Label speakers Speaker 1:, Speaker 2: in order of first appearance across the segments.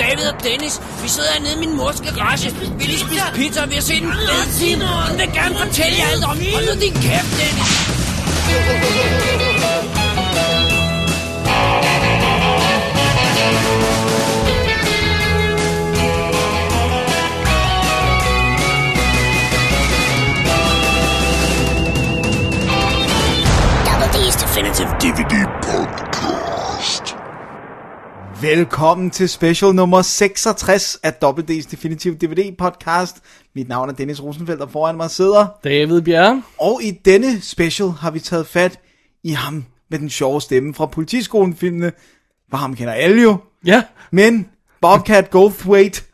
Speaker 1: Dennis, vi sidder hernede i min mors garage. Vi lige spise pizza, og vi har set en fed film. Hun vil gerne fortælle jer alt om. Hold nu din kæft, Dennis.
Speaker 2: Double D's Definitive DVD Podcast.
Speaker 3: Velkommen til special nummer 66 af WD's Definitive DVD podcast. Mit navn er Dennis Rosenfeldt, og foran mig sidder.
Speaker 4: David Bjerre.
Speaker 3: Og i denne special har vi taget fat i ham med den sjove stemme fra politiskolen-filmene. For ham kender alle jo.
Speaker 4: Ja.
Speaker 3: Men Bobcat Goldthwait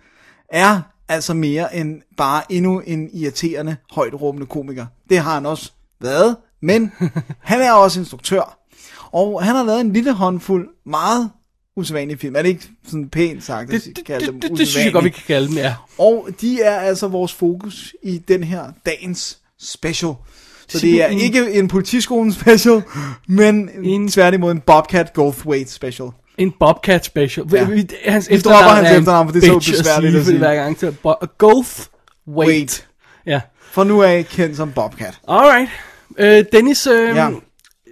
Speaker 3: er altså mere end bare endnu en irriterende, højt råbende komiker. Det har han også været, men han er også instruktør. Og han har lavet en lille håndfuld meget usædvanlige film. Er det ikke sådan pænt sagt, at
Speaker 4: Det,
Speaker 3: kalde
Speaker 4: det, det,
Speaker 3: dem
Speaker 4: det, det synes jeg godt, vi
Speaker 3: usædvanlige?
Speaker 4: kan kalde dem, ja.
Speaker 3: Og de er altså vores fokus i den her dagens special. Så det er
Speaker 4: Simpelthen.
Speaker 3: ikke en politiskolen special, men en...
Speaker 4: En-
Speaker 3: tværtimod en Bobcat Goldthwait special.
Speaker 4: En Bobcat special.
Speaker 3: Ja.
Speaker 4: Ja. Hans
Speaker 3: Vi dropper hans efternavn, for det er så ubesværligt at
Speaker 4: at sige.
Speaker 3: sige.
Speaker 4: Hver gang til. Bo- Goth
Speaker 3: Wait.
Speaker 4: Wait. Wait. Ja.
Speaker 3: For nu er jeg kendt som Bobcat.
Speaker 4: Alright. Øh, Dennis, øh,
Speaker 3: Ja.
Speaker 4: ja.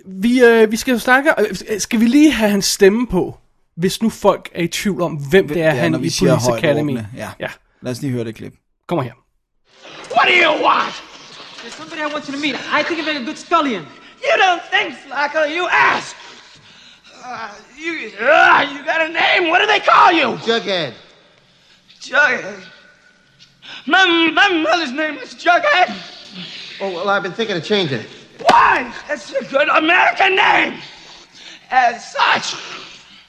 Speaker 4: vi, øh, vi skal jo snakke... øh, Skal vi lige have hans stemme på? Hvis nu folk er i tvivl om, hvem det er,
Speaker 3: det er,
Speaker 4: han
Speaker 3: når
Speaker 4: i
Speaker 3: vi siger
Speaker 4: Police
Speaker 3: højt
Speaker 4: Academy.
Speaker 3: råbende, ja.
Speaker 4: ja.
Speaker 3: Lad os lige høre det klip.
Speaker 4: Kommer her.
Speaker 5: What do you want?
Speaker 6: There's somebody I want you to meet. I think I'm a good scullion.
Speaker 5: You don't think, Slacker, you ask. Uh, you, uh, you got a name. What do they call you?
Speaker 7: Jughead.
Speaker 5: Jughead. My, my mother's name was Jughead.
Speaker 7: Oh, well, I've been thinking of changing it.
Speaker 5: Why? That's a good American name. As such.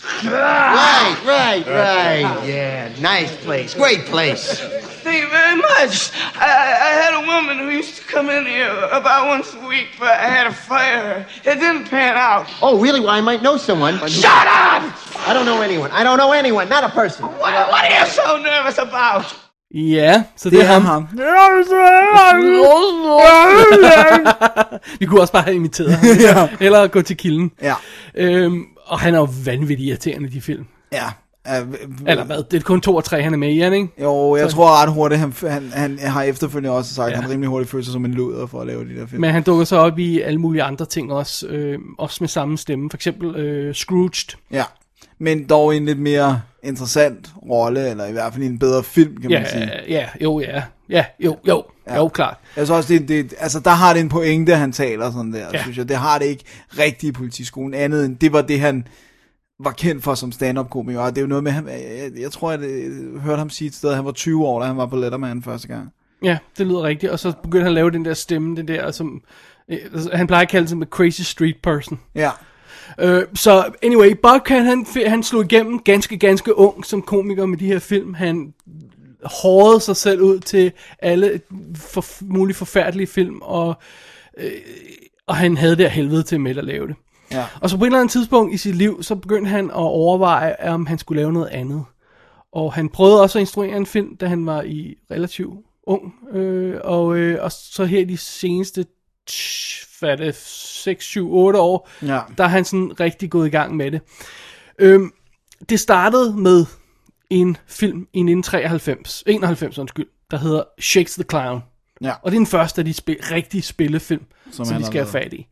Speaker 5: Ah,
Speaker 7: Right, right,
Speaker 8: Ah.
Speaker 7: right. Yeah, nice place. Great place.
Speaker 5: Thank you very much. I, I had a woman who used to come in here about once a week, but I had to fire her. It didn't pan out.
Speaker 7: Oh, really? Well, I might know someone.
Speaker 5: Shut up!
Speaker 7: I don't know anyone. I don't know anyone. Not a person.
Speaker 5: What, what are you so nervous about?
Speaker 4: Ja, så det,
Speaker 3: Det
Speaker 4: er ham.
Speaker 3: ham.
Speaker 4: Vi kunne også bare have imiteret ham.
Speaker 3: Ja.
Speaker 4: Eller gå til kilden.
Speaker 3: Ja.
Speaker 4: Øhm, og han er jo vanvittigt irriterende i de film.
Speaker 3: Ja. Uh,
Speaker 4: Eller hvad? Det er kun to og tre, han er med i, han, ikke?
Speaker 3: Jo, jeg tror ret hurtigt, han, han, han har efterfølgende også sagt, at
Speaker 4: Ja.
Speaker 3: han rimelig hurtigt føler sig som en luder for at lave de der film.
Speaker 4: Men han dukker så op i alle mulige andre ting også. Øh, også med samme stemme. For eksempel øh, Scrooged.
Speaker 3: Ja. Men dog i en lidt mere interessant rolle, eller i hvert fald i en bedre film, kan
Speaker 4: Ja,
Speaker 3: man sige.
Speaker 4: ja, jo, ja. Ja, jo, jo. Ja. Jo, klart.
Speaker 3: Jeg synes også, det, det, altså, der har det en pointe, han taler sådan der, ja.
Speaker 4: Ja.
Speaker 3: synes jeg. Det har det ikke rigtigt i politiskolen, andet end det var det, han var kendt for som stand-up-komiker. Og det er jo noget med, han, jeg, jeg tror, jeg øh, hørte ham sige et sted, at han var 20 år, da han var på Letterman første gang.
Speaker 4: Ja, det lyder rigtigt. Og så begynder han at lave den der stemme, den der, som... Øh, altså, han plejer at kalde sig med crazy street person.
Speaker 3: Ja.
Speaker 4: Øh, så anyway, Bobcat han, han slog igennem ganske, ganske ung som komiker med de her film. Han hårede sig selv ud til alle for, mulige forfærdelige film, og, øh, og han havde der helvede til med at lave det.
Speaker 3: Ja.
Speaker 4: Og så på et eller andet tidspunkt i sit liv, så begyndte han at overveje, om han skulle lave noget andet. Og han prøvede også at instruere en film, da han var i relativt ung. Øh, og, øh, og så her de seneste tsh, hvad er det, 6, 7, 8 år,
Speaker 3: Ja.
Speaker 4: der er han sådan rigtig gået i gang med det. Øhm, det startede med en film i 1993, 91 undskyld, der hedder Shakes the Clown.
Speaker 3: Ja.
Speaker 4: Og det er den første af de spil, rigtige spillefilm, som, som
Speaker 3: han
Speaker 4: vi
Speaker 3: har
Speaker 4: skal have
Speaker 3: lavet.
Speaker 4: fat i.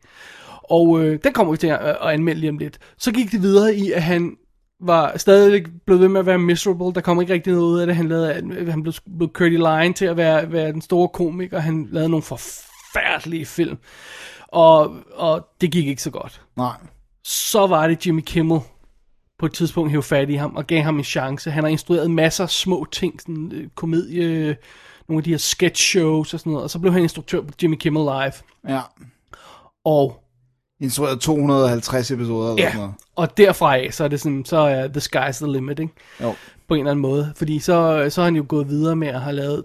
Speaker 4: Og øh, den kommer vi til at, at anmelde lige om lidt. Så gik det videre i, at han var stadigvæk blevet ved med at være miserable. Der kom ikke rigtig noget ud af det. Han, lavede, han blev, blev kørt i line til at være, være den store komiker. Han lavede nogle forfærdelige film. Og, og det gik ikke så godt.
Speaker 3: Nej.
Speaker 4: Så var det Jimmy Kimmel på et tidspunkt hævde fat i ham og gav ham en chance. Han har instrueret masser af små ting, sådan øh, komedie, øh, nogle af de her sketch shows og sådan noget. Og så blev han instruktør på Jimmy Kimmel Live.
Speaker 3: Ja.
Speaker 4: Og
Speaker 3: Instrueret 250 episoder eller
Speaker 4: Ja,
Speaker 3: sådan noget.
Speaker 4: og derfra af, så er det sådan, så er the sky's the limit, ikke?
Speaker 3: Jo.
Speaker 4: På en eller anden måde. Fordi så, så har han jo gået videre med at have lavet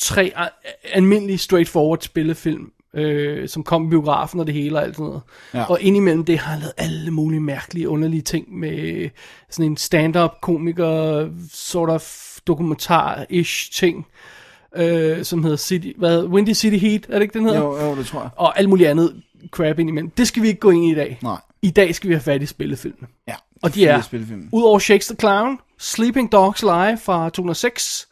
Speaker 4: tre a- almindelige straightforward spillefilm, øh, som kom i biografen og det hele og alt sådan noget.
Speaker 3: Ja.
Speaker 4: Og indimellem det har han lavet alle mulige mærkelige, underlige ting med sådan en stand-up komiker, sort of dokumentar-ish ting, øh, som hedder City, hvad, Windy City Heat, er det ikke den hedder?
Speaker 3: Jo, jo, det tror jeg.
Speaker 4: og alt muligt andet crap ind imellem. Det skal vi ikke gå ind i i dag.
Speaker 3: Nej.
Speaker 4: I dag skal vi have fat i spillefilmene.
Speaker 3: Ja.
Speaker 4: Og de er,
Speaker 3: Spillefilm.
Speaker 4: udover Shakespeare Clown, Sleeping Dogs Live fra 2006,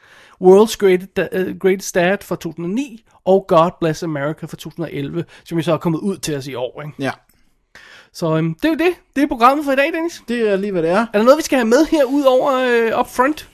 Speaker 4: World's Greatest, uh, Greatest Dad fra 2009, og God Bless America fra 2011, som jo så er kommet ud til os i år. Ikke?
Speaker 3: Ja.
Speaker 4: Så øhm, det er jo det. Det er programmet for i dag, Dennis.
Speaker 3: Det er lige, hvad det er.
Speaker 4: Er der noget, vi skal have med her ud over øh, upfront?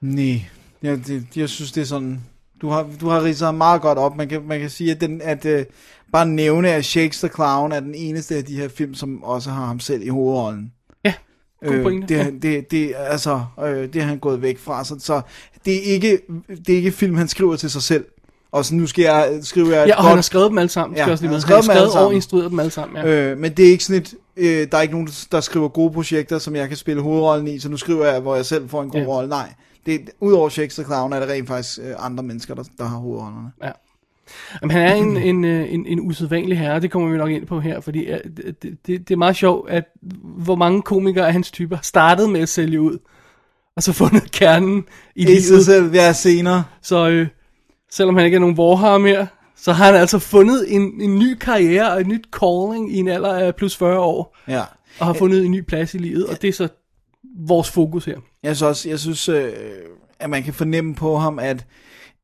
Speaker 3: Nej, ja, det, jeg synes det er sådan, du har, du har ridset meget godt op, man kan, man kan sige, at, den, at øh, bare nævne, at Shakespeare Clown er den eneste af de her film, som også har ham selv i hovedrollen. Øh,
Speaker 4: Ja, god pointe.
Speaker 3: det,
Speaker 4: Ja.
Speaker 3: er- det, det, er- altså, øh, det er han gået væk fra, så, så det, er ikke, det er ikke film, han skriver til sig selv. Og så nu skal jeg, skriver jeg et
Speaker 4: Ja, og
Speaker 3: godt,
Speaker 4: han har skrevet dem alle sammen.
Speaker 3: Ja,
Speaker 4: Ja, også lige
Speaker 3: han
Speaker 4: med.
Speaker 3: har
Speaker 4: Han har
Speaker 3: skrevet dem alle
Speaker 4: skrevet og
Speaker 3: sammen.
Speaker 4: instrueret dem alle sammen. Ja.
Speaker 3: Øh, men det er ikke sådan et, øh, der er ikke nogen, der skriver gode projekter, som jeg kan spille hovedrollen i, så nu skriver jeg, hvor jeg selv får en god
Speaker 4: Ja.
Speaker 3: ja. rolle. Nej, det, udover Shakespeare Clown er det rent faktisk øh, andre mennesker, der, der har hovedrollerne.
Speaker 4: Ja. Jamen, han er en, en, øh, en, en usædvanlig herre, det kommer vi nok ind på her, fordi øh, det, det, det er meget sjovt, at hvor mange komikere af hans typer startede med at sælge ud, og så fundet kernen i
Speaker 3: I sig
Speaker 4: livet.
Speaker 3: selv, jeg er senere.
Speaker 4: Så øh, selvom han ikke er nogen vorhar mere, så har han altså fundet en, en ny karriere og et nyt calling i en alder af plus 40 år,
Speaker 3: Ja.
Speaker 4: og har fundet en ny plads i livet, og det er så vores fokus her.
Speaker 3: Jeg synes, også, jeg synes øh, at man kan fornemme på ham, at,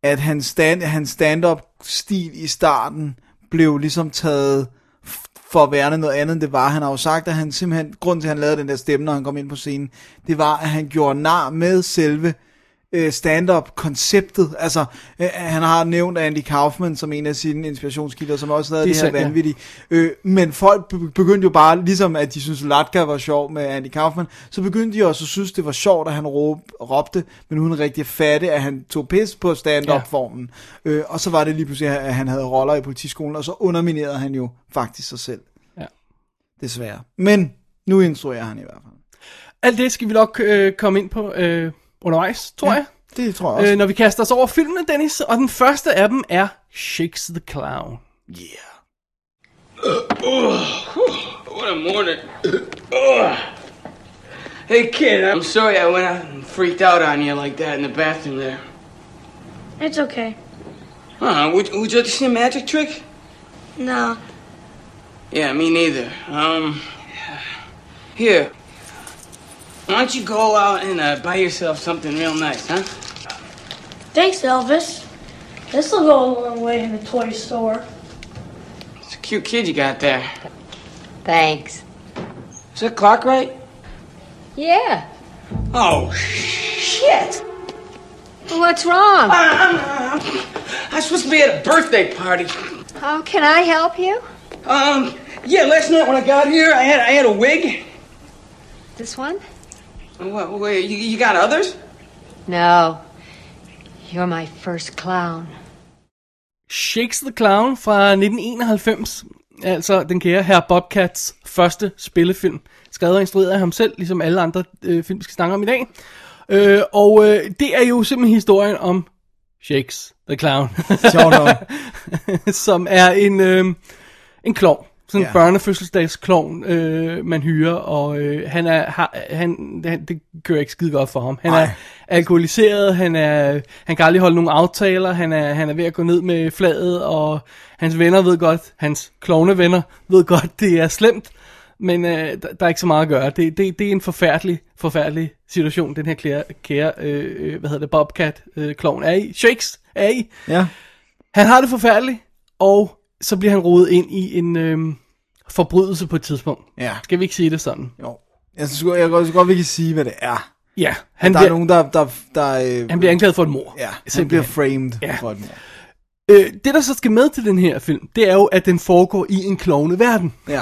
Speaker 3: at hans, stand, hans stand-up-stil i starten blev ligesom taget f- for at være noget andet, end det var. Han har jo sagt, at han simpelthen, grunden til, at han lavede den der stemme, når han kom ind på scenen, det var, at han gjorde nar med selve øh, stand-up-konceptet. Altså, øh, han har nævnt Andy Kaufman som en af sine inspirationskilder, som også lavede
Speaker 4: Det
Speaker 3: det,
Speaker 4: er
Speaker 3: det her
Speaker 4: sandt, ja.
Speaker 3: vanvittige. Øh, men folk be- begyndte jo bare, ligesom at de synes Latka var sjov med Andy Kaufman, så begyndte de også at synes, det var sjovt, at han råb, råbte, men uden rigtig fatte, at han tog pis på stand-up-formen. Øh, og så var det lige pludselig, at han havde roller i politiskolen, og så underminerede han jo faktisk sig selv.
Speaker 4: Ja.
Speaker 3: Desværre. Men nu instruerer han i hvert fald.
Speaker 4: Alt det skal vi nok øh, komme ind på øh, undervejs, tror ja. jeg.
Speaker 3: Det tror jeg også.
Speaker 4: øh, når vi kaster os over filmene, Dennis. Og den første af dem er Shakes the Clown.
Speaker 5: What a morning. hey, kid, I'm sorry I went out and freaked out on you like that in the bathroom there.
Speaker 9: It's okay.
Speaker 5: Huh, would, would you like to see a magic trick?
Speaker 9: No.
Speaker 5: Yeah, me neither. Um, here. Why don't you go out and uh, buy yourself something real nice, huh?
Speaker 9: Thanks, Elvis. This'll go a long way in the toy store.
Speaker 5: It's a cute kid you got there.
Speaker 10: Thanks.
Speaker 5: Is that clock right?
Speaker 10: Yeah.
Speaker 5: Oh, shit! Uh,
Speaker 10: What's wrong?
Speaker 5: I'm, uh, I'm supposed to be at a birthday party.
Speaker 10: Oh, can I help you?
Speaker 5: Um, yeah, last night when I got here, I had I had a wig.
Speaker 10: This one?
Speaker 5: What, wait, you, you got others?
Speaker 10: No. You're my first clown.
Speaker 4: Shakes the Clown fra 1991. Altså den kære herr Bobcats første spillefilm. Skrevet og instrueret af ham selv, ligesom alle andre øh, film, vi skal snakke om i dag. Øh, og øh, det er jo simpelthen historien om Shakes the Clown,
Speaker 3: Sjovt nok.
Speaker 4: som er en, øh, en klov. Sådan en
Speaker 3: Ja.
Speaker 4: yeah. børnefødselsdagsklovn, øh, man hyrer, og øh, han er, har, han, han, det kører ikke skide godt for ham. Han er
Speaker 3: Ej.
Speaker 4: alkoholiseret, han, er, han kan aldrig holde nogen aftaler, han er, han er ved at gå ned med fladet, og hans venner ved godt, hans klovnevenner ved godt, det er slemt, men øh, der, der er ikke så meget at gøre. Det, det, det er en forfærdelig, forfærdelig situation, den her kære, kære øh, øh, hvad hedder det, Bobcat-klovn øh, klovn er i. Shakes er i.
Speaker 3: Ja.
Speaker 4: Han har det forfærdeligt, og så bliver han rodet ind i en øhm, forbrydelse på et tidspunkt.
Speaker 3: Ja.
Speaker 4: Skal vi ikke sige det sådan?
Speaker 3: Jo. Jeg synes, godt- jeg, jeg synes godt, vi kan sige, hvad det er.
Speaker 4: Ja, han,
Speaker 3: Han der
Speaker 4: bliver,
Speaker 3: er nogen, der... der, der øh,
Speaker 4: han bliver anklaget for et mord.
Speaker 3: ja, han
Speaker 4: Simpelthen.
Speaker 3: bliver framed
Speaker 4: Ja.
Speaker 3: ja. for et mord.
Speaker 4: Øh, det, der så skal med til den her film, det er jo, at den foregår i en klovne verden.
Speaker 3: Ja.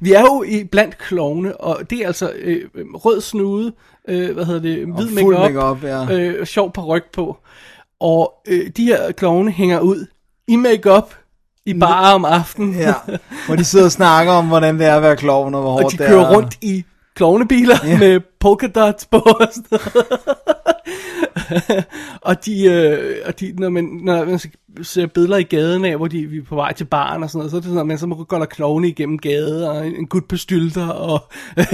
Speaker 4: Vi er jo i, blandt klovne, og det er altså øh, øh, rød snude, øh, hvad hedder det, hvid
Speaker 3: fuld
Speaker 4: makeup,
Speaker 3: makeup, ja.
Speaker 4: øh, sjov paryk på. Og øh, de her klovne hænger ud i makeup i bare om aftenen.
Speaker 3: ja. Hvor de sidder og snakker om, hvordan det er at være klovn, og hvor hårdt
Speaker 4: Og de
Speaker 3: det
Speaker 4: kører
Speaker 3: er.
Speaker 4: rundt i klovnebiler yeah. med polka dots på og sådan noget. og de, øh, og de når, man, når man ser billeder i gaden af, hvor de vi er på vej til baren og sådan noget, så er det sådan, at man så går der klovne igennem gaden, og en, en gut på stylter, og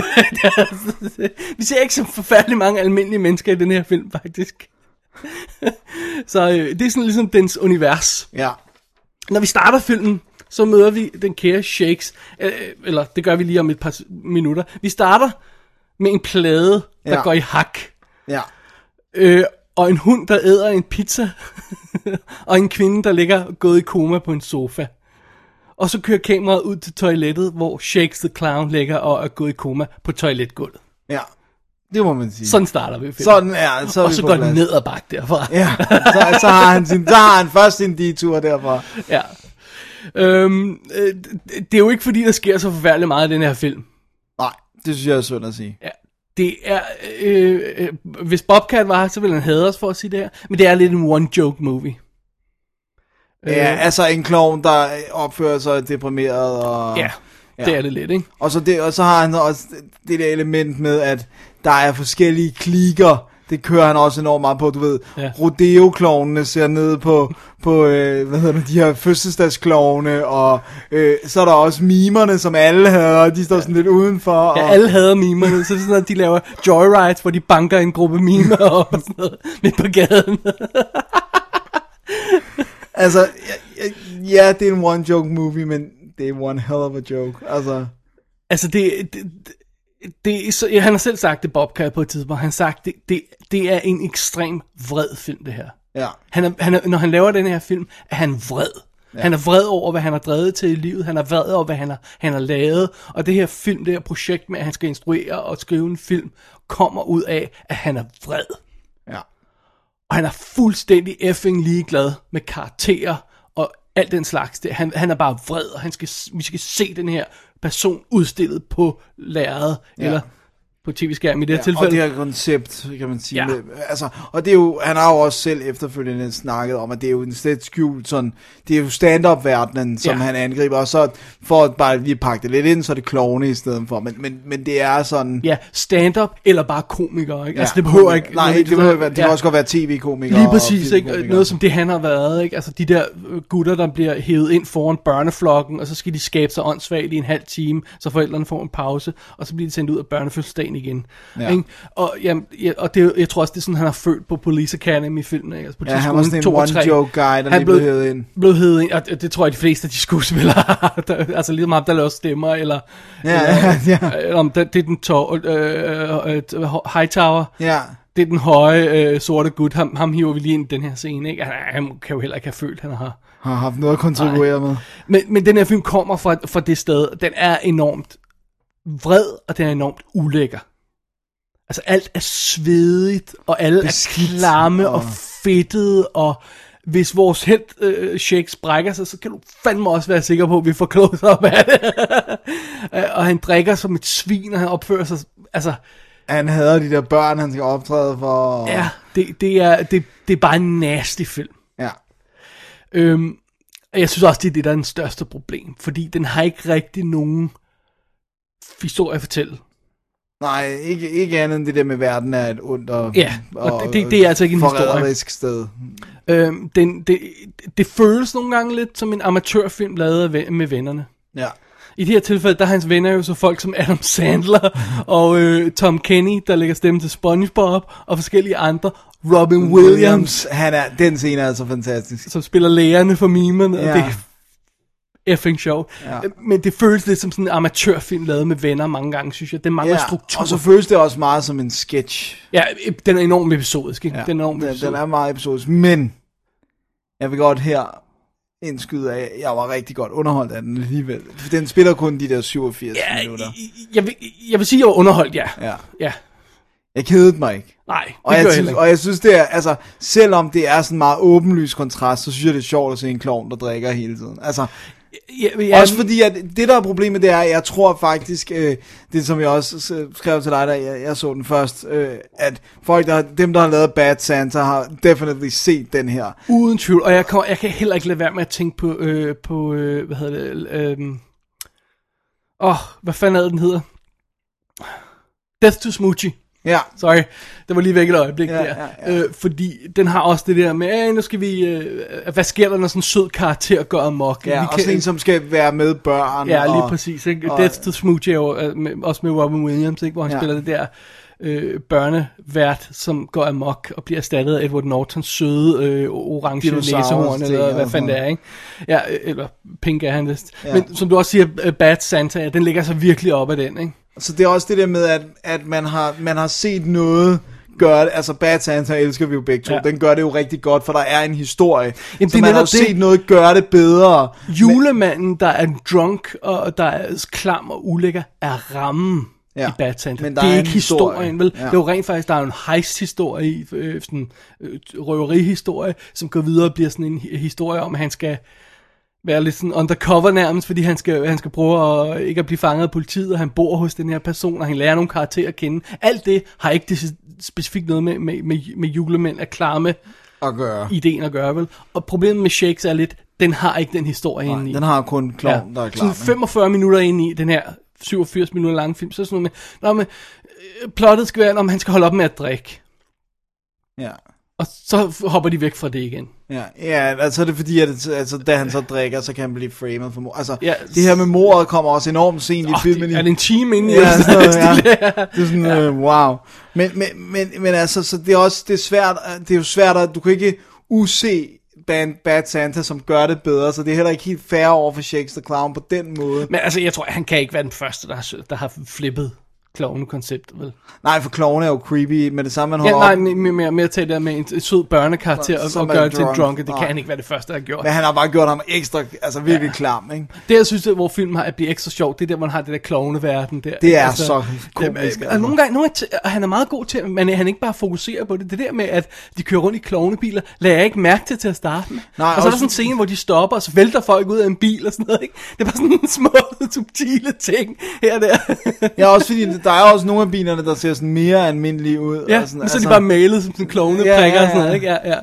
Speaker 4: vi ser ikke så forfærdelig mange almindelige mennesker i den her film, faktisk. så øh, det er sådan ligesom dens univers.
Speaker 3: Ja.
Speaker 4: Når vi starter filmen, så møder vi den kære Shakes, øh, eller det gør vi lige om et par s- minutter. Vi starter med en plade, der
Speaker 3: Ja.
Speaker 4: går i hak.
Speaker 3: Ja.
Speaker 4: Øh, og en hund, der æder en pizza. og en kvinde, der ligger gået i koma på en sofa. Og så kører kameraet ud til toilettet, hvor Shakes the Clown ligger og er gået i koma på toiletgulvet.
Speaker 3: Ja. Det må man sige.
Speaker 4: Sådan starter vi filmen.
Speaker 3: Sådan er så er
Speaker 4: og
Speaker 3: vi
Speaker 4: så
Speaker 3: på
Speaker 4: går den
Speaker 3: plads.
Speaker 4: ned og bakke derfra.
Speaker 3: Ja, så, så, har han sin, så har han først sin detur derfra.
Speaker 4: ja. Øhm, øh, det- det er jo ikke fordi, der sker så forfærdeligt meget i den her film.
Speaker 3: Nej, det synes jeg er synd at sige.
Speaker 4: Ja, det er... Øh, øh, hvis Bobcat var her, så ville han have os for at sige det her. Men det er lidt en one-joke movie. Øh.
Speaker 3: Ja, altså en klovn, der opfører sig deprimeret. Og,
Speaker 4: Ja, det er det lidt, ikke?
Speaker 3: og, så, det, og så har han også det der element med, at der er forskellige klikker. Det kører han også enormt meget på, du ved.
Speaker 4: Ja.
Speaker 3: Ja. Rodeo-klovnene ser ned på, på øh, hvad hedder det, de her fødselsdagsklovne, og øh, så er der også mimerne, som alle havde, og de står sådan lidt udenfor.
Speaker 4: Ja,
Speaker 3: og,
Speaker 4: alle hader mimerne, så det er sådan, at de laver joyrides, hvor de banker en gruppe mimer op og sådan noget, midt på gaden.
Speaker 3: Altså, ja, ja, ja, det er en one joke movie, men det er one hell of a joke. Altså,
Speaker 4: Altså, det, det, det, det er så, ja, han har selv sagt det, Bobcat, på et tidspunkt. Han har sagt, det, det, det er en ekstrem vred film, det her.
Speaker 3: ja.
Speaker 4: Han er, han er, når han laver den her film, er han vred. Ja. Han er vred over, hvad han har drevet til i livet. Han er vred over, hvad han har, han har lavet. Og det her film, det her projekt med, at han skal instruere og skrive en film, kommer ud af, at han er vred.
Speaker 3: Ja.
Speaker 4: Og han er fuldstændig effing ligeglad med karakterer og alt den slags. Det, han, han er bare vred, og han skal, vi skal se den her person udstillet på lærredet, ja.
Speaker 3: Ja.
Speaker 4: eller på tv-skærmen i det her ja, tilfælde.
Speaker 3: Og det her koncept, kan man sige.
Speaker 4: Ja.
Speaker 3: Ja. Altså, og det er jo, han har jo også selv efterfølgende snakket om, at det er jo en slet skjult sådan, det er jo stand-up-verdenen, som
Speaker 4: Ja.
Speaker 3: ja. han angriber, og så for at bare lige pakke det lidt ind, så er det klovne i stedet for, men, men, men det er sådan...
Speaker 4: Ja, stand-up eller bare komikere. Ikke? Ja, altså, det
Speaker 3: komiker.
Speaker 4: behøver ikke...
Speaker 3: Nej, det, behøver, ikke være- det kan
Speaker 4: Ja.
Speaker 3: også godt være tv-komiker.
Speaker 4: Lige
Speaker 3: og
Speaker 4: præcis, ikke?
Speaker 3: filmkomiker.
Speaker 4: Noget som det han har været, ikke? Altså de der øh, gutter, der bliver hævet ind foran børneflokken, og så skal de skabe sig åndssvagt i en halv time, så forældrene får en pause, og så bliver de sendt ud af børnefødselsdagen igen. Ja.
Speaker 3: Ja.
Speaker 4: Ikke? Og, jamen, ja, og det, er jo- jeg tror også, det er sådan, han har følt på Police Academy filmen, ikke? Altså,
Speaker 3: Ja, han var
Speaker 4: Politiskolen
Speaker 3: sådan en
Speaker 4: 2 og 3.
Speaker 3: one-joke guy, der
Speaker 4: Han
Speaker 3: lige blev hævet ind.
Speaker 4: Blev hævet ind, og det, det tror jeg, de fleste af de skuespillere har. Der- altså ligesom ham, der laver stemmer, eller...
Speaker 3: Ja,
Speaker 4: eller,
Speaker 3: ja.
Speaker 4: eller om det, det er den tår, øh, øh, øh, Hightower
Speaker 3: Ja,
Speaker 4: det er den høje øh, sorte gut, ham, ham hiver vi lige ind i den her scene, ikke? Han, han kan jo heller ikke have følt, han har.
Speaker 3: har haft noget at kontribuere med.
Speaker 4: Men, men den her film kommer fra, fra det sted, den er enormt vred, og den er enormt ulækker. Altså alt er svedigt, og alle
Speaker 3: Beskidt,
Speaker 4: er klamme og
Speaker 3: og-
Speaker 4: fedtede, og hvis vores helt øh, shakes brækker sig, så kan du fandme også være sikker på, at vi får close op af det. Øh, og han drikker som et svin, og han opfører sig, altså,
Speaker 3: Han hader de der børn, han skal optræde for. og-
Speaker 4: ja, det, det, er, det, det er bare en nasty film.
Speaker 3: ja.
Speaker 4: Øhm, og jeg synes også, det er det, der er den største problem, fordi den har ikke rigtig nogen historie at fortælle.
Speaker 3: Nej, ikke, ikke andet end det der med, at verden er et ondt og,
Speaker 4: Ja, og det- det- det er altså ikke en historie.
Speaker 3: forræderisk sted.
Speaker 4: Øhm, den, det, det føles nogle gange lidt som en amatørfilm lavet af ven- med vennerne.
Speaker 3: Ja.
Speaker 4: I det her tilfælde, der er hans venner jo så folk som Adam Sandler og øh, Tom Kenny, der lægger stemme til SpongeBob, og forskellige andre. Robin Williams,
Speaker 3: Williams, han er, den scene er altså fantastisk.
Speaker 4: som spiller lærerne for mimerne, ja.
Speaker 3: Ja.
Speaker 4: og det er effing sjov. Ja. Men det føles lidt som sådan en amatørfilm lavet med venner mange gange, synes jeg. Det mangler ja, struktur.
Speaker 3: og så føles det også meget som en sketch.
Speaker 4: Ja, øh, den er enormt episodisk, ikke? Ja, den er enormt
Speaker 3: den,
Speaker 4: episodisk.
Speaker 3: den er meget episodisk, men jeg vil godt her indskyde af, jeg var rigtig godt underholdt af den alligevel. For Den spiller kun de der 87
Speaker 4: ja,
Speaker 3: minutter.
Speaker 4: jeg, jeg, vil, jeg vil sige, at jeg var underholdt, ja.
Speaker 3: Ja.
Speaker 4: ja.
Speaker 3: Jeg kedede mig ikke.
Speaker 4: Nej, det
Speaker 3: Og jeg,
Speaker 4: gør jeg
Speaker 3: synes,
Speaker 4: heller ikke.
Speaker 3: og jeg synes, det er, altså, selvom det er sådan meget åbenlys kontrast, så synes jeg, det er sjovt at se en klovn, der drikker hele tiden. Altså,
Speaker 4: Jeg,
Speaker 3: Ja,
Speaker 4: jeg,
Speaker 3: også fordi, at det der er problemet, det er, at jeg tror faktisk, øh, det som jeg også øh, skrev til dig, da jeg, jeg så den først, øh, at folk, der, har- dem der har lavet Bad Santa, har definitely set den her.
Speaker 4: Uden tvivl, og jeg, kommer, jeg kan heller ikke lade være med at tænke på, øh, på øh, hvad hedder det, øh, åh, oh, hvad fanden er det, den hedder? Death to Smoochie.
Speaker 3: Ja,
Speaker 4: Sorry, det var lige væk et øjeblik ja,
Speaker 3: Ja,
Speaker 4: der. Ja,
Speaker 3: ja,
Speaker 4: ja. Øh, fordi den har også det der med, "Æh, nu skal vi, øh, hvad sker der, når sådan en sød karakter gør amok?
Speaker 3: ja
Speaker 4: vi
Speaker 3: og sådan en, som skal være med børn.
Speaker 4: Ja, lige
Speaker 3: og,
Speaker 4: præcis. Ikke? Og,
Speaker 3: og-
Speaker 4: Death to Smoochie er jo øh, med, også med Robin Williams, ikke? hvor han ja.
Speaker 3: Ja.
Speaker 4: spiller det der øh, børnevært, som går amok og bliver erstattet af Edward Nortons søde øh, orange
Speaker 3: Dinosaurus
Speaker 4: næsehorn,
Speaker 3: ting
Speaker 4: eller
Speaker 3: og
Speaker 4: hvad
Speaker 3: sådan
Speaker 4: fanden det er. Ikke? Ja, øh, eller pink er han vist. Ja.
Speaker 3: Ja.
Speaker 4: Men som du også siger, øh, Bad Santa, den ligger så virkelig op af den. Ikke?
Speaker 3: Så det er også det der med, at, at man, har, man har set noget gør det, altså Bad Santa elsker vi jo begge to,
Speaker 4: Ja.
Speaker 3: ja. den gør det jo rigtig godt, for der er en historie.
Speaker 4: Jamen,
Speaker 3: Jamen,
Speaker 4: det er
Speaker 3: så man har jo
Speaker 4: netop det.
Speaker 3: set noget gøre det bedre.
Speaker 4: Julemanden, der er drunk, og der er klam og ulækker, er rammen ja.
Speaker 3: Ja,
Speaker 4: i Bad Santa.
Speaker 3: men der
Speaker 4: det er,
Speaker 3: er en
Speaker 4: ikke historien,
Speaker 3: historie.
Speaker 4: vel? Ja.
Speaker 3: Ja.
Speaker 4: Det er jo rent faktisk, der er jo en heist-historie i, øh, sådan øh, røverihistorie, som går videre og bliver sådan en hi- historie om, at han skal være lidt sådan undercover nærmest, fordi han skal, han skal prøve at, øh, ikke at blive fanget af politiet, og han bor hos den her person, og han lærer nogle karakterer at kende. Alt det har ikke det specifikt noget med, med, med, med julemænd at klare med
Speaker 3: At gøre.
Speaker 4: ideen at gøre, vel? Og problemet med Shakes er lidt, den har ikke den historie
Speaker 3: Nej,
Speaker 4: inde i.
Speaker 3: den har kun klovn, ja. der er klar.
Speaker 4: Sådan 45 minutter ind i den her 87 minutter lange film, så er sådan noget med, Nå, men, øh, plottet skal være, om han skal holde op med at drikke.
Speaker 3: Ja.
Speaker 4: Og så f- hopper de væk fra det igen.
Speaker 3: Ja, ja, altså er det fordi, at altså, da han så drikker, så kan han blive framed for mor. Altså,
Speaker 4: Ja.
Speaker 3: ja. det her med mordet kommer også enormt sent i
Speaker 4: Åh,
Speaker 3: filmen.
Speaker 4: det,
Speaker 3: i-
Speaker 4: er det en time inde i?
Speaker 3: Ja,
Speaker 4: eller
Speaker 3: sådan
Speaker 4: sådan
Speaker 3: noget, ja.
Speaker 4: noget?
Speaker 3: Det er sådan, ja. øh, wow. Men, men, men, men altså, så det er også, det er svært, øh, det er jo svært, at du kan ikke use Band, Bad Santa, som gør det bedre, så det er heller ikke helt fair over for Shakes the Clown på den måde.
Speaker 4: Men altså, jeg tror, han kan ikke være den første, der har, der har flippet klovnekonceptet, vel?
Speaker 3: Nej, for klovene er jo creepy, men det samme, man
Speaker 4: Ja,
Speaker 3: holder
Speaker 4: nej,
Speaker 3: op.
Speaker 4: men med, med, med at tage det der med en, en sød børnekarakter og,
Speaker 3: Som
Speaker 4: og
Speaker 3: er
Speaker 4: gøre det til en
Speaker 3: drunk.
Speaker 4: drunken, det kan
Speaker 3: Nej.
Speaker 4: han ikke være det første, der har gjort.
Speaker 3: Men han har bare gjort ham ekstra, altså virkelig ja. klam, ikke?
Speaker 4: Det, jeg synes, at hvor filmen har, at blive ekstra sjov, det er der, hvor han har det der klovneverden der. Altså,
Speaker 3: Det er så komisk,
Speaker 4: Jamen, og
Speaker 3: altså.
Speaker 4: nogle gange, nogle gange t- og han er meget god til, men han ikke bare fokuserer på det. Det der med, at de kører rundt i klovnebiler, lader jeg ikke mærke til til at starte med.
Speaker 3: Nej,
Speaker 4: og så er der
Speaker 3: også-
Speaker 4: sådan en scene, hvor de stopper, og så vælter folk ud af en bil og sådan noget. Ikke? Det er bare sådan en små, subtile ting her og der.
Speaker 3: Ja, også fordi der er også nogle af bilerne, der ser sådan mere almindelige ud.
Speaker 4: ja,
Speaker 3: og sådan, altså.
Speaker 4: men så er de bare malet som sådan klovneprikker
Speaker 3: Ja, ja, ja.
Speaker 4: og sådan noget. Ikke? Ja, ja.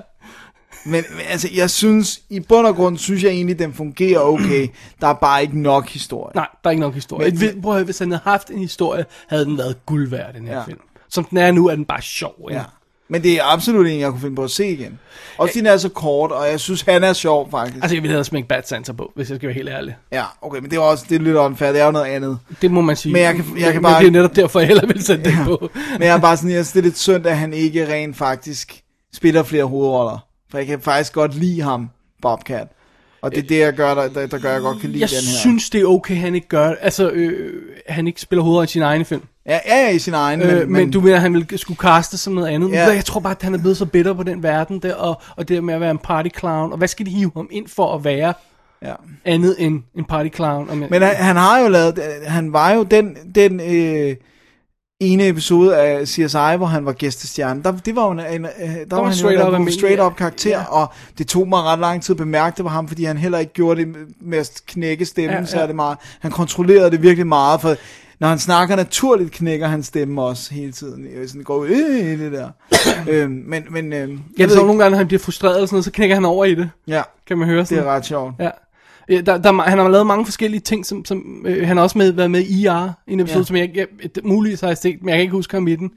Speaker 3: Men men altså, jeg synes, i bund og grund, synes jeg egentlig, den fungerer okay. Der er bare ikke nok historie.
Speaker 4: Nej, der er ikke nok historie.
Speaker 3: Men-
Speaker 4: Men, prøv at høre, hvis han havde haft en historie, havde den været guld værd, den her ja.
Speaker 3: Ja.
Speaker 4: film. Som den er nu, er den bare sjov. Ikke?
Speaker 3: Ja. Men det er absolut en, jeg kunne finde på at se igen. Også fordi den er så kort, og jeg synes, han er sjov, faktisk.
Speaker 4: Altså, jeg ville have smækket Bad Santa på, hvis jeg skal være helt ærlig.
Speaker 3: Ja, okay, men det er også det er lidt unfair, det er jo noget andet.
Speaker 4: Det må man sige.
Speaker 3: Men jeg kan- jeg kan
Speaker 4: men
Speaker 3: bare-
Speaker 4: det er netop derfor, jeg heller vil sætte det på.
Speaker 3: Men jeg er bare sådan, jeg synes, det er lidt synd, at han ikke rent faktisk spiller flere hovedroller. For jeg kan faktisk godt lide ham, Bobcat. Og det er det, jeg gør, der, der, der gør, at jeg godt kan lide
Speaker 4: Øh, Jeg
Speaker 3: den her.
Speaker 4: synes, det er okay, han ikke gør... Altså, øh, han ikke spiller hovedrollen i sin egen film.
Speaker 3: Ja, ja, ja, i sin egen,
Speaker 4: Men, øh, men, men du mener, han ville skulle kaste som noget andet. Ja.
Speaker 3: Ja.
Speaker 4: Jeg tror bare, at han er blevet så bitter på den verden der, og, og det der med at være en party clown. Og hvad skal de hive ham ind for at være
Speaker 3: Ja.
Speaker 4: andet end en party clown? Om jeg-
Speaker 3: Men øh, han, han har jo lavet, han var jo den, den øh, ene episode af CSI, hvor han var gæstestjerne. Der, det var jo en, en, øh, der, der var han
Speaker 4: straight
Speaker 3: jo
Speaker 4: up
Speaker 3: en- en
Speaker 4: almindelig,
Speaker 3: straight
Speaker 4: ja.
Speaker 3: up karakter,
Speaker 4: Ja.
Speaker 3: ja. og det tog mig ret lang tid at bemærke det på ham, fordi han heller ikke gjorde det med at knække stemmen
Speaker 4: Ja,
Speaker 3: ja,
Speaker 4: ja.
Speaker 3: ja. særlig meget. Han kontrollerede det virkelig meget, for når han snakker naturligt, knækker han stemme også hele tiden. Øh, Sådan går øh, i det der. øhm, men, men øh, jeg
Speaker 4: jeg
Speaker 3: ved
Speaker 4: tror
Speaker 3: ikke-
Speaker 4: nogle gange, når han bliver frustreret eller sådan noget, så knækker han over i det.
Speaker 3: Ja,
Speaker 4: Kan man høre
Speaker 3: det
Speaker 4: sådan
Speaker 3: er ret sjovt.
Speaker 4: Ja. Ja, der, der, er ma- han har lavet mange forskellige ting, som, som øh, han har også med, været med i IR, en episode, ja.
Speaker 3: Ja.
Speaker 4: som jeg, ikke- jeg det- muligvis har jeg set, men jeg kan ikke huske ham i den.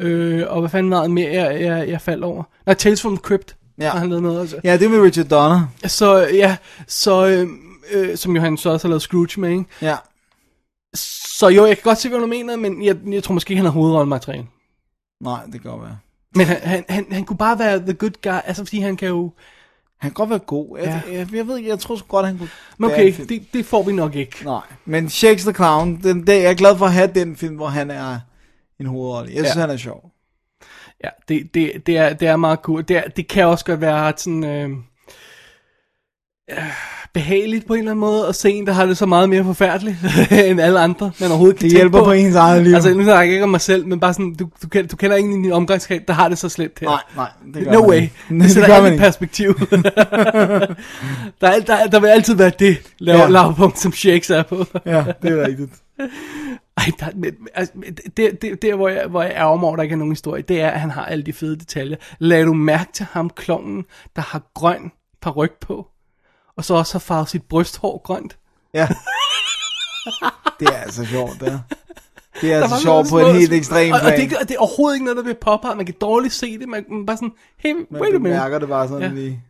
Speaker 4: Øh, og hvad fanden var det mere, jeg, jeg, jeg faldt over? Nej, Tales from the Crypt
Speaker 3: Ja.
Speaker 4: har han lavet noget. Altså.
Speaker 3: Ja, det er med Richard Donner.
Speaker 4: Så ja, så, øh, øh, som jo han så også har lavet Scrooge med, ikke?
Speaker 3: Ja.
Speaker 4: Så jo, jeg kan godt se, hvad du mener, men jeg, jeg tror måske ikke, han har hovedrollemateriale.
Speaker 3: Nej, det kan godt være.
Speaker 4: Men han, han, han, han kunne bare være the good guy, altså fordi han kan jo...
Speaker 3: Han kan godt være god. Jeg,
Speaker 4: Ja.
Speaker 3: ja. jeg, jeg ved ikke, jeg tror sgu godt, han kunne...
Speaker 4: Men
Speaker 3: være en
Speaker 4: okay,
Speaker 3: film.
Speaker 4: det, det får vi nok ikke.
Speaker 3: Nej, men Shakes the Clown, den, den, jeg er glad for at have den film, hvor han er en hovedrolle. Jeg synes,
Speaker 4: Ja.
Speaker 3: ja. han er sjov.
Speaker 4: Ja, det, det, det, er, det er meget cool. Det, er, det kan også godt være ret sådan... Øh, øh, behageligt på en eller anden måde at se en, der har det så meget mere forfærdeligt end alle andre, man overhovedet kan
Speaker 3: Det
Speaker 4: tænke
Speaker 3: hjælper
Speaker 4: på.
Speaker 3: på ens eget liv.
Speaker 4: Altså, nu snakker jeg ikke om mig selv, men bare sådan, du, du, kender, du kender ingen i din omgangskreds, der har det så slemt her.
Speaker 3: Nej, nej, det gør
Speaker 4: No
Speaker 3: man
Speaker 4: way.
Speaker 3: ikke. Det
Speaker 4: Det sætter
Speaker 3: gør
Speaker 4: alt
Speaker 3: man
Speaker 4: i
Speaker 3: ikke.
Speaker 4: perspektiv. der, er, alt- der, er- der vil altid være det lav,
Speaker 3: Ja.
Speaker 4: lavpunkt, som Shakes er på.
Speaker 3: Ja, det er rigtigt.
Speaker 4: Ej, der, men, altså, men det, det, der, hvor jeg, hvor jeg ærger mig over, at der ikke er nogen historie, det er, at han har alle de fede detaljer. Lad du mærke til ham, klovnen, der har grøn paryk på, og så også har farvet sit brysthår grønt.
Speaker 3: Ja. Det er altså sjovt, det er. Det er
Speaker 4: Der var
Speaker 3: altså
Speaker 4: nogle
Speaker 3: sjovt på
Speaker 4: små-
Speaker 3: en helt ekstrem
Speaker 4: og, og, det, er
Speaker 3: plan.
Speaker 4: ikke- og det er overhovedet ikke noget, der bliver påpeget. Man kan dårligt se det. Man, man bare sådan, hey, wait a
Speaker 3: Man
Speaker 4: minute.
Speaker 3: mærker det bare sådan
Speaker 4: Ja.
Speaker 3: ja. lige.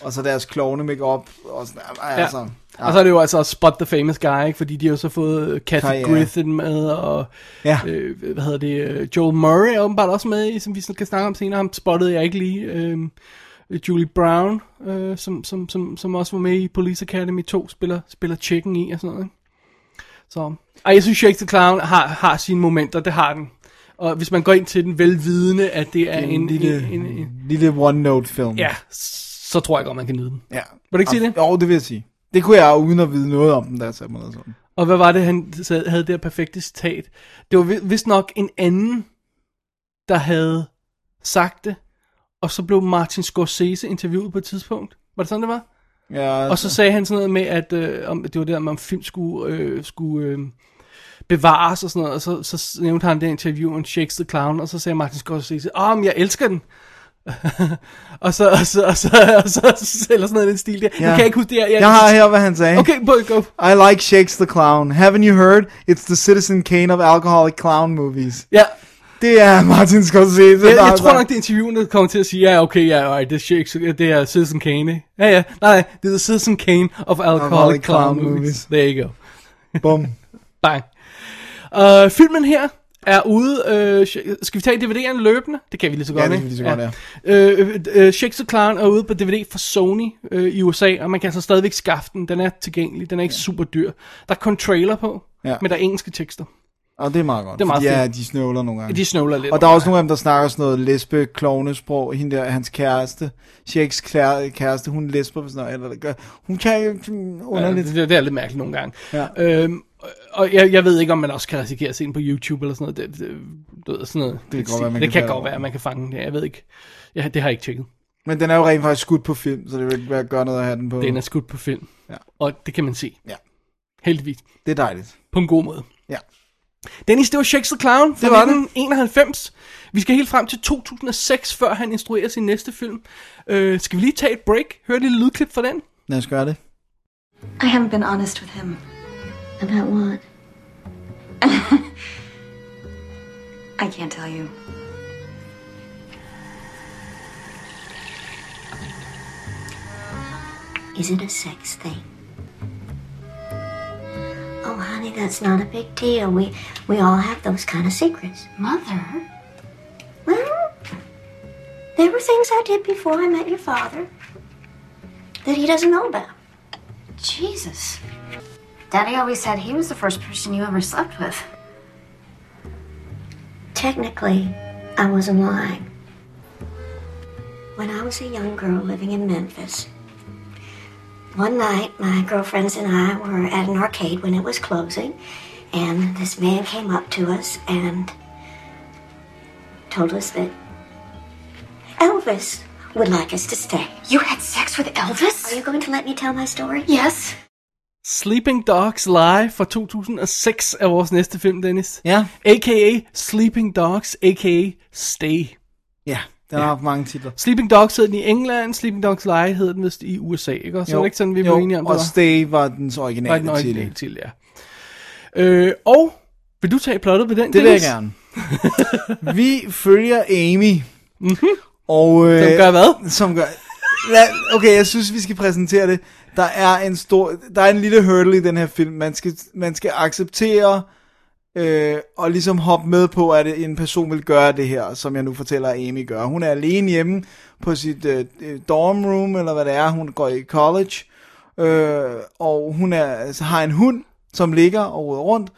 Speaker 3: Og så deres klovne make op og sådan, ej,
Speaker 4: Ja.
Speaker 3: altså.
Speaker 4: Ja. Og så er det jo altså også Spot the Famous Guy, ikke? fordi de har jo så fået øh, Kathy
Speaker 3: Karriere.
Speaker 4: Griffin med, og
Speaker 3: Ja.
Speaker 4: øh, hvad hedder det, øh, Joel Murray er åbenbart også med i, som vi sådan kan snakke om senere. Ham spottede jeg ikke lige. Øh, Julie Brown, øh, som, som, som, som også var med i Police Academy 2, spiller, spiller Chicken i og sådan noget. Ikke? Så, og jeg synes, Shake the Clown har, har sine momenter, det har den. Og hvis man går ind til den velvidende, at det er
Speaker 3: En,
Speaker 4: en,
Speaker 3: lille,
Speaker 4: en, en, en
Speaker 3: lille one-note-film.
Speaker 4: ja, så tror jeg godt, man kan nyde den.
Speaker 3: ja. Ah,
Speaker 4: Vil du ikke sige det?
Speaker 3: Jo, det vil jeg sige. Det kunne jeg jo uden at vide noget om den, der sagde mig noget sådan.
Speaker 4: Og hvad var det, han sad- havde det her perfekte citat? Det var vi- vist nok en anden, der havde sagt det, og så blev Martin Scorsese interviewet på et tidspunkt. Var det sådan, det var?
Speaker 3: Ja,
Speaker 4: Og så sagde han sådan noget med, at øh, om, det var det, om om film skulle, øh, skulle øh, bevares og sådan noget, og så, så nævnte han det interview om Shakes the Clown, og så sagde Martin Scorsese, åh, men jeg elsker den. og så, og så, og så, og så, og så, eller sådan noget i den stil der. Ja.
Speaker 3: Ja.
Speaker 4: Jeg kan ikke huske det her. Jeg,
Speaker 3: Jeg har her, hvad han sagde.
Speaker 4: Okay, på, go.
Speaker 3: I like Shakes the Clown. Haven't you heard? It's the Citizen Kane of alcoholic clown movies.
Speaker 4: Ja,
Speaker 3: Det er Martin Scorsese.
Speaker 4: jeg,
Speaker 3: der
Speaker 4: jeg
Speaker 3: har
Speaker 4: tror
Speaker 3: sagt-
Speaker 4: nok, det er interviewen, der kommer til at sige, ja, okay, ja, alright, det er, Shakespeare, det er Citizen Kane, ikke? Ja, ja, nej, nej, det er Citizen Kane of Alcoholic,
Speaker 3: Alcoholic
Speaker 4: Clown,
Speaker 3: Clown
Speaker 4: movies.
Speaker 3: Movies.
Speaker 4: There you go.
Speaker 3: Bum.
Speaker 4: Bang. Uh, filmen her er ude, øh, Sh- skal vi tage DVD'erne løbende? Det kan vi lige så
Speaker 3: Ja,
Speaker 4: godt,
Speaker 3: det kan
Speaker 4: ikke?
Speaker 3: vi lige så godt,
Speaker 4: Øh, øh, øh, Shakespeare Clown er ude på DVD fra Sony øh, i USA, og man kan altså stadigvæk skaffe den. Den er tilgængelig, den er ikke super dyr. Der er kun trailer på,
Speaker 3: Ja.
Speaker 4: men der er engelske tekster.
Speaker 3: Og det er meget godt.
Speaker 4: Det er meget
Speaker 3: fordi, ja,
Speaker 4: fint.
Speaker 3: de snøvler nogle gange.
Speaker 4: De snøvler lidt.
Speaker 3: og der er også nogle af dem, der snakker sådan noget lesbe klovnesprog Hende der, hans kæreste. Shakes klæ- kæreste, hun lesber. Sådan noget, eller, det gør- hun kan jo sådan underligt.
Speaker 4: Ja, det, det er lidt mærkeligt nogle gange.
Speaker 3: Ja.
Speaker 4: Øhm, og jeg, jeg ved ikke, om man også kan risikere at se den på YouTube eller sådan noget. Det, det, du ved, sådan noget.
Speaker 3: kan
Speaker 4: Det,
Speaker 3: godt være, man
Speaker 4: det
Speaker 3: kan
Speaker 4: kan
Speaker 3: falde
Speaker 4: godt
Speaker 3: over.
Speaker 4: være, at man kan fange den. Ja, jeg ved ikke. Ja, det har jeg ikke tjekket.
Speaker 3: Men den er jo rent faktisk skudt på film, så det vil ikke være gøre noget at have den på.
Speaker 4: Den er skudt på film.
Speaker 3: Mm. Ja.
Speaker 4: Og det kan man se.
Speaker 3: Ja.
Speaker 4: Heldigvis.
Speaker 3: Det er dejligt.
Speaker 4: På en god måde.
Speaker 3: Ja.
Speaker 4: Dennis, det var Shakes the Clown fra
Speaker 3: Det var det.
Speaker 4: 1991. Vi skal helt frem til 2006, før han instruerer sin næste film. Øh, skal vi lige tage et break? Hør et lille lydklip fra den?
Speaker 3: Lad os gøre det.
Speaker 11: I haven't been honest with him.
Speaker 10: About what?
Speaker 11: I can't tell you.
Speaker 10: Is it a sex thing? Oh, honey, that's not a big deal. We we all have those kind of secrets.
Speaker 11: Mother?
Speaker 10: Well, there were things I did before I met your father that he doesn't know about.
Speaker 11: Jesus. Daddy always said he was the first person you ever slept with.
Speaker 10: Technically, I wasn't lying. When I was a young girl living in Memphis, one night my girlfriends and I were at an arcade when it was closing, and this man came up to us and told us that Elvis would like us to stay.
Speaker 11: You had sex with Elvis?
Speaker 10: Are you going to let me tell my story?
Speaker 11: Yes.
Speaker 4: Sleeping Dogs Live fra 2006 er vores næste film, Dennis.
Speaker 3: Ja.
Speaker 4: A.k.a. Sleeping Dogs, a.k.a. Stay.
Speaker 3: Ja, den har haft mange titler.
Speaker 4: Sleeping Dogs hed den i England, Sleeping Dogs Live hed den vist i USA, ikke? Og så var det ikke sådan, vi
Speaker 3: jo,
Speaker 4: blev enige om, det
Speaker 3: og
Speaker 4: var.
Speaker 3: Stay var dens
Speaker 4: var
Speaker 3: originale
Speaker 4: den
Speaker 3: titel.
Speaker 4: originale til, ja. Øh, og vil du tage plottet ved den,
Speaker 3: Det vil jeg
Speaker 4: Dennis?
Speaker 3: gerne. Vi følger Amy. Mm-hmm. Og, øh,
Speaker 4: Som Mhm. gør hvad?
Speaker 3: Som gør... Lad, okay, jeg synes, vi skal præsentere det. Der er en stor, der er en lille hurdle i den her film. Man skal, man skal acceptere øh, og ligesom hoppe med på, at en person vil gøre det her, som jeg nu fortæller, at Amy gør. Hun er alene hjemme på sit øh, øh, dorm room, eller hvad det er. Hun går i college, øh, og hun er, altså, har en hund, som ligger og roder rundt,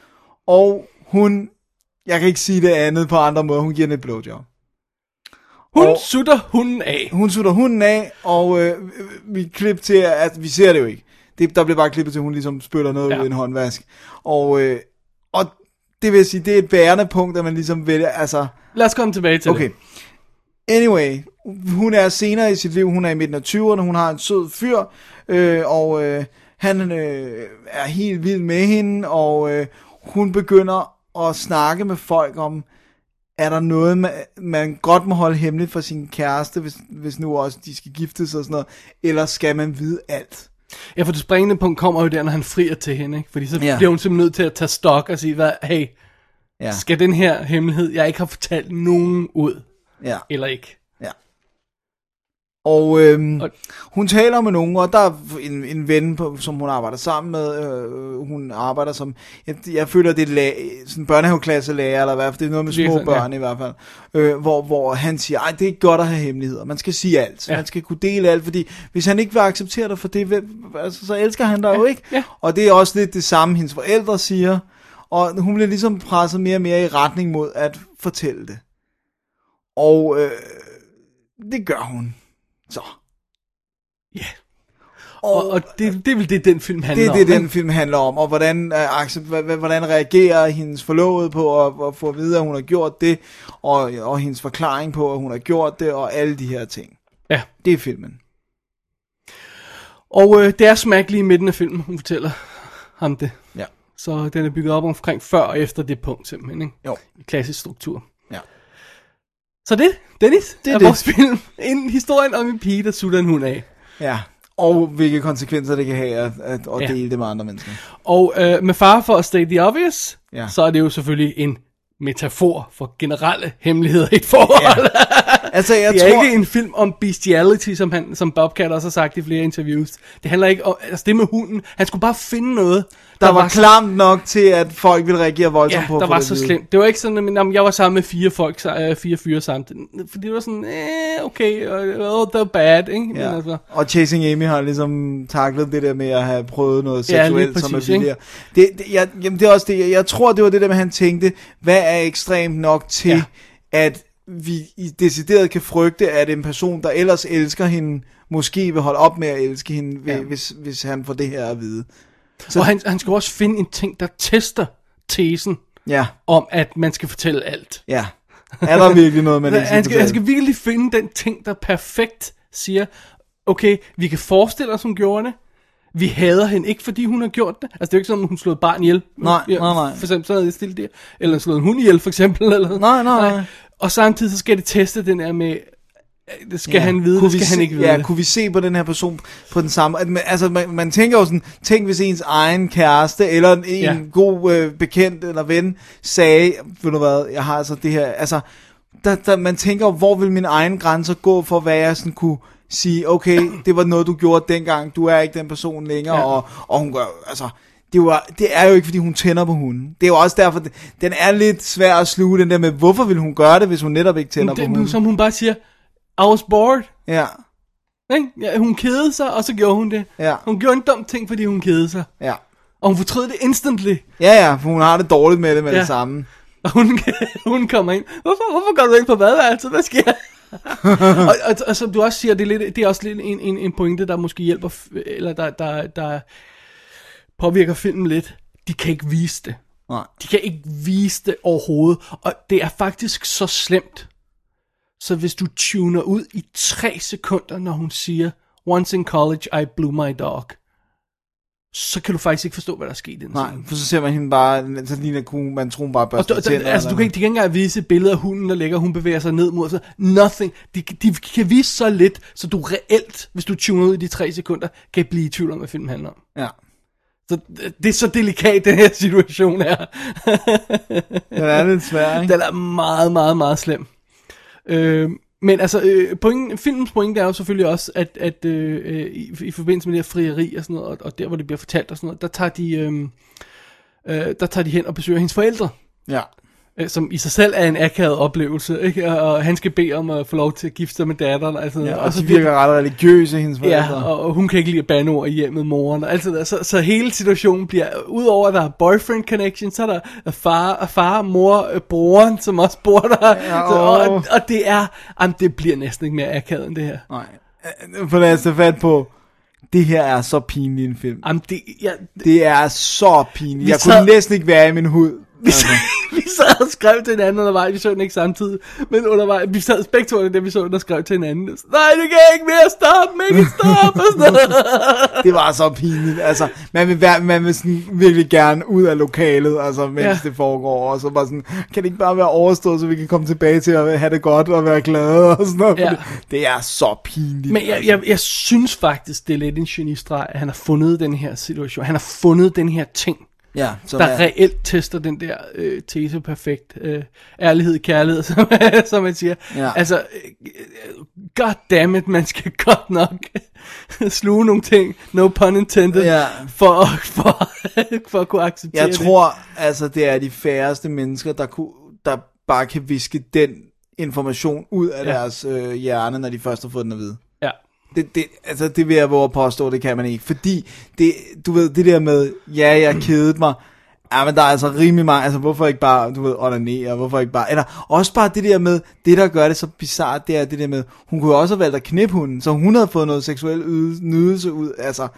Speaker 3: og hun, jeg kan ikke sige det andet på andre måder, hun giver den et blowjob.
Speaker 4: Hun
Speaker 3: Og-
Speaker 4: sutter hunden af.
Speaker 3: Hun sutter hunden af, og øh, vi klip til, at vi ser det jo ikke. Det, der bliver bare klippet til, at hun ligesom spytter noget
Speaker 4: Ja.
Speaker 3: ja. ud i en håndvask. Og, øh, og det vil jeg sige, det er et bærende punkt, at man ligesom vælger, altså...
Speaker 4: Lad os komme tilbage til
Speaker 3: Okay.
Speaker 4: det.
Speaker 3: Anyway, hun er senere i sit liv, hun er i midten af 20'erne, hun har en sød fyr, øh, og øh, han øh, er helt vild med hende, og øh, hun begynder at snakke med folk om, er der noget, man, man godt må holde hemmeligt for sin kæreste, hvis, hvis nu også de skal giftes og sådan noget, eller skal man vide alt?
Speaker 4: Ja, for det springende punkt kommer jo der, når han frier til hende, ikke? Fordi så
Speaker 3: Ja.
Speaker 4: bliver hun simpelthen nødt til at tage stok og sige, hvad, hey,
Speaker 3: Ja,
Speaker 4: skal den her hemmelighed, jeg ikke har fortalt nogen ud,
Speaker 3: ja.
Speaker 4: eller ikke?
Speaker 3: Og øhm,
Speaker 4: Og-
Speaker 3: hun taler med nogen, og der er en, en ven, på, som hun arbejder sammen med. Øh, hun arbejder som, jeg, jeg føler, det er la- sådan en børnehaveklasselærer, eller hvad, for det er noget med små
Speaker 4: Virkelig, ja.
Speaker 3: børn i hvert fald. Øh, hvor, hvor han siger, ej, det er ikke godt at have hemmeligheder. Man skal sige alt.
Speaker 4: Ja.
Speaker 3: Ja. Man skal kunne dele alt, fordi hvis han ikke vil acceptere dig for det, hvem- altså, så elsker han dig ja. jo ikke.
Speaker 4: ja.
Speaker 3: Og det er også lidt det samme, hendes forældre siger. Og hun bliver ligesom presset mere og mere i retning mod at fortælle det. Og øh, det gør hun. Så.
Speaker 4: Ja. Og, og det, det er vel det, den film handler
Speaker 3: Det er det,
Speaker 4: om. ikke?
Speaker 3: den film handler om, og hvordan, øh, Axel, hva- hva- hvordan reagerer hendes forlovede på at, at få at vide, at hun har gjort det, og, og hendes forklaring på, at hun har gjort det, og alle de her ting.
Speaker 4: Ja.
Speaker 3: Det er filmen.
Speaker 4: Og øh, det er smack lige i midten af filmen, hun fortæller ham det.
Speaker 3: Ja.
Speaker 4: Så den er bygget op omkring før og efter det punkt simpelthen, ikke?
Speaker 3: Jo.
Speaker 4: I klassisk struktur.
Speaker 3: Ja.
Speaker 4: Så det, Dennis, det
Speaker 3: er
Speaker 4: er, er
Speaker 3: det.
Speaker 4: vores film. En historien om en pige, der sutter en hund af.
Speaker 3: Ja. Og hvilke konsekvenser det kan have at, at, at
Speaker 4: Ja.
Speaker 3: dele det med andre mennesker.
Speaker 4: Og øh, med far for at state the obvious,
Speaker 3: Ja.
Speaker 4: så er det jo selvfølgelig en metafor for generelle hemmeligheder i et forhold. Ja.
Speaker 3: Altså, jeg
Speaker 4: Det er
Speaker 3: tror...
Speaker 4: ikke en film om bestiality, som, han, som Bobcat også har sagt i flere interviews. Det handler ikke om... Altså det med hunden. Han skulle bare finde noget,
Speaker 3: der, var,
Speaker 4: så-
Speaker 3: klamt nok til, at folk ville reagere voldsomt
Speaker 4: Ja,
Speaker 3: på at
Speaker 4: der
Speaker 3: få
Speaker 4: var
Speaker 3: det
Speaker 4: så
Speaker 3: at vide.
Speaker 4: slemt. Det var ikke sådan, at jamen, jeg var sammen med fire folk, så- øh, fire fyre samtidig. Fordi det var sådan, eh, okay, oh, oh, they're bad, ikke? Men
Speaker 3: Ja.
Speaker 4: altså,
Speaker 3: Og Chasing Amy har ligesom taklet det der med at have prøvet noget
Speaker 4: Ja, lige
Speaker 3: seksuelt, som er
Speaker 4: præcis, ikke?
Speaker 3: billigere. Det, det, jeg, jamen det er også det, jeg, jeg tror, det var det der med, at han tænkte, hvad er ekstremt nok til,
Speaker 4: Ja.
Speaker 3: ja. at vi i decideret kan frygte, at en person, der ellers elsker hende, måske vil holde op med at elske hende, ja.
Speaker 4: Ja.
Speaker 3: hvis, hvis han får det her at vide.
Speaker 4: så... Og han, han skal også finde en ting, der tester tesen
Speaker 3: Ja,
Speaker 4: om, at man skal fortælle alt.
Speaker 3: ja. Er ligesom der virkelig noget, man ikke
Speaker 4: han, skal,
Speaker 3: fortælle?
Speaker 4: han skal virkelig finde den ting, der perfekt siger, okay, vi kan forestille os, hun gjorde det, vi hader hende ikke, fordi hun har gjort det. Altså, det er jo ikke sådan, at hun slog et barn ihjel.
Speaker 3: Nej,
Speaker 4: Ja,
Speaker 3: nej, nej.
Speaker 4: For eksempel, så havde jeg stillet det. Eller slået en hund ihjel, for eksempel. Eller,
Speaker 3: Nej, nej, nej.
Speaker 4: Og samtidig, så skal det teste den der med, øh, det skal ja. han vide,
Speaker 3: kunne
Speaker 4: det skal
Speaker 3: vi
Speaker 4: han
Speaker 3: se,
Speaker 4: ikke vide.
Speaker 3: Ja, kunne vi se på den her person på den samme... At, man- altså, man, man tænker jo sådan, tænk hvis ens egen kæreste, eller en, en
Speaker 4: Ja.
Speaker 3: god øh, bekendt eller ven, sagde, ved du hvad, jeg har altså det her... Altså, der, der, man tænker, jo, hvor vil mine egne grænser gå for, hvad jeg sådan kunne sige, okay, det var noget, du gjorde dengang, du er ikke den person længere,
Speaker 4: Ja.
Speaker 3: ja. og, og hun gør, altså, det, var, det er jo ikke, fordi hun tænder på hunden. Det er jo også derfor, det, den er lidt svær at sluge, den der med, hvorfor vil hun gøre det, hvis hun netop ikke tænder
Speaker 4: Men
Speaker 3: på
Speaker 4: det, nu,
Speaker 3: hunden?
Speaker 4: som hun bare siger, I was bored.
Speaker 3: Ja,
Speaker 4: Ikke? Ja, hun kedede sig, og så gjorde hun det.
Speaker 3: Ja.
Speaker 4: Hun gjorde en dum ting, fordi hun kedede sig.
Speaker 3: ja.
Speaker 4: Og hun fortrød det instantly.
Speaker 3: Ja, ja, for hun har det dårligt med det med ja.
Speaker 4: Ja.
Speaker 3: det samme.
Speaker 4: Og hun, hun kommer ind. Hvorfor, hvorfor går du ind på badeværelset? Hvad sker der? og, og, og, som du også siger, det er, lidt, det er også lidt en, en, en pointe, der måske hjælper, f- eller der, der, der påvirker filmen lidt. De kan ikke vise det.
Speaker 3: Nej.
Speaker 4: De kan ikke vise det overhovedet. Og det er faktisk så slemt. Så hvis du tuner ud i tre sekunder, når hun siger, Once in college, I blew my dog. Så kan du faktisk ikke forstå, hvad der er sket i den
Speaker 3: Nej,
Speaker 4: scene.
Speaker 3: for så ser man hende bare, så ligner kunne, man tror hun bare
Speaker 4: Og
Speaker 3: børster
Speaker 4: der,
Speaker 3: tænder.
Speaker 4: der, altså, du kan ikke, de kan ikke engang vise et billede af hunden, der ligger, og hun bevæger sig ned mod sig. Nothing. De, de kan vise så lidt, så du reelt, hvis du tuner ud i de tre sekunder, kan blive i tvivl om, hvad filmen handler om.
Speaker 3: Ja,
Speaker 4: Så øh, det- det er så delikat, den her situation er.
Speaker 3: den er lidt svær, ikke?
Speaker 4: Den er meget, meget, meget slem. Øh, men altså, øh, pointen, filmens pointe er jo selvfølgelig også, at, at øh, øh, i, i forbindelse med det her frieri og sådan noget, og, og der, hvor det bliver fortalt og sådan noget, der tager de, øh, øh, der tager de hen og besøger hendes forældre.
Speaker 3: Ja.
Speaker 4: øh, som i sig selv er en akavet oplevelse, ikke? Og, og han skal bede om at få lov til at gifte sig med datteren, altså,
Speaker 3: ja, og,
Speaker 4: og så
Speaker 3: de virker ret religiøse, hendes
Speaker 4: Ja,
Speaker 3: forældre.
Speaker 4: og, og hun kan ikke lide banord i hjemmet moren, og alt det der. Så, så hele situationen bliver, udover at der er boyfriend connection, så er der far, far mor, øh, broren, som også bor der.
Speaker 3: Ja,
Speaker 4: så, og,
Speaker 3: åh.
Speaker 4: og det er, jamen, det bliver næsten ikke mere akavet end det her.
Speaker 3: Nej. Øh, For lad os tage fat på, det her er så pinlig en film.
Speaker 4: Jamen, det, jeg,
Speaker 3: Det er så pinligt.
Speaker 4: Vi
Speaker 3: Jeg
Speaker 4: sad-
Speaker 3: kunne næsten ikke være i min hud. Altså,
Speaker 4: vi sad og skrev til hinanden undervejs, vi så den ikke samtidig, men undervejs, vi sad begge to, da vi så den og skrev til hinanden, nej, det kan jeg ikke mere, stop, ikke stop, og sådan noget.
Speaker 3: det var så pinligt. Altså, man vil, være, man vil sådan virkelig gerne ud af lokalet, altså, mens
Speaker 4: Ja.
Speaker 3: ja. det foregår. Og så bare sådan, kan det ikke bare være overstået, så vi kan komme tilbage til at have det godt og være glade og sådan noget.
Speaker 4: Ja.
Speaker 3: Ja. Det er så pinligt.
Speaker 4: Men jeg, jeg, jeg synes faktisk, det er lidt en genistreg, at han har fundet den her situation. Han har fundet den her ting,
Speaker 3: Ja, som
Speaker 4: der
Speaker 3: er,
Speaker 4: reelt tester den der øh, tese perfekt. Øh, ærlighed, kærlighed, som, som man siger.
Speaker 3: Ja.
Speaker 4: Altså, øh, god damn it, man skal godt nok sluge nogle ting, no pun intended,
Speaker 3: Ja.
Speaker 4: for, for, for at kunne acceptere
Speaker 3: jeg tror, altså, det er de færreste mennesker, der, kunne, der bare kan viske den information ud af
Speaker 4: Ja.
Speaker 3: ja. deres øh, hjerne, når de først har fået den at vide.
Speaker 4: det. Ja.
Speaker 3: Det, det, altså, det vil jeg våge at påstå, det kan man ikke. Fordi, det, du ved, det der med, ja, jeg kedede mig. Ja, men der er altså rimelig meget, altså hvorfor ikke bare, du ved, onanere, hvorfor ikke bare, eller også bare det der med, det der gør det så bizart, det er det der med, hun kunne jo også have valgt at knippe hunden, så hun havde fået noget seksuel yde- nydelse ud, altså,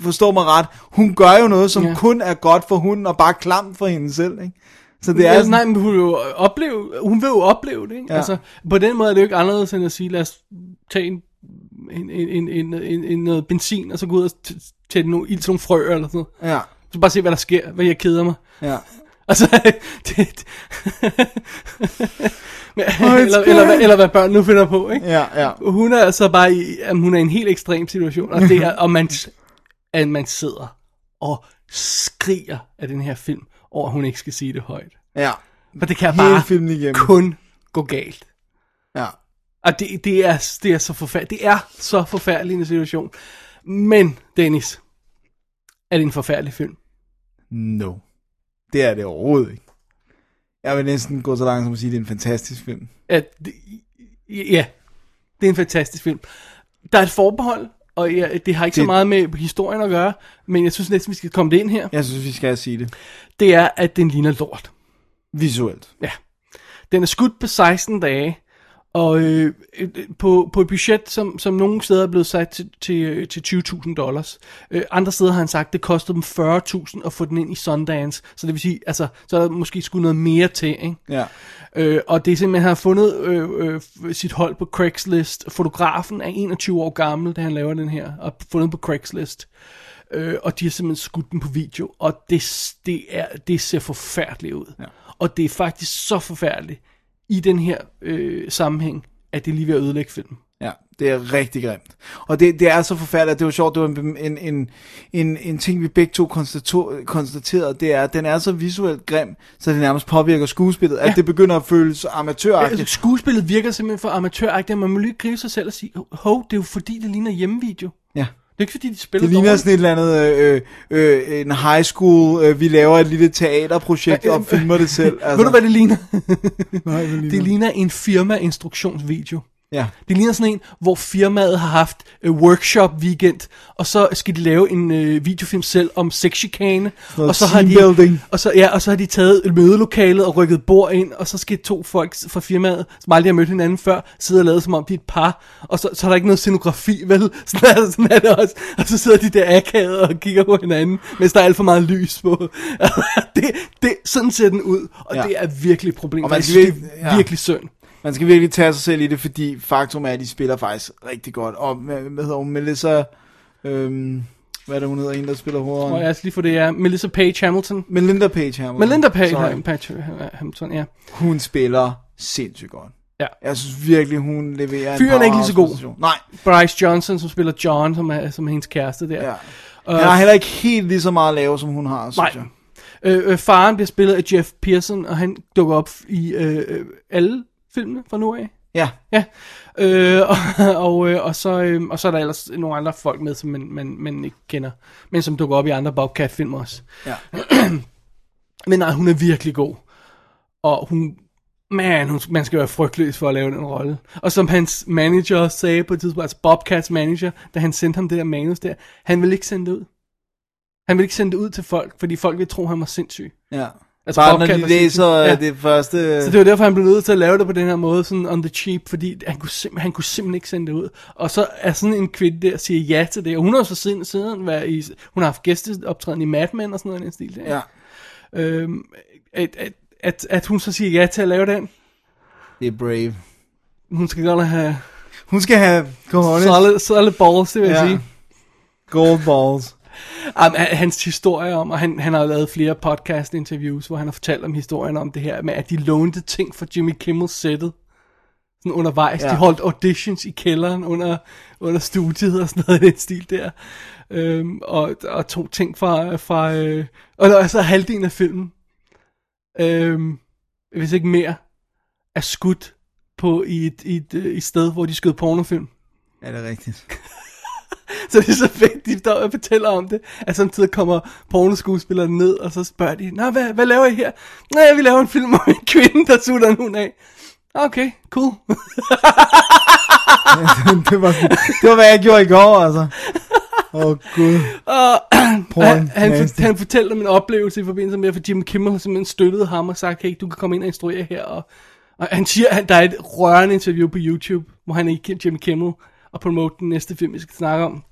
Speaker 3: forstå mig ret, hun gør jo noget, som
Speaker 4: Ja.
Speaker 3: yeah. kun er godt for hunden, og bare klamt for hende selv, ikke? Så det er
Speaker 4: Ja,
Speaker 3: sådan,
Speaker 4: nej, men hun vil, jo opleve, hun vil jo opleve det, ikke?
Speaker 3: Ja.
Speaker 4: Ja. Altså, på den måde er det jo ikke anderledes end at sige, lad os tage en, en, en, en, en, en noget benzin, og så gå ud og t- tænde nogle, ild til nogle frøer eller sådan noget.
Speaker 3: ja,
Speaker 4: Så bare se, hvad der sker, hvad jeg keder mig.
Speaker 3: ja.
Speaker 4: Altså, det... det- Men-
Speaker 3: Åh, it's
Speaker 4: eller, eller, hvad,
Speaker 3: great.
Speaker 4: eller hvad børn nu finder på, ikke?
Speaker 3: Ja, ja.
Speaker 4: Hun er så bare i, jamen, hun er i en helt ekstrem situation, og, det er, og man, at man sidder og skriger af den her film, over at hun ikke skal sige det højt.
Speaker 3: Ja,
Speaker 4: For det kan
Speaker 3: hele
Speaker 4: bare
Speaker 3: filmen igennem.
Speaker 4: kun gå galt.
Speaker 3: Ja.
Speaker 4: Og det, det, er, det, er så forfærd- det er så forfærdelig en situation. Men, Dennis, er det en forfærdelig film?
Speaker 3: No. Det er det overhovedet ikke. Jeg vil næsten gå så langt som at sige, at det er en fantastisk film.
Speaker 4: at, ja, det er en fantastisk film. Der er et forbehold, og ja, det har ikke det...
Speaker 3: Det-
Speaker 4: så meget med historien at gøre, men jeg synes næsten, vi skal komme det ind her.
Speaker 3: Jeg synes, vi skal sige det.
Speaker 4: Det er, at den ligner lort.
Speaker 3: Visuelt.
Speaker 4: Ja. Den er skudt på 16 dage, og øh, øh, på, på et budget, som, som nogle steder er blevet sat til, til, øh, til 20.000 dollars. Øh, andre steder har han sagt, det kostede dem 40.000 at få den ind i Sundance. Så det vil sige, altså, så er der måske skulle noget mere til, ikke?
Speaker 3: Ja.
Speaker 4: Øh, og det er simpelthen, han har fundet øh, øh, f- sit hold på Craigslist. Fotografen er 21 år gammel, da han laver den her, og fundet på Craigslist. Øh, og de har simpelthen skudt den på video, og det, det, er, det ser forfærdeligt ud. Ja. Og det er faktisk så forfærdeligt i den her øh, sammenhæng, at det er lige ved at ødelægge filmen.
Speaker 3: Ja, det er rigtig grimt. Og det, det er så forfærdeligt, at det var sjovt, det var en, en, en, en, en ting, vi begge to konstato- konstaterede, det er, at den er så visuelt grim, så det nærmest påvirker skuespillet, at det begynder at føles
Speaker 4: Altså,
Speaker 3: amatøragtigt.
Speaker 4: skuespillet virker simpelthen for amatøragtigt, og man må lige gribe sig selv og sige, hov, det er jo fordi, det ligner hjemmevideo.
Speaker 3: Ja.
Speaker 4: Det er ikke fordi, de spiller
Speaker 3: Det ligner
Speaker 4: dårligt.
Speaker 3: sådan et eller andet, øh, øh, en high school, øh, vi laver et lille teaterprojekt og filmer det selv.
Speaker 4: Altså. Ved du, hvad det ligner?
Speaker 3: Nej, hvad
Speaker 4: Det ligner en firma-instruktionsvideo.
Speaker 3: Ja.
Speaker 4: Det ligner sådan en, hvor firmaet har haft øh, workshop-weekend, og så skal de lave en øh, videofilm selv om sexchikane.
Speaker 3: noget
Speaker 4: Og så, har de,
Speaker 3: teambuilding.
Speaker 4: og, så, ja, og så har de taget et mødelokale og rykket bord ind, og så skal to folk s- fra firmaet, som aldrig har mødt hinanden før, sidde og lade som om de er et par, og så, så er der ikke noget scenografi, vel? Sådan er, sådan er det også. Og så sidder de der akavet og kigger på hinanden, mens der er alt for meget lys på. det, det, sådan ser den ud, og
Speaker 3: Ja.
Speaker 4: ja. det er virkelig et problem.
Speaker 3: Og
Speaker 4: Og
Speaker 3: man
Speaker 4: man
Speaker 3: skal
Speaker 4: synes, det
Speaker 3: virkelig- ja.
Speaker 4: er virkelig synd.
Speaker 3: Man skal virkelig tage sig selv i det, fordi faktum er, at de spiller faktisk rigtig godt. Og hvad hvad hedder hun? Melissa... Øhm, hvad er det, hun hedder? En, der spiller
Speaker 4: Og
Speaker 3: hovedånden.
Speaker 4: jeg skal lige for det er Melissa Page Hamilton.
Speaker 3: Melinda Page Hamilton.
Speaker 4: Melinda Page
Speaker 3: Sorry.
Speaker 4: Ham- Page Hamilton, ja.
Speaker 3: Hun spiller sindssygt godt.
Speaker 4: Ja.
Speaker 3: Jeg synes virkelig, hun leverer en
Speaker 4: Fyren er ikke lige så god.
Speaker 3: powerhouse-præstation. Nej.
Speaker 4: Bryce Johnson, som spiller John, som er, som er hendes kæreste der.
Speaker 3: Ja.
Speaker 4: Og,
Speaker 3: Han har heller ikke helt lige så meget at lave, som hun har, synes
Speaker 4: Øh, nej.
Speaker 3: jeg.
Speaker 4: Øh, øh, faren bliver spillet af Jeff Pearson, og han dukker op i øh, øh, alle filmene fra nu af.
Speaker 3: Ja.
Speaker 4: Ja, øh, og, og, øh, og, så, øh, og så er der ellers nogle andre folk med, som man, man, man ikke kender, men som dukker op i andre Bobcat-film også.
Speaker 3: Ja.
Speaker 4: men nej, hun er virkelig god. Og hun, man, hun, man skal være frygtløs for at lave den rolle. Og som hans manager også sagde på et tidspunkt, altså Bobcats manager, da han sendte ham det der manus der, han ville ikke sende det ud. Han ville ikke sende det ud til folk, fordi folk ville tro, han var sindssyg.
Speaker 3: ja.
Speaker 4: Altså,
Speaker 3: Bare når
Speaker 4: Bobcat
Speaker 3: de
Speaker 4: var sindssyg.
Speaker 3: læser øh,
Speaker 4: Ja.
Speaker 3: ja. det første...
Speaker 4: Så det var derfor, han blev nødt til at lave det på den her måde, sådan on the cheap, fordi han kunne, sim- han kunne simpelthen ikke sende det ud. Og så er sådan en kvinde der, siger ja til det, og hun har jo så siden, siden været i, hun har haft gæsteoptræden i Mad Men og sådan noget i den stil der.
Speaker 3: Ja.
Speaker 4: Øhm, at, at, at, at, hun så siger ja til at lave den,
Speaker 3: Det er brave.
Speaker 4: hun skal godt nok have
Speaker 3: Hun skal have cojones.
Speaker 4: solid, solid balls, det vil ja. jeg sige.
Speaker 3: Gold balls.
Speaker 4: Jamen, han- hans historie om, og han, han har jo lavet flere podcast interviews, hvor han har fortalt om historien om det her, med at de lånte ting fra Jimmy Kimmel sættet sådan undervejs.
Speaker 3: Ja.
Speaker 4: Ja. De holdt auditions i kælderen under, under studiet og sådan noget i den stil der. Øhm, og, og to ting fra... fra øh, og der er så halvdelen af filmen, øhm, hvis ikke mere, er skudt på i et, i et, øh, et sted, hvor de skød pornofilm.
Speaker 3: Er det rigtigt?
Speaker 4: Så det er så fedt, de står og fortæller om det, at samtidig kommer pornoskuespillerne ned, og så spørger de, Nå, hvad, hvad laver I her? Nej, vi laver en film om en kvinde, der sutter en hund af. Okay, cool.
Speaker 3: det, var, det var, hvad jeg gjorde i går, altså. Åh, oh, gud. Porn,
Speaker 4: han, han,
Speaker 3: nasty.
Speaker 4: for, han fortalte om en oplevelse i forbindelse med, at Jim Kimmel simpelthen støttede ham og sagde, hey, du kan komme ind og instruere her. Og, og han siger, at der er et rørende interview på YouTube, hvor han er i Jim Kimmel og promote den næste film, vi skal snakke om.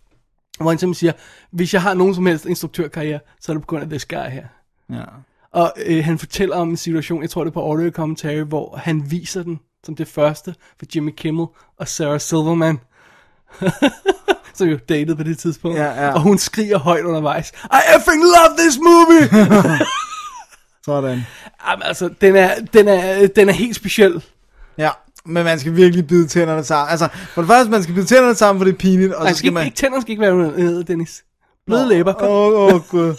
Speaker 4: Hvor han simpelthen siger, hvis jeg har nogen som helst instruktørkarriere, så er det på grund af this guy her.
Speaker 3: Ja.
Speaker 4: Og øh, han fortæller om en situation, jeg tror det er på audio commentary, hvor han viser den som det første for Jimmy Kimmel og Sarah Silverman. som jo dated på det tidspunkt.
Speaker 3: Ja, ja.
Speaker 4: Og hun skriger højt undervejs, I effing love this movie!
Speaker 3: Sådan.
Speaker 4: Jamen, altså, den er, den, er, den er helt speciel.
Speaker 3: Ja, men man skal virkelig bide tænderne sammen. Altså, for det første, man skal bide tænderne sammen, for det er pinligt, og
Speaker 4: Og
Speaker 3: så skal man...
Speaker 4: Altså, ikke, tænderne skal ikke være nede, Dennis. Bløde læber. Kom.
Speaker 3: Åh, oh, oh, gud.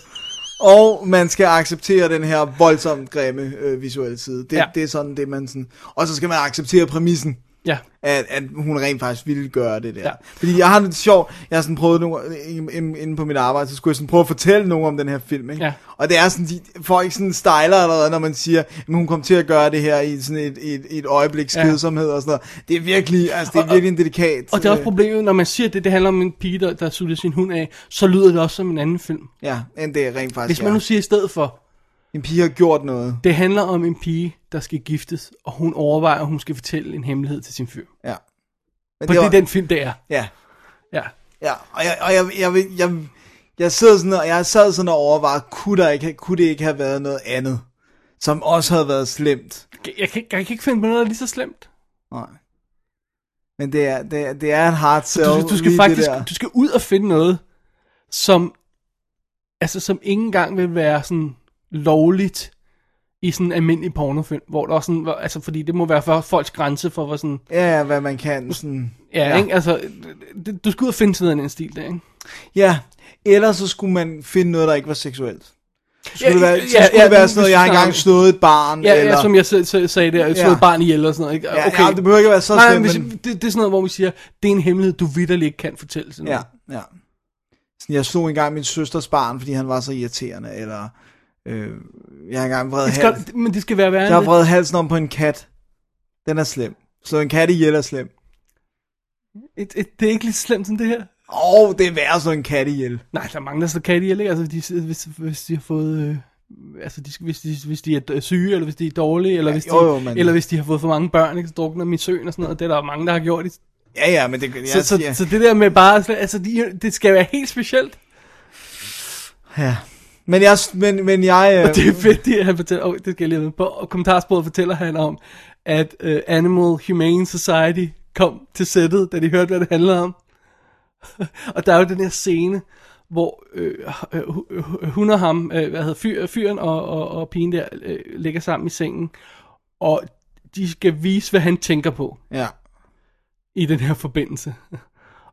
Speaker 3: Og man skal acceptere den her voldsomt grimme øh, visuelle side. Det,
Speaker 4: Ja.
Speaker 3: ja. det er sådan, det man sådan... Og så skal man acceptere præmissen.
Speaker 4: Ja.
Speaker 3: at, at hun rent faktisk ville gøre det der.
Speaker 4: Ja.
Speaker 3: Ja. Fordi jeg har det sjovt, jeg har sådan prøvet nu, i- i- inde på mit arbejde, så skulle jeg sådan prøve at fortælle nogen om den her film, ikke?
Speaker 4: Ja.
Speaker 3: Og det er sådan, de, folk sådan styler allerede, når man siger, at hun kom til at gøre det her i sådan et, et, et øjeblik
Speaker 4: Ja.
Speaker 3: skedsomhed og sådan noget. Det er virkelig, altså det er virkelig en dedikat.
Speaker 4: Og det er også
Speaker 3: øh,
Speaker 4: problemet, når man siger, at det, det handler om en pige, der, der sutter sin hund af, så lyder det også som en anden film.
Speaker 3: øh, Altså, Ja, end det er rent faktisk
Speaker 4: Hvis man nu
Speaker 3: er.
Speaker 4: siger i stedet for,
Speaker 3: En pige har gjort noget.
Speaker 4: Det handler om en pige, der skal giftes, og hun overvejer, at hun skal fortælle en hemmelighed til sin fyr.
Speaker 3: Ja. Men
Speaker 4: For det er
Speaker 3: var-
Speaker 4: den film, det er.
Speaker 3: Ja,
Speaker 4: Ja.
Speaker 3: Ja, og jeg, og jeg, jeg, jeg, jeg, jeg sidder sådan og, jeg sad sådan og overvejede, kunne, der ikke, kunne det ikke have været noget andet, som også havde været slemt?
Speaker 4: Jeg kan, ikke- jeg kan ikke finde på noget, der er lige så slemt.
Speaker 3: Nej. Men det er, det, er- det er et hard sell.
Speaker 4: Du, du skal
Speaker 3: lige
Speaker 4: faktisk
Speaker 3: Det der.
Speaker 4: du skal ud og finde noget, som, altså, som ikke engang vil være sådan lovligt i sådan en almindelig pornofilm, hvor der er sådan, hvor- altså fordi det må være for folks grænse for, hvor sådan,
Speaker 3: Ja, ja, hvad man kan. Sådan.
Speaker 4: ja, ja. Ikke? altså, det, du skal ud og finde sådan noget i den stil der, ikke?
Speaker 3: Ja, ellers så skulle man finde noget, der ikke var seksuelt. Så
Speaker 4: Ja,
Speaker 3: skulle det være, så
Speaker 4: ja,
Speaker 3: skulle
Speaker 4: ja,
Speaker 3: det være
Speaker 4: hvis
Speaker 3: sådan noget,
Speaker 4: du
Speaker 3: jeg har
Speaker 4: snakker-
Speaker 3: engang slået et barn.
Speaker 4: Ja,
Speaker 3: eller,
Speaker 4: ja, som jeg selv- selv sagde der, jeg slog
Speaker 3: Ja.
Speaker 4: et barn ihjel og sådan noget. Ikke?
Speaker 3: Ja, ja, det behøver ikke være så
Speaker 4: Nej,
Speaker 3: slemt,
Speaker 4: men,
Speaker 3: men-
Speaker 4: hvis, det, det, er sådan noget, hvor vi siger, det er en hemmelighed, du vidderligt ikke kan fortælle til nogen.
Speaker 3: Ja, ja. Sådan, jeg slog engang min søsters barn, fordi han var så irriterende, eller øh, jeg har engang vred
Speaker 4: Det
Speaker 3: hals.
Speaker 4: skal, men det skal være værre
Speaker 3: Jeg har
Speaker 4: end det.
Speaker 3: vredet halsen om på en kat. Den er slem. Så en kat ihjel er slem.
Speaker 4: Et, et, det er ikke lige så slemt som det her.
Speaker 3: Åh, oh, det er værre så en kat ihjel.
Speaker 4: Nej, der er mange, der slår kat ihjel, ikke? Altså, de, hvis, hvis de har fået... Øh, altså, de, skal- hvis, de, hvis de er d- syge, eller hvis de er dårlige, eller,
Speaker 3: Ja,
Speaker 4: hvis, de,
Speaker 3: jo, jo, men-
Speaker 4: eller hvis de har fået for mange børn, ikke? Så drukner min søn og sådan noget. Det er der jo mange, der har gjort. Ikke?
Speaker 3: Ja, ja, men det... Jeg,
Speaker 4: Så, så,
Speaker 3: siger-
Speaker 4: så, det der med bare... at slå- Altså, de, det skal være helt specielt.
Speaker 3: ja. Men jeg... Men, men jeg... øh,
Speaker 4: Og det er fedt, det han fortæller. Oh, det skal jeg lige have med på. Og kommentarsporet fortæller han om, at uh, Animal Humane Society kom til sættet, da de hørte, hvad det handlede om. og der er jo den her scene, hvor øh, øh, hu- hun og ham, øh, hvad hedder fyr, fyren og, og, og pigen der, øh, ligger sammen i sengen. Og de skal vise, hvad han tænker på
Speaker 3: Ja.
Speaker 4: i den her forbindelse.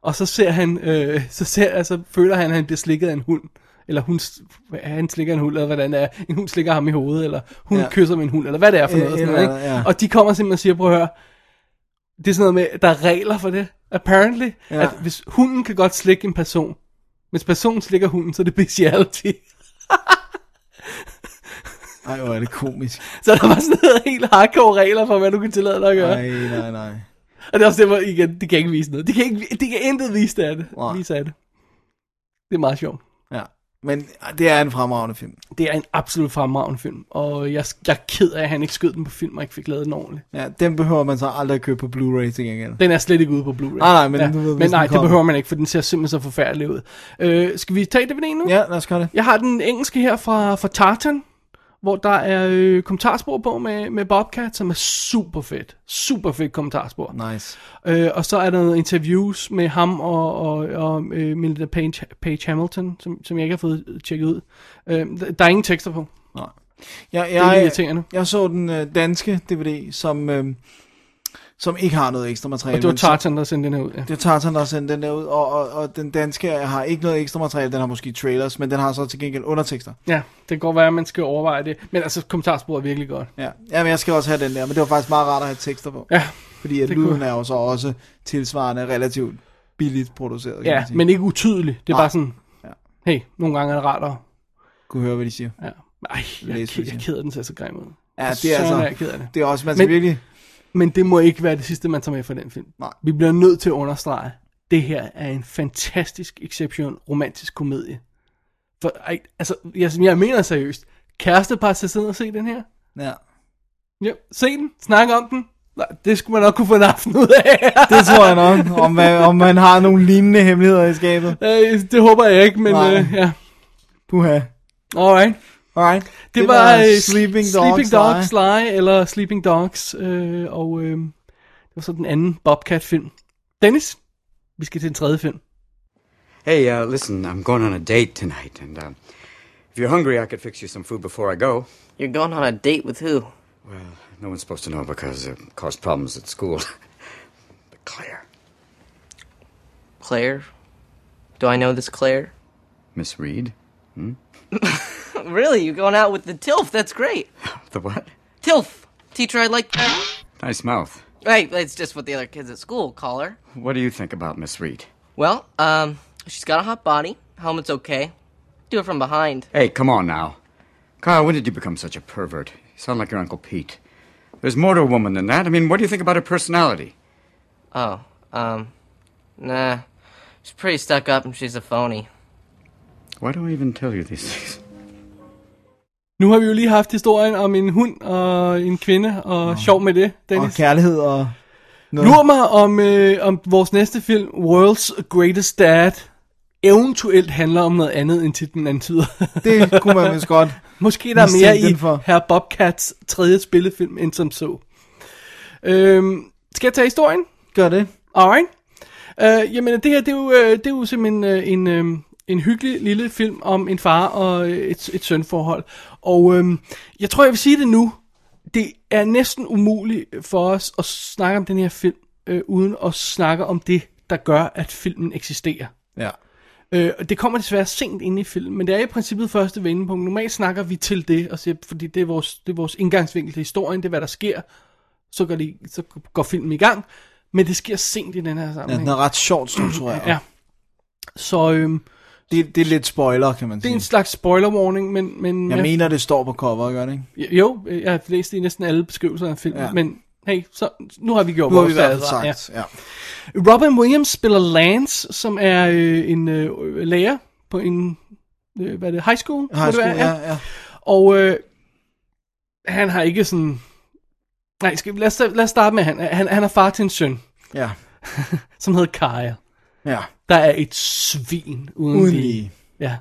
Speaker 4: Og så ser han, øh, så ser, altså, føler han, at han bliver slikket af en hund. Eller hun, s- han slikker en hund, eller hvordan det er. En hund slikker ham i hovedet, eller hun ja.
Speaker 3: Ja.
Speaker 4: kysser med en hund, eller hvad det er for
Speaker 3: Øh,
Speaker 4: noget. Sådan
Speaker 3: eller-
Speaker 4: noget ikke?
Speaker 3: ja.
Speaker 4: Og de kommer simpelthen og siger, prøv at høre, det er sådan noget med, at der er regler for det, apparently. Ja.
Speaker 3: Ja.
Speaker 4: At hvis hunden kan godt slikke en person, hvis personen slikker hunden, så er det bestiality.
Speaker 3: Ej, hvor er det komisk.
Speaker 4: Så der var sådan noget helt hardcore regler for, hvad du kan tillade dig at gøre.
Speaker 3: Nej, nej, nej.
Speaker 4: Og det er også det, hvor igen, det kan ikke vise noget. Det kan, ikke, det kan intet vise det af det.
Speaker 3: Nej.
Speaker 4: Vise af det. Det er meget sjovt.
Speaker 3: Ja. Men det er en fremragende film.
Speaker 4: Det er en absolut fremragende film. Og jeg, jeg er ked af, at han ikke skød den på film, og ikke fik lavet den ordentligt.
Speaker 3: Ja, den behøver man så aldrig at købe på Blu-ray til gengæld.
Speaker 4: Den er slet ikke ude på Blu-ray.
Speaker 3: Nej, nej, men
Speaker 4: ja.
Speaker 3: du ved, hvis
Speaker 4: men
Speaker 3: den
Speaker 4: nej, det
Speaker 3: kommer.
Speaker 4: behøver man ikke, for den ser simpelthen så forfærdelig ud. Øh, skal vi tage DVD'en nu?
Speaker 3: Ja, lad os gøre det.
Speaker 4: Jeg har den engelske her fra, fra Tartan, hvor der er øh, kommentarspor på med, med Bobcat, som er super fedt. Super fedt kommentarspor.
Speaker 3: Nice.
Speaker 4: Øh, og så er der noget interviews med ham og, og, og øh, Melinda Page, Page Hamilton, som, som jeg ikke har fået tjekket ud. Øh, der- der er ingen tekster på.
Speaker 3: Nej. Jeg,
Speaker 4: er lidt
Speaker 3: jeg,
Speaker 4: irriterende.
Speaker 3: jeg så den øh, danske DVD, som, øh, som ikke har noget ekstra materiale.
Speaker 4: Og det var
Speaker 3: men som-
Speaker 4: Tartan, der sendte den her ud. Ja.
Speaker 3: Det er Tarzan, der har sendt den der ud, og, og, og den danske har ikke noget ekstra materiale, den har måske trailers, men den har så til gengæld undertekster.
Speaker 4: ja, det kan godt være, at man skal overveje det. Men altså, kommentarsporet er virkelig godt.
Speaker 3: Ja. ja, men jeg skal også have den der, men det var faktisk meget rart at have tekster på.
Speaker 4: Ja,
Speaker 3: fordi at
Speaker 4: det
Speaker 3: lyden
Speaker 4: kunne-
Speaker 3: er jo så også tilsvarende relativt billigt produceret, kan
Speaker 4: ja
Speaker 3: man sige.
Speaker 4: men ikke utydeligt. Det er
Speaker 3: Nej.
Speaker 4: bare sådan,
Speaker 3: Ja.
Speaker 4: hey, nogle gange er det rart at...
Speaker 3: Kunne høre, hvad de siger.
Speaker 4: Ja. Ej, jeg, er
Speaker 3: Læs,
Speaker 4: ked, jeg er
Speaker 3: hvis
Speaker 4: ked af, at den ser så grim ud.
Speaker 3: Ja,
Speaker 4: For
Speaker 3: det er
Speaker 4: søren,
Speaker 3: altså-
Speaker 4: jeg ked af det.
Speaker 3: Det er også, man skal
Speaker 4: Men-
Speaker 3: men... virkelig...
Speaker 4: Men det må ikke være det sidste, man tager med fra den film.
Speaker 3: Nej.
Speaker 4: Vi bliver nødt til at understrege, det her er en fantastisk exception romantisk komedie. For, ej, altså, jeg, jeg mener seriøst, kærestepar skal sidde og se den her.
Speaker 3: Ja.
Speaker 4: Ja, se den, snak om den. Nej, det skulle man nok kunne få en aften ud af.
Speaker 3: Det tror jeg nok, om man, om man har nogle lignende hemmeligheder i skabet.
Speaker 4: Øh, det håber jeg ikke, men
Speaker 3: Nej.
Speaker 4: øh, ja.
Speaker 3: Puha.
Speaker 4: Alright.
Speaker 3: Alright.
Speaker 4: Det, det var, var
Speaker 3: øh, Sleeping Dogs.
Speaker 4: Sleeping Dogs Lie, eller Sleeping Dogs, øh, og øh, det var så den anden Bobcat-film. Dennis, vi skal til den tredje film.
Speaker 8: Hey, uh, listen, I'm going on a date tonight, and um, if you're hungry, I could fix you some food before I go.
Speaker 12: You're going on a date with who?
Speaker 8: Well, no one's supposed to know because it caused problems at school. but Claire,
Speaker 12: Claire? Do I know this Claire?
Speaker 8: Miss Reed, hmm?
Speaker 12: really? You're going out with the TILF? That's great.
Speaker 8: the what?
Speaker 12: TILF! Teacher, I like.
Speaker 8: Nice mouth.
Speaker 12: Right, it's just what the other kids at school call her.
Speaker 8: What do you think about Miss Reed?
Speaker 12: Well, um, she's got a hot body. Helmet's okay. Do it from behind.
Speaker 8: Hey, come on now, Kyle. When did you become such a pervert? You sound like your uncle Pete. There's more to a woman than that. I mean, what do you think about her personality?
Speaker 12: Oh, um, nah. She's pretty stuck up and she's a phony.
Speaker 8: Why do I even tell you these things?
Speaker 4: Nu har vi jo lige haft historien om en hund og en kvinde, og sjov med det,
Speaker 3: Og
Speaker 4: Dennis.
Speaker 3: kærlighed og... noget.
Speaker 4: Lur mig, om, øh, om vores næste film, World's Greatest Dad, eventuelt handler om noget andet, end titlen antyder.
Speaker 3: Det kunne man vist godt
Speaker 4: Måske der er
Speaker 3: mistænke
Speaker 4: mere i
Speaker 3: den for.
Speaker 4: herr Bobcats tredje spillefilm, end som så. Øhm, skal jeg tage historien?
Speaker 3: Gør det.
Speaker 4: Alright. Øh, jamen, det her, det er jo, øh, det er jo simpelthen øh, en, øh, en hyggelig lille film om en far og øh, et, et sønforhold. Og øh, jeg tror, jeg vil sige det nu. Det er næsten umuligt for os at snakke om den her film, øh, uden at snakke om det, der gør, at filmen eksisterer.
Speaker 3: Ja.
Speaker 4: Øh, og det kommer desværre sent ind i filmen, men det er i princippet første vendepunkt. Normalt snakker vi til det, og siger, fordi det er, vores, det er vores indgangsvinkel til historien, det er hvad der sker, så går, det, så går filmen i gang, men det sker sent i den her
Speaker 3: ja,
Speaker 4: sammenhæng.
Speaker 3: den er ret sjovt struktureret.
Speaker 4: Ja. Så øhm,
Speaker 3: Det, det er lidt spoiler, kan man
Speaker 4: det er en
Speaker 3: sige.
Speaker 4: slags spoiler warning, men... men
Speaker 3: Mm. Jeg
Speaker 4: ja,
Speaker 3: mener, det står på cover, gør det ikke?
Speaker 4: Jo, øh, jeg har læst det i næsten alle beskrivelser af filmen,
Speaker 3: Ja.
Speaker 4: ja. men hey, så, nu har vi gjort
Speaker 3: Nu har vi
Speaker 4: vores
Speaker 3: i hvert
Speaker 4: advar-
Speaker 3: fald sagt. Ja.
Speaker 4: Robin Williams spiller Lance, som er øh, en øh, lærer på en... Øh, hvad er det? High school? må
Speaker 3: High
Speaker 4: det være?
Speaker 3: school, ja, ja.
Speaker 4: Og øh, han har ikke sådan... Nej, skal, vi- lad, os, lad os starte med, at han, han, han er far til en søn,
Speaker 3: Ja.
Speaker 4: som hedder Kaya.
Speaker 3: Ja.
Speaker 4: Der er et svin uden,
Speaker 3: Uden
Speaker 4: lige.
Speaker 3: lige.
Speaker 4: Ja.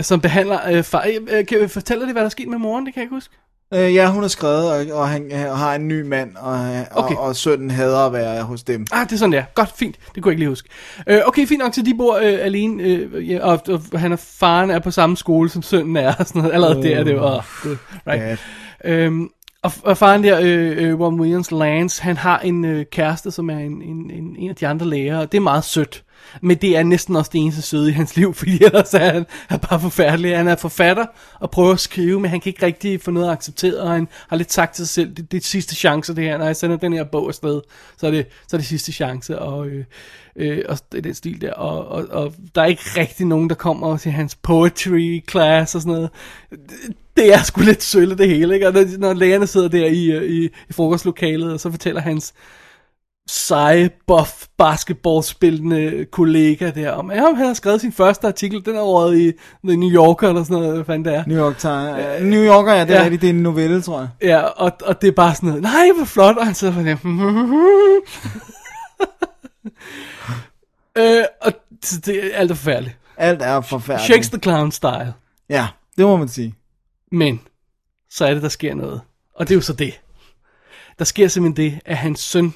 Speaker 4: Som behandler øh, far... Øh, kan, fortæller det, hvad der skete med moren? Det kan jeg ikke huske.
Speaker 3: Øh, ja, hun er skrevet, og, og han øh, har en ny mand, og, og,
Speaker 4: Okay.
Speaker 3: og, og sønnen hader at være hos dem.
Speaker 4: Ah, det er sådan, der. Godt, fint. Det kunne jeg ikke lige huske. Øh, okay, fint nok, så de bor øh, alene, øh, ja, og, og han er, faren er på samme skole, som sønnen er. og Sådan noget. Allerede der, det var... Det, right. Øhm, og, og faren der, øh, øh, Robin Williams Lance, han har en øh, kæreste, som er en, en, en, en af de andre lærere, og det er meget sødt. Men det er næsten også det eneste søde i hans liv, fordi ellers er han er bare forfærdelig. Han er forfatter og prøver at skrive, men han kan ikke rigtig få noget accepteret, og han har lidt sagt til sig selv, det, det er sidste chance det her. Når jeg sender den her bog afsted, så er det, så er det sidste chance, og, øh, øh, og det er den stil der. Og, og, og der er ikke rigtig nogen, der kommer til hans poetry class og sådan noget det er sgu lidt sølle det hele, ikke? Og når, når lærerne sidder der i, øh, i, i frokostlokalet, og så fortæller hans seje, buff, basketballspillende kollega der om, ja, han har skrevet sin første artikel, den er røget i The New Yorker eller sådan noget, hvad fanden det er.
Speaker 3: New York Times. Øh, New Yorker, ja, det er
Speaker 4: ja.
Speaker 3: rigtigt. Det er en novelle, tror jeg.
Speaker 4: Ja, og, og det er bare sådan noget, nej, hvor flot, og han sidder sådan der, øh, og det, det er alt er forfærdeligt.
Speaker 3: Alt er forfærdeligt.
Speaker 4: Shakes the clown style.
Speaker 3: Ja, det må man sige.
Speaker 4: Men så er det, der sker noget. Og det er jo så det. Der sker simpelthen det, at hans søn,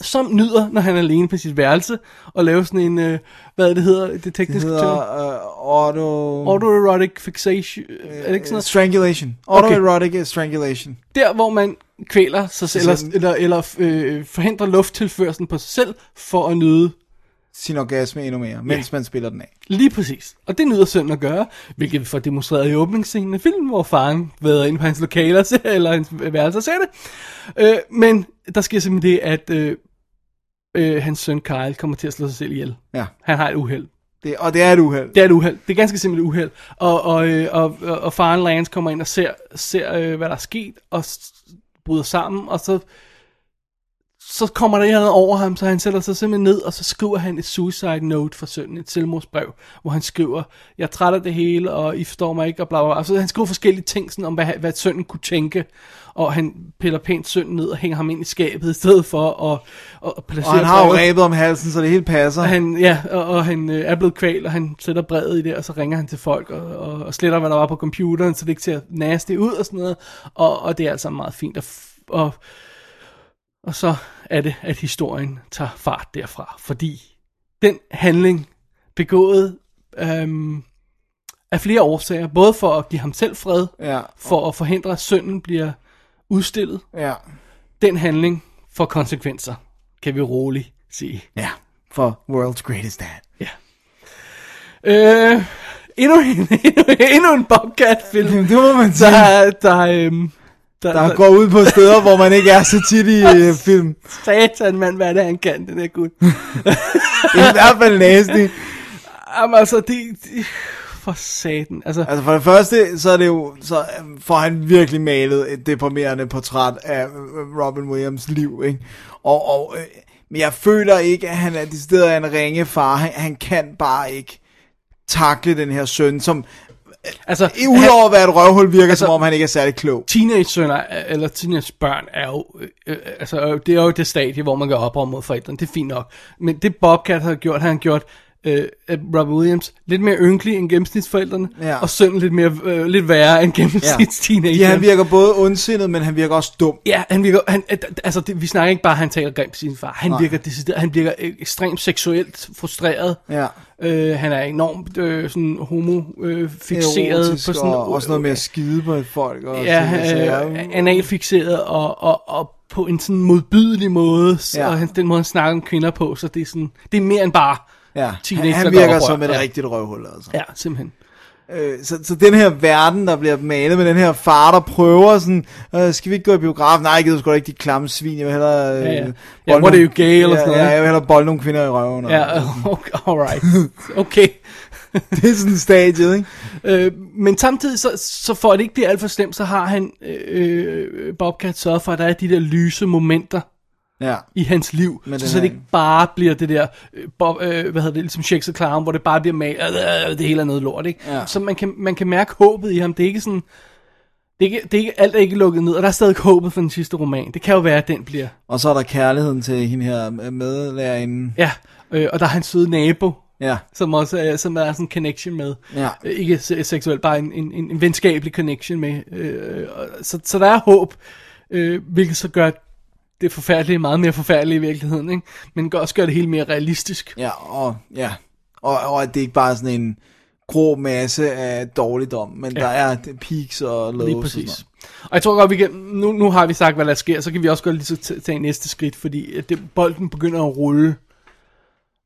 Speaker 4: som nyder, når han er alene på sit værelse, og laver sådan en, øh, hvad er det, det hedder, det
Speaker 3: Det
Speaker 4: tekniske
Speaker 3: hedder
Speaker 4: term?
Speaker 3: øh, auto...
Speaker 4: Autoerotic fixation, er det ikke sådan noget?
Speaker 3: Strangulation. Autoerotic okay. strangulation.
Speaker 4: Der, hvor man kvæler sig selv, eller,
Speaker 3: Sådan.
Speaker 4: eller, eller øh, forhindrer lufttilførselen på sig selv, for at nyde
Speaker 3: Sin orgasme endnu mere, mens man spiller den af.
Speaker 4: Lige præcis. Og det nyder sønnen at gøre, hvilket vi får demonstreret i åbningsscenen af filmen, hvor faren været inde på hans lokaler og ser- eller hans værelse og ser det. Øh, men der sker simpelthen det, at øh, øh, hans søn Kyle kommer til at slå sig selv ihjel.
Speaker 3: Ja.
Speaker 4: Han har et uheld.
Speaker 3: Det, og det er et uheld.
Speaker 4: Det er et uheld. Det er ganske simpelt et uheld. Og, og, øh, og, og, og faren Lance kommer ind og ser, ser øh, hvad der er sket, og s- bryder sammen, og så så kommer der en eller anden over ham, så han sætter sig simpelthen ned, og så skriver han et suicide note for sønnen, et selvmordsbrev, hvor han skriver, jeg er træt af det hele, og I forstår mig ikke, og bla bla bla. Så han skriver forskellige ting sådan, om, hvad, hvad sønnen kunne tænke, og han piller pænt sønnen ned og hænger ham ind i skabet i stedet for, og, og, og placerer
Speaker 3: Og han har jo
Speaker 4: brevet.
Speaker 3: rebet om halsen, så det hele passer.
Speaker 4: Og han, ja, og, og han øh, er blevet kval, og han sætter brevet i det, og så ringer han til folk og, og, og sletter, hvad der var på computeren, så det ikke ser nasty ud og sådan noget. Og, og det er altså meget fint. Og, f- og, og så er det, at historien tager fart derfra, fordi den handling begået øhm, af flere årsager, både for at give ham selv fred,
Speaker 3: ja.
Speaker 4: for at forhindre, at sønnen bliver udstillet,
Speaker 3: ja.
Speaker 4: den handling får konsekvenser, kan vi roligt sige.
Speaker 3: Ja, for World's Greatest Dad.
Speaker 4: Ja. Øh, endnu, en, endnu, endnu en Bobcat-film.
Speaker 3: Det må man sige.
Speaker 4: Der, der, øhm, der,
Speaker 3: Der går ud på steder, hvor man ikke er så tit i øh, film.
Speaker 4: Satan, mand, hvad er det, han kan, den her gut.
Speaker 3: Det er i hvert fald nasty.
Speaker 4: Jamen, altså, det... det for satan. Altså,
Speaker 3: Altså for det første, så er det jo, så øh, får han virkelig malet et deprimerende portræt af øh, Robin Williams liv, ikke? Og, og øh, men jeg føler ikke, at han er det sted af en ringe far. Han, han kan bare ikke takle den her søn, som
Speaker 4: altså
Speaker 3: i- udover at være et røvhul, virker altså, som om han ikke er særlig klog.
Speaker 4: teenage-sønner, eller teenage-børn, er jo, øh, øh, altså, øh, det er jo det stadie, hvor man gør oprør mod forældrene. Det er fint nok. Men det Bobcat har gjort, har han gjort øh, at Robert Williams lidt mere ynkelig end gennemsnitsforældrene,
Speaker 3: Ja.
Speaker 4: og sønnen lidt, mere, øh, lidt værre end gennemsnitsteenageren.
Speaker 3: Ja, han virker både ondsindet, men han virker også dum.
Speaker 4: Ja, han virker, han, at- at- altså det, vi snakker ikke bare, at han taler grimt til sin far. Han
Speaker 3: Nej.
Speaker 4: virker, decideret- han virker øh, ekstremt seksuelt frustreret.
Speaker 3: Ja.
Speaker 4: Øh, han er enormt øh, sådan homo-fixeret. Øh, fixeret
Speaker 3: Erotisk
Speaker 4: på sådan,
Speaker 3: og, og sådan noget med at skide på folk. Og
Speaker 4: ja,
Speaker 3: ting og sager.
Speaker 4: øh, analfixeret og, og, og på en sådan modbydelig måde, ja.
Speaker 3: Ja.
Speaker 4: og han, den måde, han snakker om kvinder på, så det er, sådan, det er mere end bare
Speaker 3: Ja,
Speaker 4: teenage,
Speaker 3: han,
Speaker 4: der
Speaker 3: han
Speaker 4: går
Speaker 3: virker
Speaker 4: og
Speaker 3: som
Speaker 4: rører.
Speaker 3: et
Speaker 4: ja.
Speaker 3: ja. rigtigt røvhul, altså.
Speaker 4: Ja, simpelthen.
Speaker 3: Øh, så, så den her verden, der bliver malet med den her far, der prøver sådan, øh, skal vi ikke gå i biografen? Nej, jeg gider sgu da ikke de klamme svin, jeg vil hellere... Øh,
Speaker 4: Ja, ja. Ja,
Speaker 3: bolle
Speaker 4: what are you,
Speaker 3: nogle-
Speaker 4: gay, eller
Speaker 3: ja,
Speaker 4: sådan noget,
Speaker 3: Ja,
Speaker 4: ikke?
Speaker 3: jeg vil hellere bolde nogle kvinder i røven. og-
Speaker 4: Ja, okay, alright. Okay.
Speaker 3: det er sådan stadiet, ikke?
Speaker 4: Øh, men samtidig, så, så for at det ikke bliver alt for slemt, så har han, øh, Bobcat sørget for, at der er de der lyse momenter
Speaker 3: Ja.
Speaker 4: i hans liv,
Speaker 3: Men
Speaker 4: så,
Speaker 3: den
Speaker 4: så
Speaker 3: her-
Speaker 4: det ikke bare bliver det der, øh, Bob, øh, hvad hedder det, ligesom Shakes og Clown, hvor det bare bliver med, øh, øh, det hele er noget lort, ikke?
Speaker 3: Ja.
Speaker 4: Så man kan, man kan mærke håbet i ham, det er ikke sådan, det er ikke, det er ikke, alt er ikke lukket ned, og der er stadig håbet for den sidste roman, det kan jo være, at den bliver,
Speaker 3: Og så er der kærligheden til hende her øh, medlærerinde.
Speaker 4: ja, øh, og der er hans søde nabo,
Speaker 3: Ja.
Speaker 4: som også er, som der er sådan en connection med.
Speaker 3: Ja.
Speaker 4: Øh, Ikke se- seksuelt, bare en, en, en, en venskabelig connection med. Øh, og- så, så der er håb, øh, hvilket så gør det forfærdelige meget mere forfærdeligt i virkeligheden, ikke? men gør, også gør det hele mere realistisk.
Speaker 3: Ja, og, ja. Og, og at det ikke bare er sådan en grå masse af dårligdom, men ja. der er peaks og lows.
Speaker 4: Lige
Speaker 3: Og sådan
Speaker 4: præcis.
Speaker 3: noget.
Speaker 4: Og jeg tror godt, vi kan, nu, nu har vi sagt, hvad der sker, så kan vi også godt lige så t- tage næste skridt, fordi at det, bolden begynder at rulle,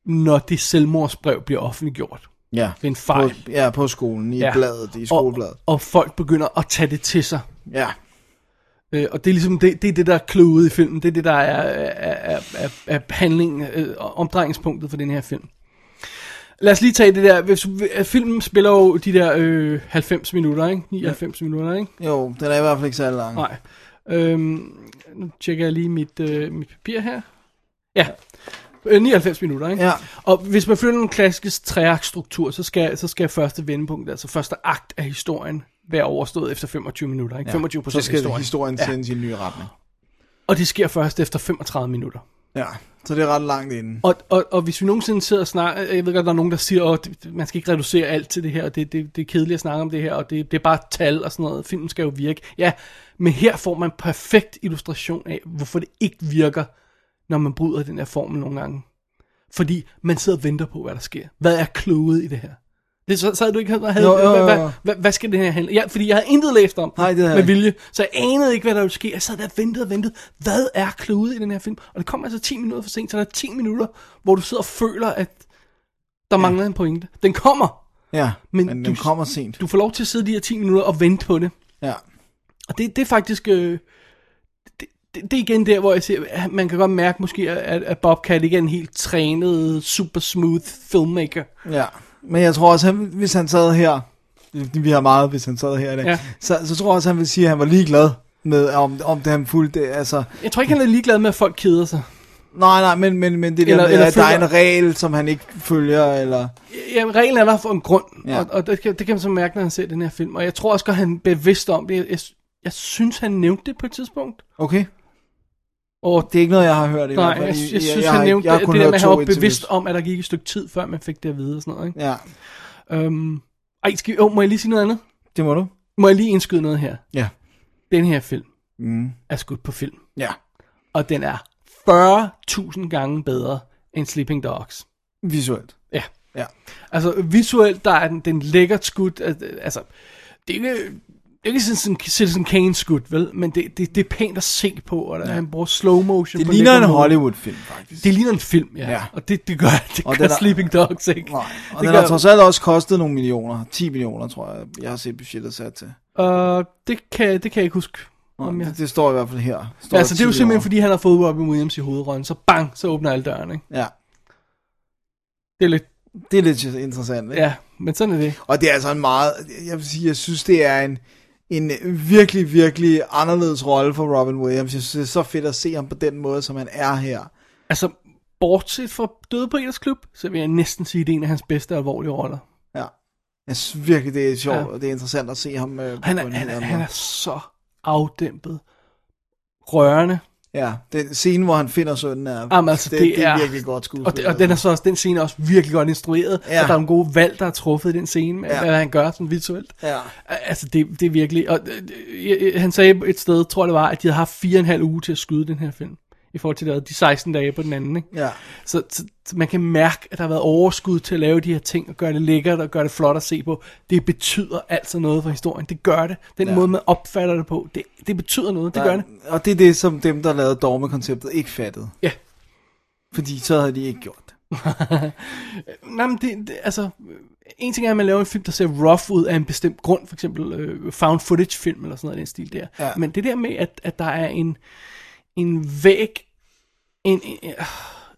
Speaker 4: når det selvmordsbrev bliver offentliggjort.
Speaker 3: Ja.
Speaker 4: Ved en fejl.
Speaker 3: På, ja, på skolen, i ja. bladet, i skolebladet.
Speaker 4: Og, og folk begynder at tage det til sig.
Speaker 3: Ja.
Speaker 4: Øh, og det er ligesom det, det, er det der er kludet i filmen. Det er det, der er, er, er, er, er handling, øh, og omdrejningspunktet for den her film. Lad os lige tage det der. Hvis, øh, filmen spiller jo de der øh, 90 minutter, ikke? 99 ja. minutter, ikke?
Speaker 3: Jo, den er i hvert fald ikke særlig lang.
Speaker 4: Nej. Øhm, nu tjekker jeg lige mit, øh, mit papir her. Ja. Øh, 99 minutter, ikke?
Speaker 3: Ja.
Speaker 4: Og hvis man følger den klassiske treaktstruktur, så skal, så skal første vendepunkt, altså første akt af historien, være overstået efter 25 minutter, ikke?
Speaker 3: Ja.
Speaker 4: 25 procent
Speaker 3: Så
Speaker 4: af
Speaker 3: skal
Speaker 4: historien.
Speaker 3: historien, historien sendes i en ny retning.
Speaker 4: Og det sker først efter 35 minutter.
Speaker 3: Ja, så det er ret langt inden.
Speaker 4: Og, og, og hvis vi nogensinde sidder og snakker, jeg ved godt, der er nogen, der siger, at man skal ikke reducere alt til det her, og det, det, det er kedeligt at snakke om det her, og det, det er bare tal og sådan noget, filmen skal jo virke. Ja, men her får man en perfekt illustration af, hvorfor det ikke virker, når man bryder den her formel nogle gange. Fordi man sidder og venter på, hvad der sker. Hvad er kloget i det her? Det så- sad du ikke og havde,
Speaker 3: Jo, jo, jo, jo.
Speaker 4: Hvad, hvad, hvad, hvad skal det her handle? Ja, fordi jeg havde intet læst om den
Speaker 3: Nej, det havde
Speaker 4: med
Speaker 3: jeg ikke.
Speaker 4: vilje, så jeg anede ikke, hvad der ville ske. Jeg sad der og ventede og ventede. Hvad er klodet i den her film? Og det kom altså 10 minutter for sent, så der er 10 minutter, hvor du sidder og føler, at der mangler en pointe. Den kommer,
Speaker 3: Ja, men,
Speaker 4: men,
Speaker 3: men
Speaker 4: du,
Speaker 3: den kommer sent.
Speaker 4: du får lov til at sidde de her 10 minutter og vente på det.
Speaker 3: Ja.
Speaker 4: Og det, det er faktisk... Øh, det, det, det er igen der, hvor jeg siger, at man kan godt mærke måske, at, at Bobcat ikke er en helt trænet, super smooth filmmaker.
Speaker 3: ja. Men jeg tror også, han, hvis han sad her, vi har meget, hvis han sad her i dag,
Speaker 4: Ja.
Speaker 3: ja. så, så tror jeg også, han vil sige, at han var ligeglad med, om, om det han fulgte, altså,
Speaker 4: Jeg tror ikke, han er ligeglad med, at folk keder sig.
Speaker 3: Nej, nej, men, men, men det der
Speaker 4: Eller-
Speaker 3: eller, med,
Speaker 4: eller
Speaker 3: at der er
Speaker 4: følger-
Speaker 3: en regel, som han ikke følger, eller...
Speaker 4: Ja, reglen er der for en grund,
Speaker 3: Ja.
Speaker 4: ja. og, og det, kan, det kan man så mærke, når han ser den her film. Og jeg tror også godt, han er bevidst om det. Jeg, jeg, jeg synes, han nævnte det på et tidspunkt.
Speaker 3: Okay.
Speaker 4: Og
Speaker 3: det er ikke noget, jeg har hørt i
Speaker 4: Nej,
Speaker 3: hvert
Speaker 4: jeg,
Speaker 3: fald.
Speaker 4: jeg,
Speaker 3: I-
Speaker 4: jeg synes,
Speaker 3: jeg har
Speaker 4: han
Speaker 3: ikke-
Speaker 4: nævnte
Speaker 3: jeg har
Speaker 4: det,
Speaker 3: kun
Speaker 4: det der
Speaker 3: hørt
Speaker 4: med, at
Speaker 3: to
Speaker 4: han var
Speaker 3: interviews.
Speaker 4: bevidst om, at der gik et stykke tid, før man fik det at vide og sådan noget. Ikke?
Speaker 3: Ja.
Speaker 4: Øhm, ej, skal, vi- åh, må jeg lige sige noget andet?
Speaker 3: Det må du.
Speaker 4: Må jeg lige indskyde noget her?
Speaker 3: Ja.
Speaker 4: Den her film
Speaker 3: Mm.
Speaker 4: er skudt på film.
Speaker 3: Ja.
Speaker 4: Og den er 40.000 gange bedre end Sleeping Dogs.
Speaker 3: Visuelt.
Speaker 4: Ja.
Speaker 3: Ja.
Speaker 4: Altså visuelt, der er den, den lækkert skudt. Al- Altså, det er ikke, det er ikke Citizen, Citizen Kane skudt, vel? Men det, det, det er pænt at se på, og der,
Speaker 3: Ja.
Speaker 4: han bruger slow motion.
Speaker 3: Det
Speaker 4: på
Speaker 3: ligner en
Speaker 4: lækker måde.
Speaker 3: Hollywood-film, faktisk.
Speaker 4: Det ligner en film, ja.
Speaker 3: Ja.
Speaker 4: ja. Og det, det gør, det
Speaker 3: Og
Speaker 4: og
Speaker 3: den
Speaker 4: gør
Speaker 3: er-
Speaker 4: Sleeping Dogs ikke. Nej,
Speaker 3: Og den har trods alt også kostet nogle millioner. 10 millioner, tror jeg, jeg har set budgettet sat til.
Speaker 4: Øh, det, kan, det kan jeg ikke huske.
Speaker 3: Nå,
Speaker 4: om jeg...
Speaker 3: det, det står i hvert fald her. Står
Speaker 4: Ja, altså,
Speaker 3: der
Speaker 4: det er jo
Speaker 3: 10
Speaker 4: simpelthen,
Speaker 3: millioner.
Speaker 4: fordi han har fået Robin Williams i hovedrollen, så bang, så åbner alle dørene, ikke?
Speaker 3: Ja.
Speaker 4: Det er lidt...
Speaker 3: Det er lidt interessant, ikke?
Speaker 4: Ja, men sådan er det.
Speaker 3: Og det er altså en meget... Jeg vil sige, jeg synes, det er en, en virkelig, virkelig anderledes rolle for Robin Williams. Jeg synes, det er så fedt at se ham på den måde, som han er her.
Speaker 4: Altså, bortset fra Døde Briters Klub, så vil jeg næsten sige, det er en af hans bedste alvorlige roller.
Speaker 3: Ja. Jeg synes virkelig, det er sjovt, ja.
Speaker 4: Ja.
Speaker 3: og det er interessant at se ham øh, på en
Speaker 4: Han er, han,
Speaker 3: helt
Speaker 4: er,
Speaker 3: anden
Speaker 4: han
Speaker 3: måde.
Speaker 4: er så afdæmpet. Rørende.
Speaker 3: Ja, den scene, hvor han finder sønnen, er,
Speaker 4: Jamen, altså, det,
Speaker 3: det er
Speaker 4: er
Speaker 3: virkelig godt skuespil.
Speaker 4: Og, det, og den, er så også, den scene er også virkelig godt instrueret,
Speaker 3: Ja.
Speaker 4: ja. og der er nogle gode valg, der er truffet i den scene, med
Speaker 3: Ja.
Speaker 4: ja. hvad han gør sådan visuelt.
Speaker 3: Ja.
Speaker 4: Al- Altså, det, det er virkelig... Og, øh, øh, øh, han sagde et sted, tror jeg det var, at de havde haft fire og en halv uge til at skyde den her film. I forhold til det, de 16 dage på den anden, ikke?
Speaker 3: Ja.
Speaker 4: Så, så, så man kan mærke, at der har været overskud til at lave de her ting, og gøre det lækkert, og gøre det flot at se på. Det betyder altså noget for historien. Det gør det. Den
Speaker 3: Ja.
Speaker 4: ja. måde, man opfatter det på, det, det betyder noget. Det
Speaker 3: Der-
Speaker 4: gør det.
Speaker 3: Og det er det, som dem, der lavede Dorme-konceptet, ikke fattede.
Speaker 4: Ja.
Speaker 3: Fordi så havde de ikke gjort det.
Speaker 4: Nej, men det, det, altså, en ting er, at man laver en film, der ser rough ud af en bestemt grund, for eksempel øh, found footage film eller sådan noget i den stil der.
Speaker 3: Ja.
Speaker 4: Men det der med, at, at der er en, en væg, en, en,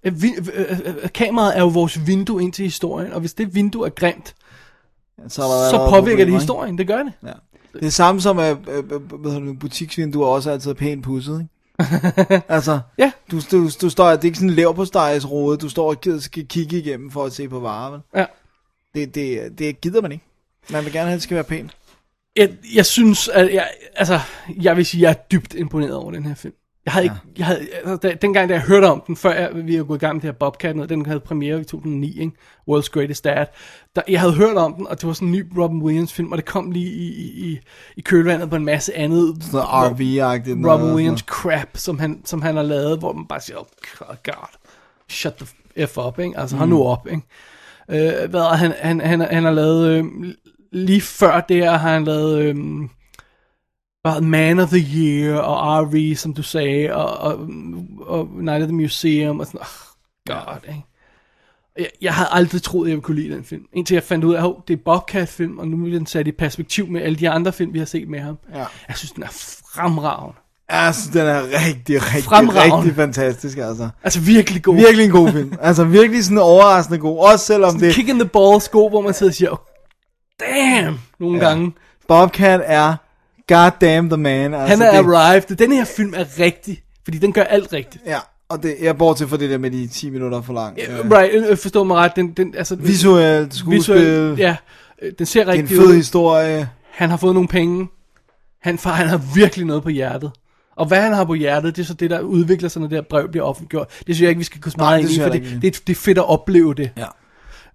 Speaker 4: øh, vi, øh, øh, øh, kameraet er jo vores vindue ind til historien, og hvis det vindue er grimt,
Speaker 3: Så, er der
Speaker 4: så
Speaker 3: allerede
Speaker 4: påvirker det
Speaker 3: problemer,
Speaker 4: historien, det gør det.
Speaker 3: ikke? Ja. Det er samme som, at øh, øh, hvad hedder det, butiksvinduer også altid er pænt pudset, ikke? altså,
Speaker 4: Ja.
Speaker 3: du, du, du står, det er ikke sådan en lav på rode, du står og gider- skal kigge igennem for at se på varer, vel?
Speaker 4: Ja.
Speaker 3: Det, det, det gider man ikke. Man vil gerne have, at det skal være pænt.
Speaker 4: Jeg, jeg synes, at jeg, altså, jeg vil sige, at jeg er dybt imponeret over den her film. Jeg havde ikke, jeg havde, altså, da, dengang da jeg hørte om den, før jeg, vi havde gået i gang med det her Bobcat, noget, den havde premiere i 2009, ikke? World's Greatest Dad, der, jeg havde hørt om den, og det var sådan en ny Robin Williams film, og det kom lige i, i, i, i kølvandet på en masse andet.
Speaker 3: Sådan noget RV-agtigt. noget, sådan
Speaker 4: Robin
Speaker 3: noget. altså.
Speaker 4: Williams crap, som han, som han har lavet, hvor man bare siger, oh god, shut the f up, ikke? Altså, mm. hold nu op, ikke? Øh, hvad er han, han, han, han har lavet, øh, lige før det her, har han lavet, øh, hvad, Man of the Year, og RV, som du sagde, og, og, og Night at the Museum, og sådan, oh god, ikke? Jeg, jeg havde aldrig troet, jeg ville kunne lide den film. Indtil jeg fandt ud af, at hov, det er Bobcat-film, og nu bliver den sat i perspektiv med alle de andre film, vi har set med ham.
Speaker 3: Ja.
Speaker 4: Jeg synes, den er fremragende.
Speaker 3: Altså, den er rigtig, rigtig,
Speaker 4: Fremragende.
Speaker 3: rigtig fantastisk, altså.
Speaker 4: Altså virkelig god.
Speaker 3: Virkelig en god film. altså, virkelig sådan overraskende god. Også selvom
Speaker 4: Sådan
Speaker 3: det...
Speaker 4: kick in the balls god, hvor man sidder og siger, oh, damn, nogle ja. gange.
Speaker 3: Bobcat er goddamn the man. Altså,
Speaker 4: Han er
Speaker 3: det,
Speaker 4: arrived. Den her film er rigtig, fordi den gør alt rigtigt.
Speaker 3: Ja, og det, jeg bor til for det der med de 10 minutter for langt.
Speaker 4: Ja. Right, øh, forstå mig ret. Den, den, altså,
Speaker 3: Visuelt, skuespil.
Speaker 4: Visuelt, ja, Øh, den ser
Speaker 3: det er en
Speaker 4: rigtig
Speaker 3: fed
Speaker 4: ud.
Speaker 3: historie.
Speaker 4: Han har fået nogle penge. Han, far, han har virkelig noget på hjertet. Og hvad han har på hjertet, det er så det, der udvikler sig, når det her brev bliver offentliggjort. Det synes jeg ikke, vi skal gå så
Speaker 3: Nej,
Speaker 4: meget
Speaker 3: det
Speaker 4: ind i,
Speaker 3: synes jeg
Speaker 4: for det,
Speaker 3: heller
Speaker 4: det, er- det er fedt at opleve det.
Speaker 3: Ja.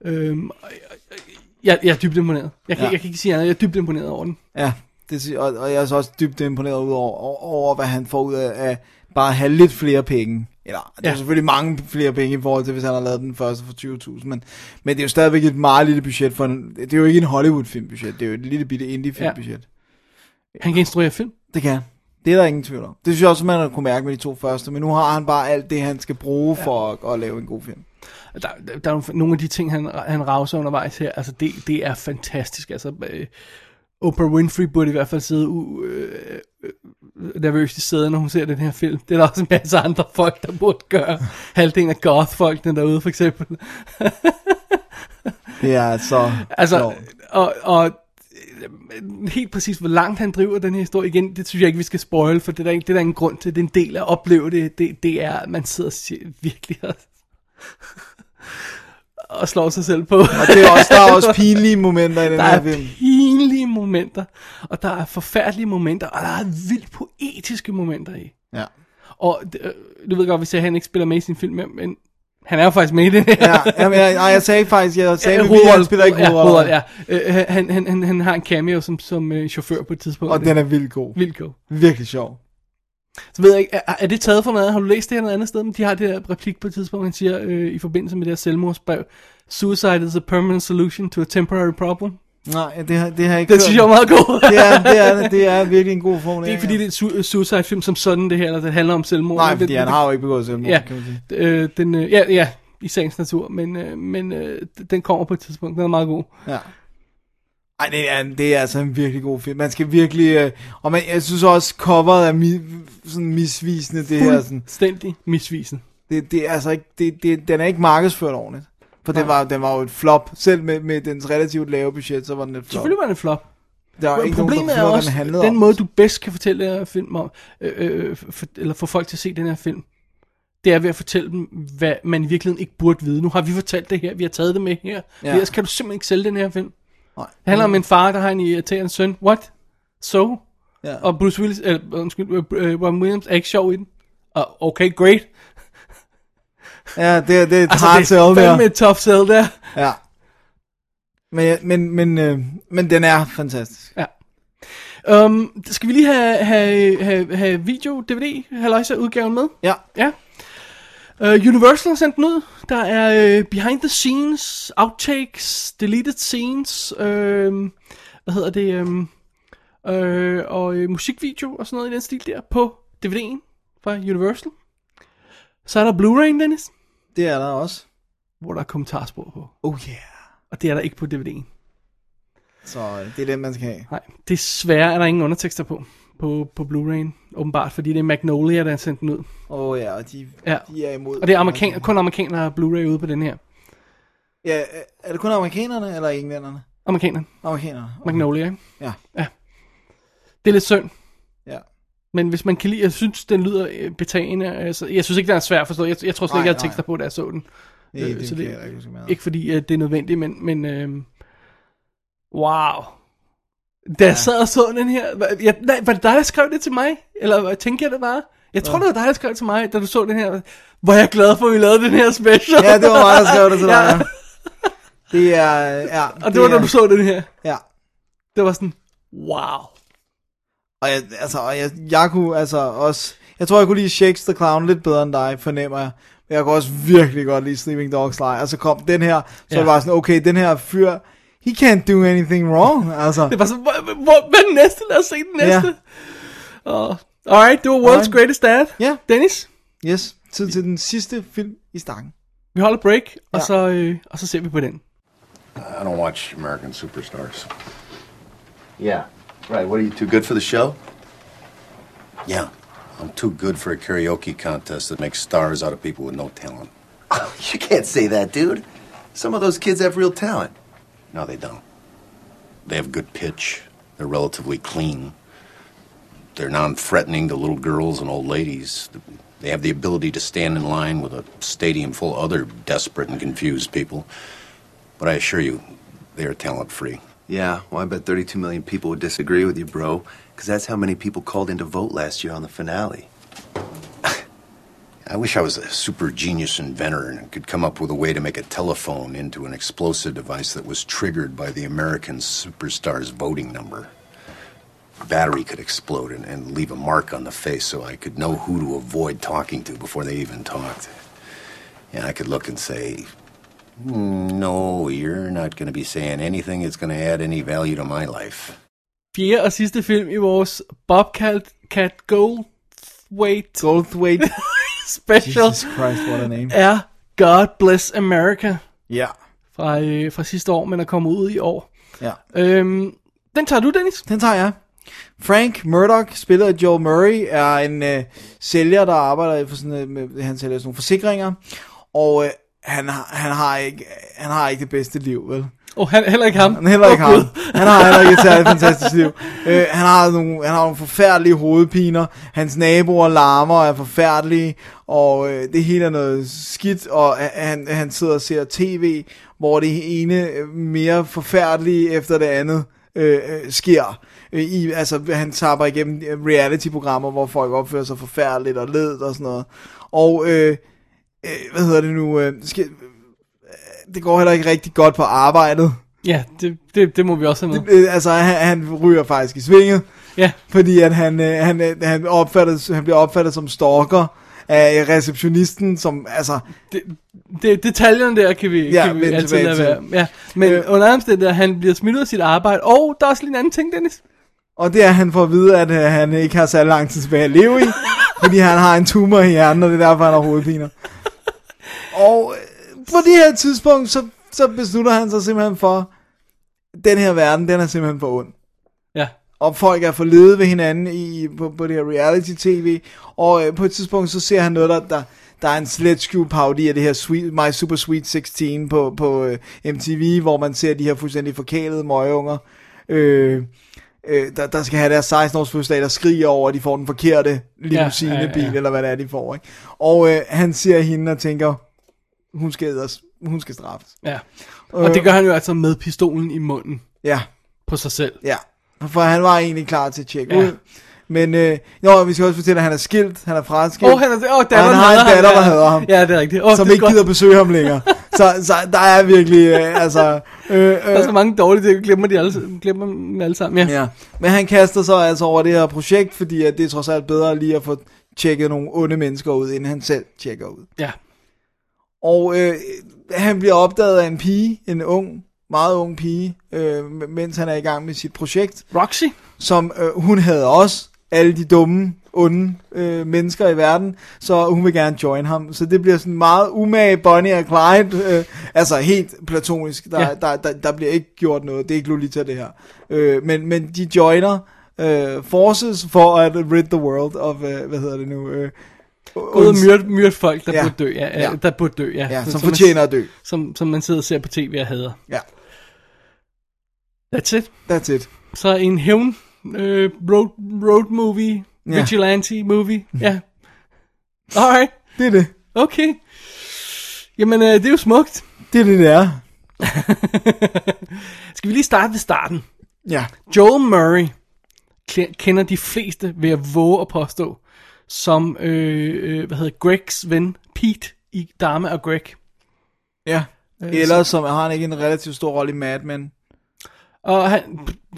Speaker 4: Øhm, og jeg, jeg, jeg er dybt imponeret. Jeg kan,
Speaker 3: Ja.
Speaker 4: ja. jeg kan ikke sige andet, jeg er dybt imponeret over den.
Speaker 3: Ja, det, sy- og, og jeg er så også dybt imponeret ud over, over, over, hvad han får ud af, af bare at have lidt flere penge. Eller, det er
Speaker 4: Ja.
Speaker 3: ja. selvfølgelig mange flere penge i forhold til, hvis han har lavet den første for 20.000, men, men det er jo stadigvæk et meget lille budget for en, Det er jo ikke en Hollywood-filmbudget, det er jo et lille bitte indie-filmbudget.
Speaker 4: Han kan instruere film.
Speaker 3: Det kan han. Det er der ingen tvivl om. Det synes jeg også, man kunne mærke med de to første, men nu har han bare alt det, han skal bruge ja. for at, at lave en god film.
Speaker 4: Der, der, der er jo nogle af de ting, han, han rager undervejs her. Altså, det, det er fantastisk. Altså, øh, Oprah Winfrey burde i hvert fald sidde u, øh, øh, nervøst i sædet, når hun ser den her film. Det er der også en masse andre folk, der burde gøre. Halvdelen af goth-folkene derude, for eksempel.
Speaker 3: Det er altså...
Speaker 4: altså,
Speaker 3: sjovt.
Speaker 4: og, og øh, helt præcis, hvor langt han driver den her historie igen, det synes jeg ikke, vi skal spoil, for det er der, ikke- det er der ingen grund til. Det er en del af at opleve det. Det, det er, at man sidder og siger, virkelig og, og slår sig selv på.
Speaker 3: Og det er også, der er også pinlige momenter i den
Speaker 4: Der
Speaker 3: her
Speaker 4: er
Speaker 3: film.
Speaker 4: pinlige momenter, og der er forfærdelige momenter, og der er vildt poetiske momenter i.
Speaker 3: Ja.
Speaker 4: Og øh, du ved godt, hvis jeg han ikke spiller med i sin film, men- men han er jo faktisk med i det her.
Speaker 3: Ja, jamen, jeg, nej, jeg sagde faktisk, jeg sagde, at
Speaker 4: hovedrolle-
Speaker 3: han spiller ikke
Speaker 4: ja,
Speaker 3: hovedrollen.
Speaker 4: Ja, Øh, han, han, han, han har en cameo som, som øh, chauffør på et tidspunkt.
Speaker 3: Og den er vildt god.
Speaker 4: Vildt god.
Speaker 3: Virkelig sjov.
Speaker 4: Så ved jeg ikke, er, er det taget fra noget? Har du læst det her noget andet sted? Men de har det her replik på et tidspunkt, han siger øh, i forbindelse med det her selvmordsbrev. Suicide is a permanent solution to a temporary problem.
Speaker 3: Nej, det har, det har jeg ikke
Speaker 4: Den synes jeg er meget god.
Speaker 3: det, er, det, er, det er virkelig en god formulering.
Speaker 4: Det er ikke fordi, det er en su- suicide film som sådan, det her, eller det handler om selvmord.
Speaker 3: Nej,
Speaker 4: Men
Speaker 3: fordi
Speaker 4: det,
Speaker 3: han
Speaker 4: det-
Speaker 3: har jo ikke begået selvmord,
Speaker 4: ja,
Speaker 3: kan man sige.
Speaker 4: Øh, den, øh, ja, ja, i sagens natur, men, øh, men øh, d- den kommer på et tidspunkt, den er meget god.
Speaker 3: Ja. Ej, det er, det er altså en virkelig god film. Man skal virkelig... Øh, og man, jeg synes også, coveret er mi, sådan misvisende, det her. Sådan.
Speaker 4: Fuldstændig misvisende.
Speaker 3: Det, det er altså ikke, det, det, den er ikke markedsført ordentligt. For den var, den var jo et flop. Selv med, med dens relativt lave budget, så var den et flop.
Speaker 4: Selvfølgelig var den en flop.
Speaker 3: Der er
Speaker 4: Men
Speaker 3: ikke nogen, der
Speaker 4: problemet
Speaker 3: forstår,
Speaker 4: er
Speaker 3: hvad
Speaker 4: også
Speaker 3: den handlede
Speaker 4: den
Speaker 3: om.
Speaker 4: måde, du bedst kan fortælle den her film om, øh, øh, for, eller få folk til at se den her film. Det er ved at fortælle dem, hvad man i virkeligheden ikke burde vide. Nu har vi fortalt det her, vi har taget det med her.
Speaker 3: Ja.
Speaker 4: Ja. Ellers kan du simpelthen ikke sælge den her film.
Speaker 3: Nej.
Speaker 4: Det handler om en far, der har en irriterende søn. What? So?
Speaker 3: Ja.
Speaker 4: Og Bruce Willis, eller undskyld, øh, øh, Robin Williams er ikke sjov i den. Og okay, great.
Speaker 3: Ja, det, det er et
Speaker 4: Altså,
Speaker 3: hard
Speaker 4: det
Speaker 3: sell
Speaker 4: er
Speaker 3: der.
Speaker 4: fandme et tough sell der.
Speaker 3: Ja. Men, men, men, øh, men den er fantastisk.
Speaker 4: Ja. Um, skal vi lige have, have, have, have video, DVD, haløjse udgaven med?
Speaker 3: Ja.
Speaker 4: ja. Uh, Universal har sendt den ud. Der er uh, behind the scenes, outtakes, deleted scenes, uh, hvad hedder det, um, uh, og uh, musikvideo og sådan noget i den stil der på DVD'en fra Universal. Så er der Blu-ray'en, Dennis,
Speaker 3: Det er der også.
Speaker 4: hvor der er kommentarspor på.
Speaker 3: Oh yeah.
Speaker 4: Og det er der ikke på DVD'en.
Speaker 3: Så øh, det er den, man skal have.
Speaker 4: Nej, desværre er der ingen undertekster på, på, på Blu-ray'en, åbenbart, fordi det er Magnolia, der har sendt den ud.
Speaker 3: Åh oh, ja, og de,
Speaker 4: Ja.
Speaker 3: de er imod.
Speaker 4: Og det er amerikan- kun amerikanere, der har Blu-ray ude på den her.
Speaker 3: Ja, øh, er det kun amerikanerne eller englænderne?
Speaker 4: Amerikanerne,
Speaker 3: Amerikanerne.
Speaker 4: Magnolia, ikke?
Speaker 3: Ja.
Speaker 4: ja. Det er lidt synd,
Speaker 3: Ja.
Speaker 4: men hvis man kan lide, jeg synes, den lyder øh, betagende. Altså, jeg synes ikke, den er svær at forstå. Jeg, jeg tror slet
Speaker 3: Nej,
Speaker 4: ikke, jeg
Speaker 3: nej.
Speaker 4: havde tekster på, da jeg så den.
Speaker 3: Nej,
Speaker 4: Øh,
Speaker 3: det
Speaker 4: så
Speaker 3: kan jeg heller ikke huske, om jeg havde.
Speaker 4: ikke fordi, at det er nødvendigt, men, men øh, wow. Da jeg sad og så den her, var, jeg, nej, var det dig, der skrev det til mig? Eller hvad, tænker jeg det bare? Jeg tror, det var dig, der skrev det til mig, da du så den her. Hvor er jeg glad for, at vi lavede den her special.
Speaker 3: Ja, det var mig, der skrev det til dig.
Speaker 4: Ja.
Speaker 3: ja. Det er, øh, ja.
Speaker 4: Og det, det var,
Speaker 3: er,
Speaker 4: da du så den her.
Speaker 3: Ja.
Speaker 4: Det var sådan, wow.
Speaker 3: Og jeg, altså, og jeg, jeg kunne altså også... Jeg tror, jeg kunne lide Shakes the Clown lidt bedre end dig, fornemmer jeg. Men jeg kunne også virkelig godt lide Sleeping Dogs Lie. Og så kom den her, så
Speaker 4: Ja.
Speaker 3: ja. det var sådan, okay, den her fyr, he can't do anything wrong, altså.
Speaker 4: Det var sådan, hvor, hvor, hvad er den næste? Lad os se den næste. Og, alright, det var World's
Speaker 3: Alright.
Speaker 4: Greatest Dad.
Speaker 3: Ja.
Speaker 4: Dennis,
Speaker 3: Yes, tid til den sidste film i stakken.
Speaker 4: vi holder break, og,
Speaker 3: Ja.
Speaker 4: så, øh, og så ser vi på den.
Speaker 13: I don't watch American Superstars.
Speaker 14: Yeah, right. What are you
Speaker 13: Too good for the show? Yeah, I'm too good for a karaoke contest that makes stars out of people with no talent.
Speaker 14: You can't say that, dude. Some of those kids have real talent.
Speaker 13: No, they don't. They have good pitch, they're relatively clean, they're non threatening to little girls and old ladies. They have the ability to stand in line with a stadium full of other desperate and confused people. But I assure you, they are talent free.
Speaker 14: Yeah, well, I bet 32 million people would disagree with you, bro, because that's how many people called in to vote last year on the finale.
Speaker 13: I wish I was a super genius inventor and could come up with a way to make a telephone into an explosive device that was triggered by the American superstar's voting number. A battery could explode and, and leave a mark on the face so I could know who to avoid talking to before they even talked. And I could look and say, "Hmm, No, you're not going to be saying anything that's going to add any value to my life.
Speaker 4: Fjerde og sidste film i vores Bobcat Cat Goldthwait
Speaker 3: Goldthwait
Speaker 4: special
Speaker 3: Jesus Christ, what a name.
Speaker 4: er God Bless America
Speaker 3: Ja.
Speaker 4: fra, øh, fra sidste år, men er kommet ud i år.
Speaker 3: Ja.
Speaker 4: Øhm, den tager du, Dennis.
Speaker 3: Den tager jeg. Frank Murdoch, spillet af Joel Murray, er en øh, sælger, der arbejder for sådan, øh, med, han sælger sådan nogle forsikringer, og øh, han, har- han, har ikke, han har ikke det bedste liv, vel?
Speaker 4: Oh, han, heller ikke ham.
Speaker 3: Han heller ikke
Speaker 4: Åh,
Speaker 3: ham.
Speaker 4: Gud.
Speaker 3: Han har heller ikke et særligt fantastisk liv. Øh, han, har nogle, han har nogle forfærdelige hovedpiner. Hans naboer larmer og er forfærdelige. Og øh, det hele er noget skidt. Og øh, han, han sidder og ser tv, hvor det ene øh, mere forfærdelige efter det andet øh, øh, sker. Øh, i, altså, han tapper igennem øh, reality-programmer, hvor folk opfører sig forfærdeligt og ledt og sådan noget. Og, øh, øh, hvad hedder det nu? Øh, skal, øh, det går heller ikke rigtig godt på arbejdet.
Speaker 4: Ja, det, det, det må vi også have med.
Speaker 3: Øh, altså han, han ryger faktisk i svinget.
Speaker 4: Ja.
Speaker 3: Fordi at han, øh, han, øh, han, opfattes, han bliver opfattet som stalker af receptionisten, som altså...
Speaker 4: Det, det, detaljerne der kan vi,
Speaker 3: Ja,
Speaker 4: kan vi
Speaker 3: vende
Speaker 4: altid
Speaker 3: tilbage
Speaker 4: lade
Speaker 3: til.
Speaker 4: være. Ja, men øh, under omstændigheder, han bliver smidt ud af sit arbejde. Og der er også lige en anden ting, Dennis.
Speaker 3: Og det er, at han får at vide, at øh, han ikke har særlig lang tid tilbage at leve i, fordi han har en tumor i hjernen, og det er derfor, han har hovedpiner. Og øh, på det her tidspunkt, så, så beslutter han sig simpelthen for, den her verden, den er simpelthen for ond.
Speaker 4: Ja.
Speaker 3: Og folk er forledet ved hinanden i, på, på det her reality-tv. Og øh, på et tidspunkt, så ser han noget, der, der, der er en slet skjult parodi af det her sweet, My Super Sweet 16 på, på øh, MTV, hvor man ser de her fuldstændig forkælede møgeunger, øh, øh, der, der skal have deres 16-års fødselsdag, der skriger over, at de får den forkerte limousinebil, ja, ja, ja. eller hvad det er, de får. Ikke? Og øh, han ser hende og tænker, hun skal, eders- hun skal straffes.
Speaker 4: Ja. Og
Speaker 3: Øh.
Speaker 4: det gør han jo altså med pistolen i munden.
Speaker 3: Ja.
Speaker 4: På sig selv.
Speaker 3: Ja, for han var egentlig klar til at tjekke
Speaker 4: Ja.
Speaker 3: ja. ud. Men øh, jo, vi skal også fortælle, at han er skilt, han er fraskilt.
Speaker 4: Åh, han er- åh,
Speaker 3: og han
Speaker 4: datteren
Speaker 3: har
Speaker 4: hader
Speaker 3: en
Speaker 4: ham,
Speaker 3: datter,
Speaker 4: ja.
Speaker 3: der hader ham.
Speaker 4: Ja, det er rigtigt. Åh,
Speaker 3: som
Speaker 4: det er
Speaker 3: ikke gider besøge ham længere. så, så der er virkelig, øh, altså... Øh, øh,
Speaker 4: Der er så mange dårlige ting, glemmer de alle, glemmer dem alle sammen. Ja.
Speaker 3: Ja. Men han kaster sig altså over det her projekt, fordi at det er trods alt bedre lige at få tjekket nogle onde mennesker ud, inden han selv tjekker ud.
Speaker 4: ja.
Speaker 3: Og øh, han bliver opdaget af en pige, en ung, meget ung pige, øh, mens han er i gang med sit projekt.
Speaker 4: Roxy?
Speaker 3: Som øh, hun havde også alle de dumme, onde øh, mennesker i verden, så hun vil gerne join ham. Så det bliver sådan meget umage Bonnie og Clyde, øh, altså helt platonisk. Der,
Speaker 4: Ja.
Speaker 3: ja. der, der, der bliver ikke gjort noget, det er ikke Lolita det her. Øh, men, men de joiner øh, forces for at rid the world of, øh, hvad hedder det nu... Øh,
Speaker 4: Gået og myrdet myrd folk, der ja.
Speaker 3: Ja.
Speaker 4: burde dø. Ja, ja.
Speaker 3: Ja.
Speaker 4: Der burde dø, ja.
Speaker 3: Ja, som
Speaker 4: man-
Speaker 3: fortjener at dø.
Speaker 4: Som, som man sidder og ser på tv og hader.
Speaker 3: Ja.
Speaker 4: That's it.
Speaker 3: That's it.
Speaker 4: Så en hævn øh, road, road movie,
Speaker 3: Ja. Mhm.
Speaker 4: vigilante movie. Ja. Alright.
Speaker 3: Det er det.
Speaker 4: Okay. Jamen, øh, det er jo smukt.
Speaker 3: Det er det, det er.
Speaker 4: Skal vi lige starte ved starten?
Speaker 3: Ja.
Speaker 4: Joel Murray kle- kender de fleste ved at våge at påstå, som, øh, øh, hvad hedder Gregs ven, Pete i Dharma og Greg.
Speaker 3: Ja.
Speaker 4: Øh,
Speaker 3: Eller som har han ikke en relativt stor rolle i Mad Men.
Speaker 4: Og han,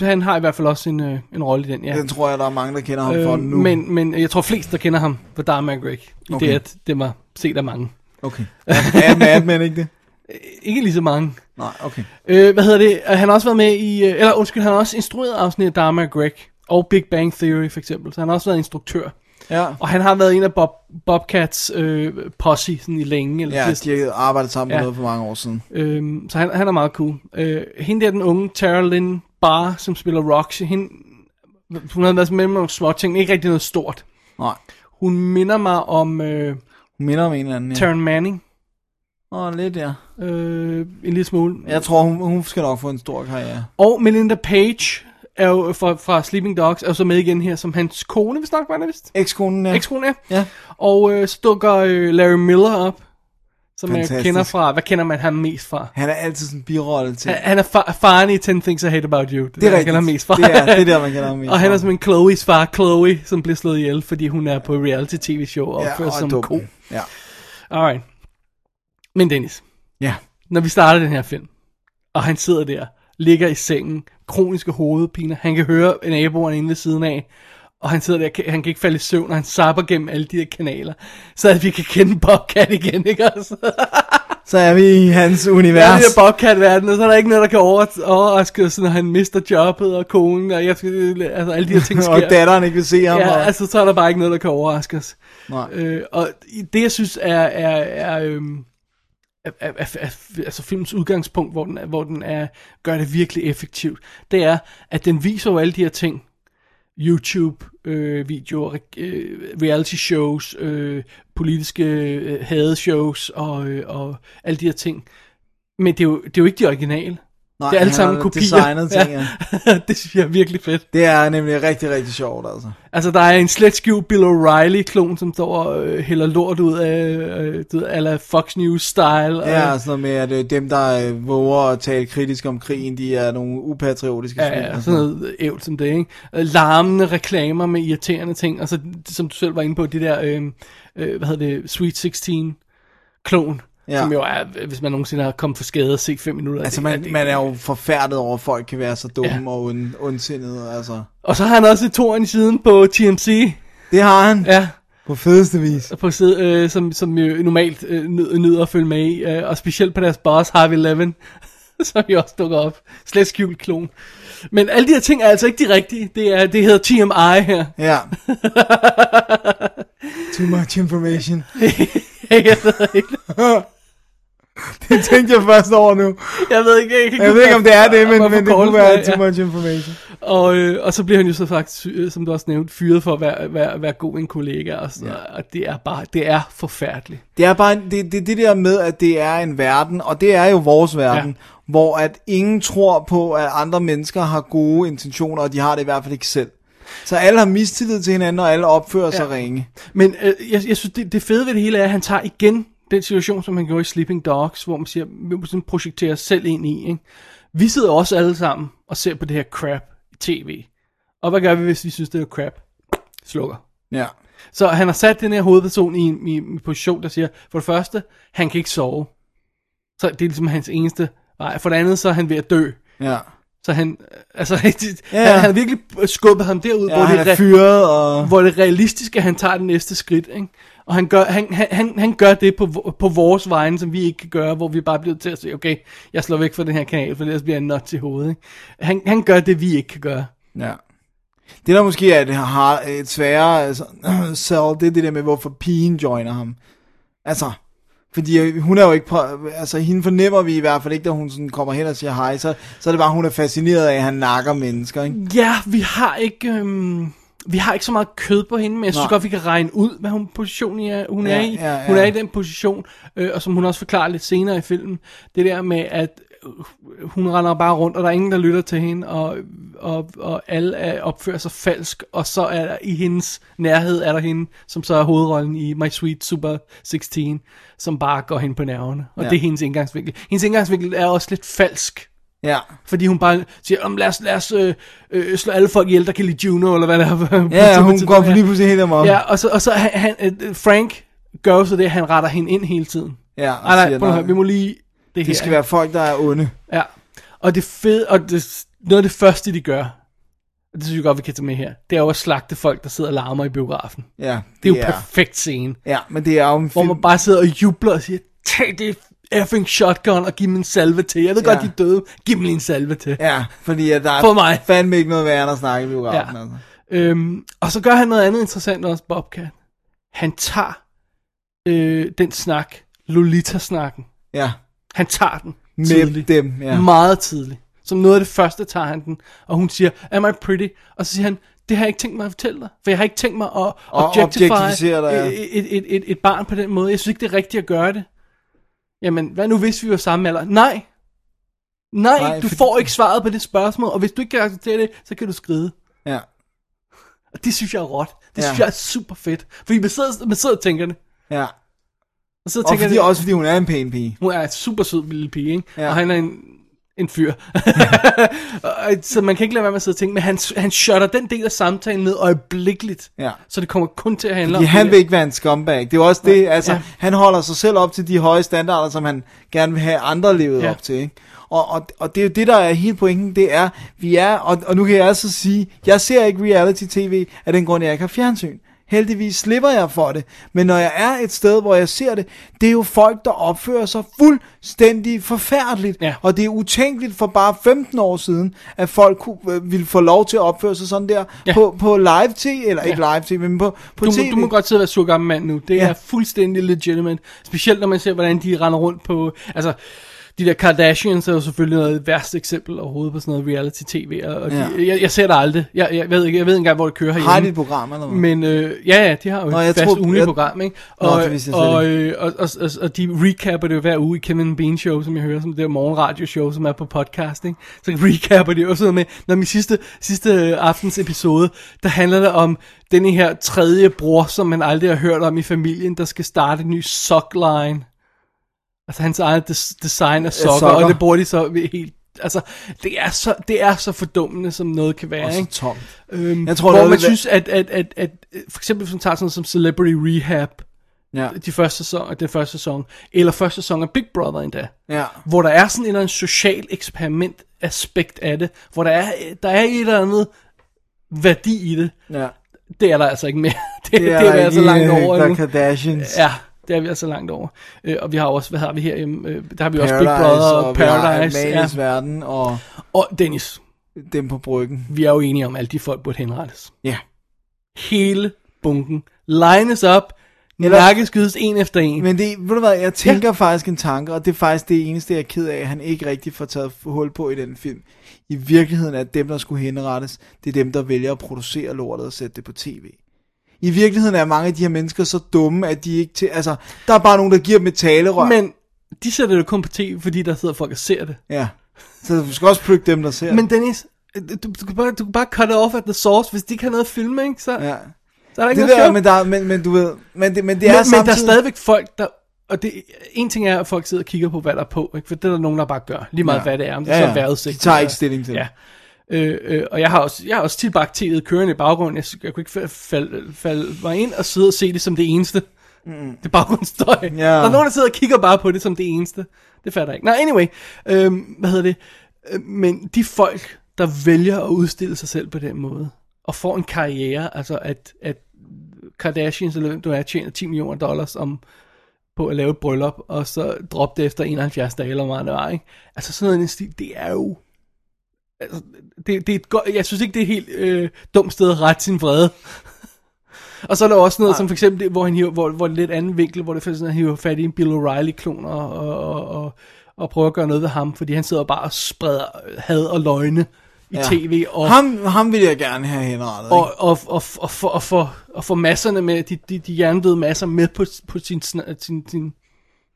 Speaker 4: han har i hvert fald også en, øh, en rolle i den, ja. Øh,
Speaker 3: Den tror jeg, der er mange, der kender ham for nu.
Speaker 4: Men, men jeg tror flest, der kender ham for Dharma og Greg, i okay.
Speaker 3: Okay.
Speaker 4: det, at det var set af mange.
Speaker 3: Okay. Er Mad Men ikke det?
Speaker 4: Ikke lige så mange.
Speaker 3: Nej, okay.
Speaker 4: Øh, hvad hedder det? Øh, Han har også været med i, øh, eller undskyld, han har også instrueret afsnit af Dharma og Greg, og Big Bang Theory for eksempel, så han har også været instruktør.
Speaker 3: Ja.
Speaker 4: Og han har været en af Bob, Bobcats øh, posse sådan i længe. Eller
Speaker 3: Ja,
Speaker 4: firs-
Speaker 3: de har arbejdet sammen ja.
Speaker 4: Ja.
Speaker 3: med noget for mange år siden.
Speaker 4: Øhm, så han, han er meget cool. Øh, hende der, den unge Tara Lynn Barr, som spiller Roxy, hende, hun havde været med med nogle små ting, ikke rigtig noget stort.
Speaker 3: Nej.
Speaker 4: Hun minder mig om øh,
Speaker 3: Hun minder om en eller anden, ja.
Speaker 4: Taryn Manning
Speaker 3: Åh, oh, lidt, ja.
Speaker 4: øh, en lille smule.
Speaker 3: Jeg tror, hun, hun skal nok få en stor karriere.
Speaker 4: Og Melinda Page er jo fra, fra Sleeping Dogs, er jo så med igen her, som hans kone, hvis nok var det vist.
Speaker 3: Ekskonen, ja.
Speaker 4: Ekskone, ja.
Speaker 3: Ja.
Speaker 4: Og øh, så dukker øh, Larry Miller op, som jeg
Speaker 3: Fantastisk.
Speaker 4: kender fra, hvad kender man ham mest fra?
Speaker 3: Han er altid sådan en birolle til.
Speaker 4: Han, han er far, faren i 10 Things I Hate About You. Det,
Speaker 3: Det er
Speaker 4: han
Speaker 3: rigtigt.
Speaker 4: kender mest fra.
Speaker 3: Det er- det er der, man kender ham mest
Speaker 4: Og han er
Speaker 3: fra.
Speaker 4: simpelthen Chloes far, Chloe, som bliver slået ihjel, fordi hun er på reality-tv-show og
Speaker 3: Ja,
Speaker 4: opfører sig
Speaker 3: og
Speaker 4: som
Speaker 3: dum.
Speaker 4: ko.
Speaker 3: Ja.
Speaker 4: Alright. Men Dennis,
Speaker 3: Ja.
Speaker 4: når vi starter den her film, og han sidder der, ligger i sengen, kroniske hovedpiner, han kan høre naboerne inde ved siden af, og han sidder der, kan- han kan ikke falde i søvn, og han sapper gennem alle de der kanaler, så at vi kan kende Bobcat igen, ikke også?
Speaker 3: Så er vi i hans univers.
Speaker 4: Ja, det er Bobcat-verden, og så er der ikke noget, der kan over- overraske os, når han mister jobbet og konen, og jeg skal, altså alle de her ting sker.
Speaker 3: og datteren ikke vil se ham.
Speaker 4: Ja,
Speaker 3: og...
Speaker 4: altså så er der bare ikke noget, der kan overraske os.
Speaker 3: Nej.
Speaker 4: Øh, og det, jeg synes, er, er, er, øhm, er, er, er, er altså filmens udgangspunkt, hvor den, er, hvor den er, gør det virkelig effektivt, det er, at den viser jo alle de her ting, YouTube-videoer, øh, reality-shows, øh, politiske øh, hadeshows og, øh, og alle de her ting. Men det er, jo, det er jo ikke de originale. Nej, det er alle
Speaker 3: han
Speaker 4: sammen
Speaker 3: har
Speaker 4: kopier.
Speaker 3: designet ting,
Speaker 4: ja. det synes jeg er virkelig fedt.
Speaker 3: Det er nemlig rigtig, rigtig sjovt, altså.
Speaker 4: Altså, der er en slet skjult Bill O'Reilly-klon, som står og øh, hælder lort ud af, øh, du ved, a la Fox News-style. og-
Speaker 3: Ja, og sådan noget med, at øh, dem, der øh, våger at tale kritisk om krigen, de er nogle upatriotiske
Speaker 4: Ja,
Speaker 3: svin
Speaker 4: ja,
Speaker 3: og
Speaker 4: sådan noget ævl som det, ikke? Øh, Larmende reklamer med irriterende ting, og så, som du selv var inde på, det der, øh, øh, hvad hedder det, Sweet 16 klon,
Speaker 3: Ja.
Speaker 4: ja. som jo er, hvis man nogensinde har kommet for skade og set 5 minutter af
Speaker 3: Altså,
Speaker 4: det,
Speaker 3: man,
Speaker 4: det,
Speaker 3: man er jo forfærdet over, at folk kan være så dumme ja. og und, ondsindede, altså.
Speaker 4: Og så har han også et toren i siden på TMC.
Speaker 3: Det har han.
Speaker 4: Ja.
Speaker 3: På fedeste vis.
Speaker 4: På side, øh, som, som jo normalt øh, nyder, nyder at følge med i, øh, og specielt på deres boss, Harvey Levin, som jo også dukker op. Slet skjult klon. Men alle de her ting er altså ikke de rigtige. Det, er, det hedder TMI her.
Speaker 3: Ja. Too much information.
Speaker 4: jeg ved ikke.
Speaker 3: det tænkte jeg først over nu.
Speaker 4: Jeg ved ikke, jeg, kan
Speaker 3: Jeg ved ikke, om det er det, men,
Speaker 4: Hvorfor
Speaker 3: men det
Speaker 4: kort
Speaker 3: kunne være
Speaker 4: for-
Speaker 3: too much information.
Speaker 4: Og, øh, og så bliver han jo så faktisk, øh, som du også nævnte, fyret for at være, være, være god en kollega. Og, sådan, ja. og det er bare, det er forfærdeligt.
Speaker 3: Det er bare en- det, det, det der med, at det er en verden, og det er jo vores verden, ja. hvor at ingen tror på, at andre mennesker har gode intentioner, og de har det i hvert fald ikke selv. Så alle har mistillid til hinanden, og alle opfører sig
Speaker 4: Ja.
Speaker 3: ringe.
Speaker 4: Men øh, jeg, jeg synes, det, det fede ved det hele er, at han tager igen den situation, som han gjorde i Sleeping Dogs, hvor man siger, vi må sådan projektere os selv ind i. Ikke? Vi sidder også alle sammen og ser på det her crap i tv. Og hvad gør vi, hvis vi synes, det er crap? Slukker.
Speaker 3: Ja.
Speaker 4: Så han har sat den her hovedperson i en, i en position, der siger, for det første, han kan ikke sove. Så det er ligesom hans eneste vej. For det andet, så er han ved at dø.
Speaker 3: Ja.
Speaker 4: Så han, altså,
Speaker 3: Ja.
Speaker 4: ja. han, han har virkelig skubbet ham derud,
Speaker 3: Ja,
Speaker 4: hvor,
Speaker 3: han
Speaker 4: det
Speaker 3: er
Speaker 4: re-
Speaker 3: fyret, og-
Speaker 4: hvor det er realistisk, at han tager det næste skridt. Ikke? Og han gør, han, han- han, han gør det på, vo- på vores vegne, som vi ikke kan gøre, hvor vi bare bliver til at sige, okay, jeg slår væk fra den her kanal, for ellers bliver jeg en nut til hovedet. Ikke? Han, han gør det, vi ikke kan gøre.
Speaker 3: Ja. Det der måske er det har et sværere altså, salg, det er det der med, hvorfor pigen joiner ham. Altså, fordi øh, hun er jo ikke, på- altså hende fornemmer vi i hvert fald ikke, da hun sådan kommer hen og siger hej, så, så er det bare, hun er fascineret af, at han nakker mennesker, ikke?
Speaker 4: Ja, vi har ikke... Øhm, vi har ikke så meget kød på hende, men jeg synes
Speaker 3: Nej.
Speaker 4: godt, vi kan regne ud, hvad hun, position i er, hun
Speaker 3: Ja,
Speaker 4: er i.
Speaker 3: ja, ja.
Speaker 4: Hun er i den position, øh, og som hun også forklarer lidt senere i filmen, det der med, at øh, hun render bare rundt, og der er ingen, der lytter til hende, og, og, og alle er, opfører sig falsk, og så er der i hendes nærhed, er der hende, som så er hovedrollen i My Sweet Super 16, som bare går hen på nerverne,
Speaker 3: Ja.
Speaker 4: og ja. det er hendes indgangsvinkel. Hendes indgangsvinkel er også lidt falsk.
Speaker 3: Ja.
Speaker 4: Fordi hun bare siger, om lad os, lad os øh, øh, slå alle folk ihjel, der kan lide Juno, eller hvad det er. på- på-
Speaker 3: Ja,
Speaker 4: på-
Speaker 3: hun
Speaker 4: på-
Speaker 3: går
Speaker 4: ja.
Speaker 3: lige pludselig helt amok.
Speaker 4: Ja, og så, og så han, han, øh, Frank gør jo så det, at han retter hende ind hele tiden.
Speaker 3: Ja, og
Speaker 4: Ej,
Speaker 3: siger,
Speaker 4: nej, prøv at
Speaker 3: nej.
Speaker 4: høre, vi må lige det,
Speaker 3: Det,
Speaker 4: her.
Speaker 3: det skal være folk, der er onde.
Speaker 4: Ja, og det fede, og det, noget af det første, de gør, og det synes jeg godt, vi kan tage med her, det er jo at slagte folk, der sidder og larmer i biografen.
Speaker 3: Ja, det
Speaker 4: det er jo
Speaker 3: er-
Speaker 4: perfekt scene.
Speaker 3: Ja, men det er jo en
Speaker 4: Hvor
Speaker 3: film.
Speaker 4: man bare sidder og jubler og siger, tag det effing shotgun og giv dem en salve til. Jeg ved
Speaker 3: Ja.
Speaker 4: godt, de er døde. Giv dem lige en salve til.
Speaker 3: Ja, fordi at der er
Speaker 4: For mig.
Speaker 3: fandme ikke noget værre, end at snakke i biografen.
Speaker 4: Ja.
Speaker 3: Altså.
Speaker 4: Øhm, og så gør han noget andet interessant også, Bobcat. Han tager øh, den snak, Lolita-snakken.
Speaker 3: Ja.
Speaker 4: Han tager den
Speaker 3: Med
Speaker 4: tidligt.
Speaker 3: dem, ja.
Speaker 4: Meget tidligt. Som noget af det første tager han den, og hun siger, am I pretty? Og så siger han, det har jeg ikke tænkt mig at fortælle dig, for jeg har ikke tænkt mig at objectify
Speaker 3: objektificere dig, ja.
Speaker 4: et, et, et, et, et barn på den måde. Jeg synes ikke, det er rigtigt at gøre det. Jamen, hvad nu hvis vi var samme alder? Nej! Nej,
Speaker 3: Nej,
Speaker 4: Nej du
Speaker 3: fordi-
Speaker 4: får ikke svaret på det spørgsmål, og hvis du ikke kan acceptere det, så kan du skride.
Speaker 3: Ja.
Speaker 4: Og det synes jeg er råt. Det
Speaker 3: Ja.
Speaker 4: ja. synes jeg er super fedt. Fordi man sidder, man sidder og tænker det.
Speaker 3: Ja.
Speaker 4: Og så
Speaker 3: Og
Speaker 4: tænker
Speaker 3: fordi,
Speaker 4: det,
Speaker 3: også fordi hun er en pæn pige.
Speaker 4: hun er en super sød lille pige, ikke?
Speaker 3: Ja.
Speaker 4: Ja. Og han er en, en fyr. Og- øh, så man kan ikke lade være med at sidde og tænke, men han, han shutter den del af samtalen ned øjeblikkeligt.
Speaker 3: Ja.
Speaker 4: Så det kommer kun til at handle
Speaker 3: Fordi
Speaker 4: om
Speaker 3: han
Speaker 4: det
Speaker 3: vil
Speaker 4: her.
Speaker 3: ikke være en scumbag. Det er jo også det, altså, ja.
Speaker 4: Ja.
Speaker 3: han holder sig selv op til de høje standarder, som han gerne vil have andre levet ja.
Speaker 4: Ja.
Speaker 3: op til, ikke? Og, og, og det er jo det, der er hele pointen, det er, vi er, og, og nu kan jeg altså sige, jeg ser ikke reality-tv af den grund, jeg ikke har fjernsyn. Heldigvis slipper jeg for det, men når jeg er et sted, hvor jeg ser det, det er jo folk, der opfører sig fuldstændig forfærdeligt, ja. og det er utænkeligt for bare 15 år siden, at folk kunne, øh, ville få lov til at opføre sig sådan der ja.
Speaker 4: Ja.
Speaker 3: på, på live-tv, eller ja.
Speaker 4: Ja.
Speaker 3: ikke live-tv, men på, på
Speaker 4: du,
Speaker 3: tv.
Speaker 4: må, du må godt sidde og være sur gammel mand nu. Det
Speaker 3: Ja.
Speaker 4: ja. er fuldstændig legitimate. Specielt når man ser, hvordan de render rundt på... Altså, de der Kardashians er jo selvfølgelig noget af det værste eksempel overhovedet på sådan noget reality-tv. Og, og ja. de,
Speaker 3: Ja.
Speaker 4: jeg, jeg ser det aldrig. Jeg, jeg, ved ikke, jeg ved ikke engang, hvor det kører herhjemme.
Speaker 3: Har de et program, eller hvad?
Speaker 4: Men øh, ja, ja, de har jo
Speaker 3: Nå,
Speaker 4: et
Speaker 3: jeg
Speaker 4: fast
Speaker 3: tror-
Speaker 4: ugenligt
Speaker 3: jeg-
Speaker 4: program, ikke?
Speaker 3: Nå,
Speaker 4: Og,
Speaker 3: det vidste jeg
Speaker 4: og,
Speaker 3: slet
Speaker 4: øh, og, og, og, og, de recapper det jo hver uge i Kevin and Bean Show, som jeg hører, som det der morgenradio-show, som er på podcast, ikke? Så recapper det jo sådan noget med, når min sidste, sidste øh, aftens episode, der handler det om denne her tredje bror, som man aldrig har hørt om i familien, der skal starte en ny sockline. Altså hans eget des- design af sokker, sokker,
Speaker 3: sokker.
Speaker 4: og det bruger de så ved helt... Altså, det er så, det er så fordummende, som noget kan være,
Speaker 3: Og så
Speaker 4: ikke?
Speaker 3: tomt.
Speaker 4: Øhm, jeg
Speaker 3: Jeg tror,
Speaker 4: tror, hvor
Speaker 3: det er
Speaker 4: man
Speaker 3: det, hvad-
Speaker 4: synes, at, at, at, at, at for eksempel hvis man tager sådan noget som Celebrity Rehab,
Speaker 3: Ja.
Speaker 4: de første sæson, den første sæson, eller første sæson af Big Brother endda,
Speaker 3: Ja.
Speaker 4: hvor der er sådan en eller anden social eksperiment aspekt af det, hvor der er, der er et eller andet værdi i det.
Speaker 3: Ja.
Speaker 4: Det er der altså ikke mere. Det, det,
Speaker 3: Det
Speaker 4: er,
Speaker 3: er
Speaker 4: det er
Speaker 3: der
Speaker 4: vi altså
Speaker 3: ikke
Speaker 4: langt
Speaker 3: i, øh,
Speaker 4: over
Speaker 3: The
Speaker 4: nu.
Speaker 3: Kardashians.
Speaker 4: Ja, det er vi altså langt over. Øh, og vi har også, hvad har vi her? Jamen, øh, der har vi også Big
Speaker 3: Paradise,
Speaker 4: Brother og,
Speaker 3: og vi har
Speaker 4: Paradise.
Speaker 3: Amalies verden og...
Speaker 4: Og Dennis.
Speaker 3: Dem på bryggen.
Speaker 4: Vi er jo enige om, at alle de folk burde henrettes.
Speaker 3: Ja.
Speaker 4: Hele bunken. Lines op. Eller... Nakkeskydes en efter en.
Speaker 3: Men det, ved du hvad, jeg tænker ja. faktisk en tanke, og det er faktisk det eneste, jeg er ked af, at han ikke rigtig får taget hul på i den film. I virkeligheden er dem, der skulle henrettes, det er dem, der vælger at producere lortet og sætte det på tv. I virkeligheden er mange af de her mennesker så dumme, at de ikke til... Altså, der er bare nogen, der giver dem et talerør.
Speaker 4: Men de sætter det jo kun på tv, fordi der sidder folk og ser det.
Speaker 3: Ja. Så du skal også plukke dem, der ser
Speaker 4: Men Dennis, du, du, kan bare, du kan bare cut it off at the source. Hvis de ikke har noget at filme, ikke, så, ja. så er der
Speaker 3: det.
Speaker 4: ikke
Speaker 3: Det
Speaker 4: noget
Speaker 3: der,
Speaker 4: show.
Speaker 3: men, der, er- men, men du ved... Men det, men det er
Speaker 4: men, men der er
Speaker 3: samtidig-
Speaker 4: stadigvæk folk, der... Og det, en ting er, at folk sidder og kigger på, hvad der er på. Ikke? For det er der nogen, der bare gør. Lige meget, ja.
Speaker 3: Ja.
Speaker 4: hvad det er. Om det
Speaker 3: Ja,
Speaker 4: ja, så
Speaker 3: ja.
Speaker 4: er vejrudsigt.
Speaker 3: De tager
Speaker 4: eller-
Speaker 3: ikke stilling til det.
Speaker 4: ja. Øh, øh, og jeg har også, jeg har også tit bare teet kørende i baggrunden. Jeg, jeg kunne ikke fa- falde fald mig ind og sidde og se det som det eneste. Mm. Det er baggrundsstøj. Ja. Der er nogen, der sidder og kigger bare på det som det eneste. Det fatter jeg ikke. Nå, anyway. Øh, hvad hedder det? Øh, Men de folk, der vælger at udstille sig selv på den måde, og får en karriere, altså at, at Kardashians eller hvem du er, tjener 10 millioner dollars om, på at lave et bryllup, og så droppe det efter 71 dage eller hvor meget det var, ikke? Altså sådan noget i den stil, det er jo... Altså, det, det er et godt, jeg synes ikke, det er et helt øh, dumt sted at rette sin vrede. og så er der også noget, Nej. som for eksempel, det, hvor han hiver, hvor, hvor det er lidt anden vinkel, hvor det er sådan, at han hiver fat i en Bill O'Reilly-klon og, og, og, og, og prøver at gøre noget ved ham, fordi han sidder bare og spreder had og løgne i ja. tv. Og,
Speaker 3: Ham, ham vil jeg gerne have henrettet,
Speaker 4: og, og, og, og, for, og, for, og for masserne med, de, de, de hjernedøde masser med på, på sin, sna- sin, sin,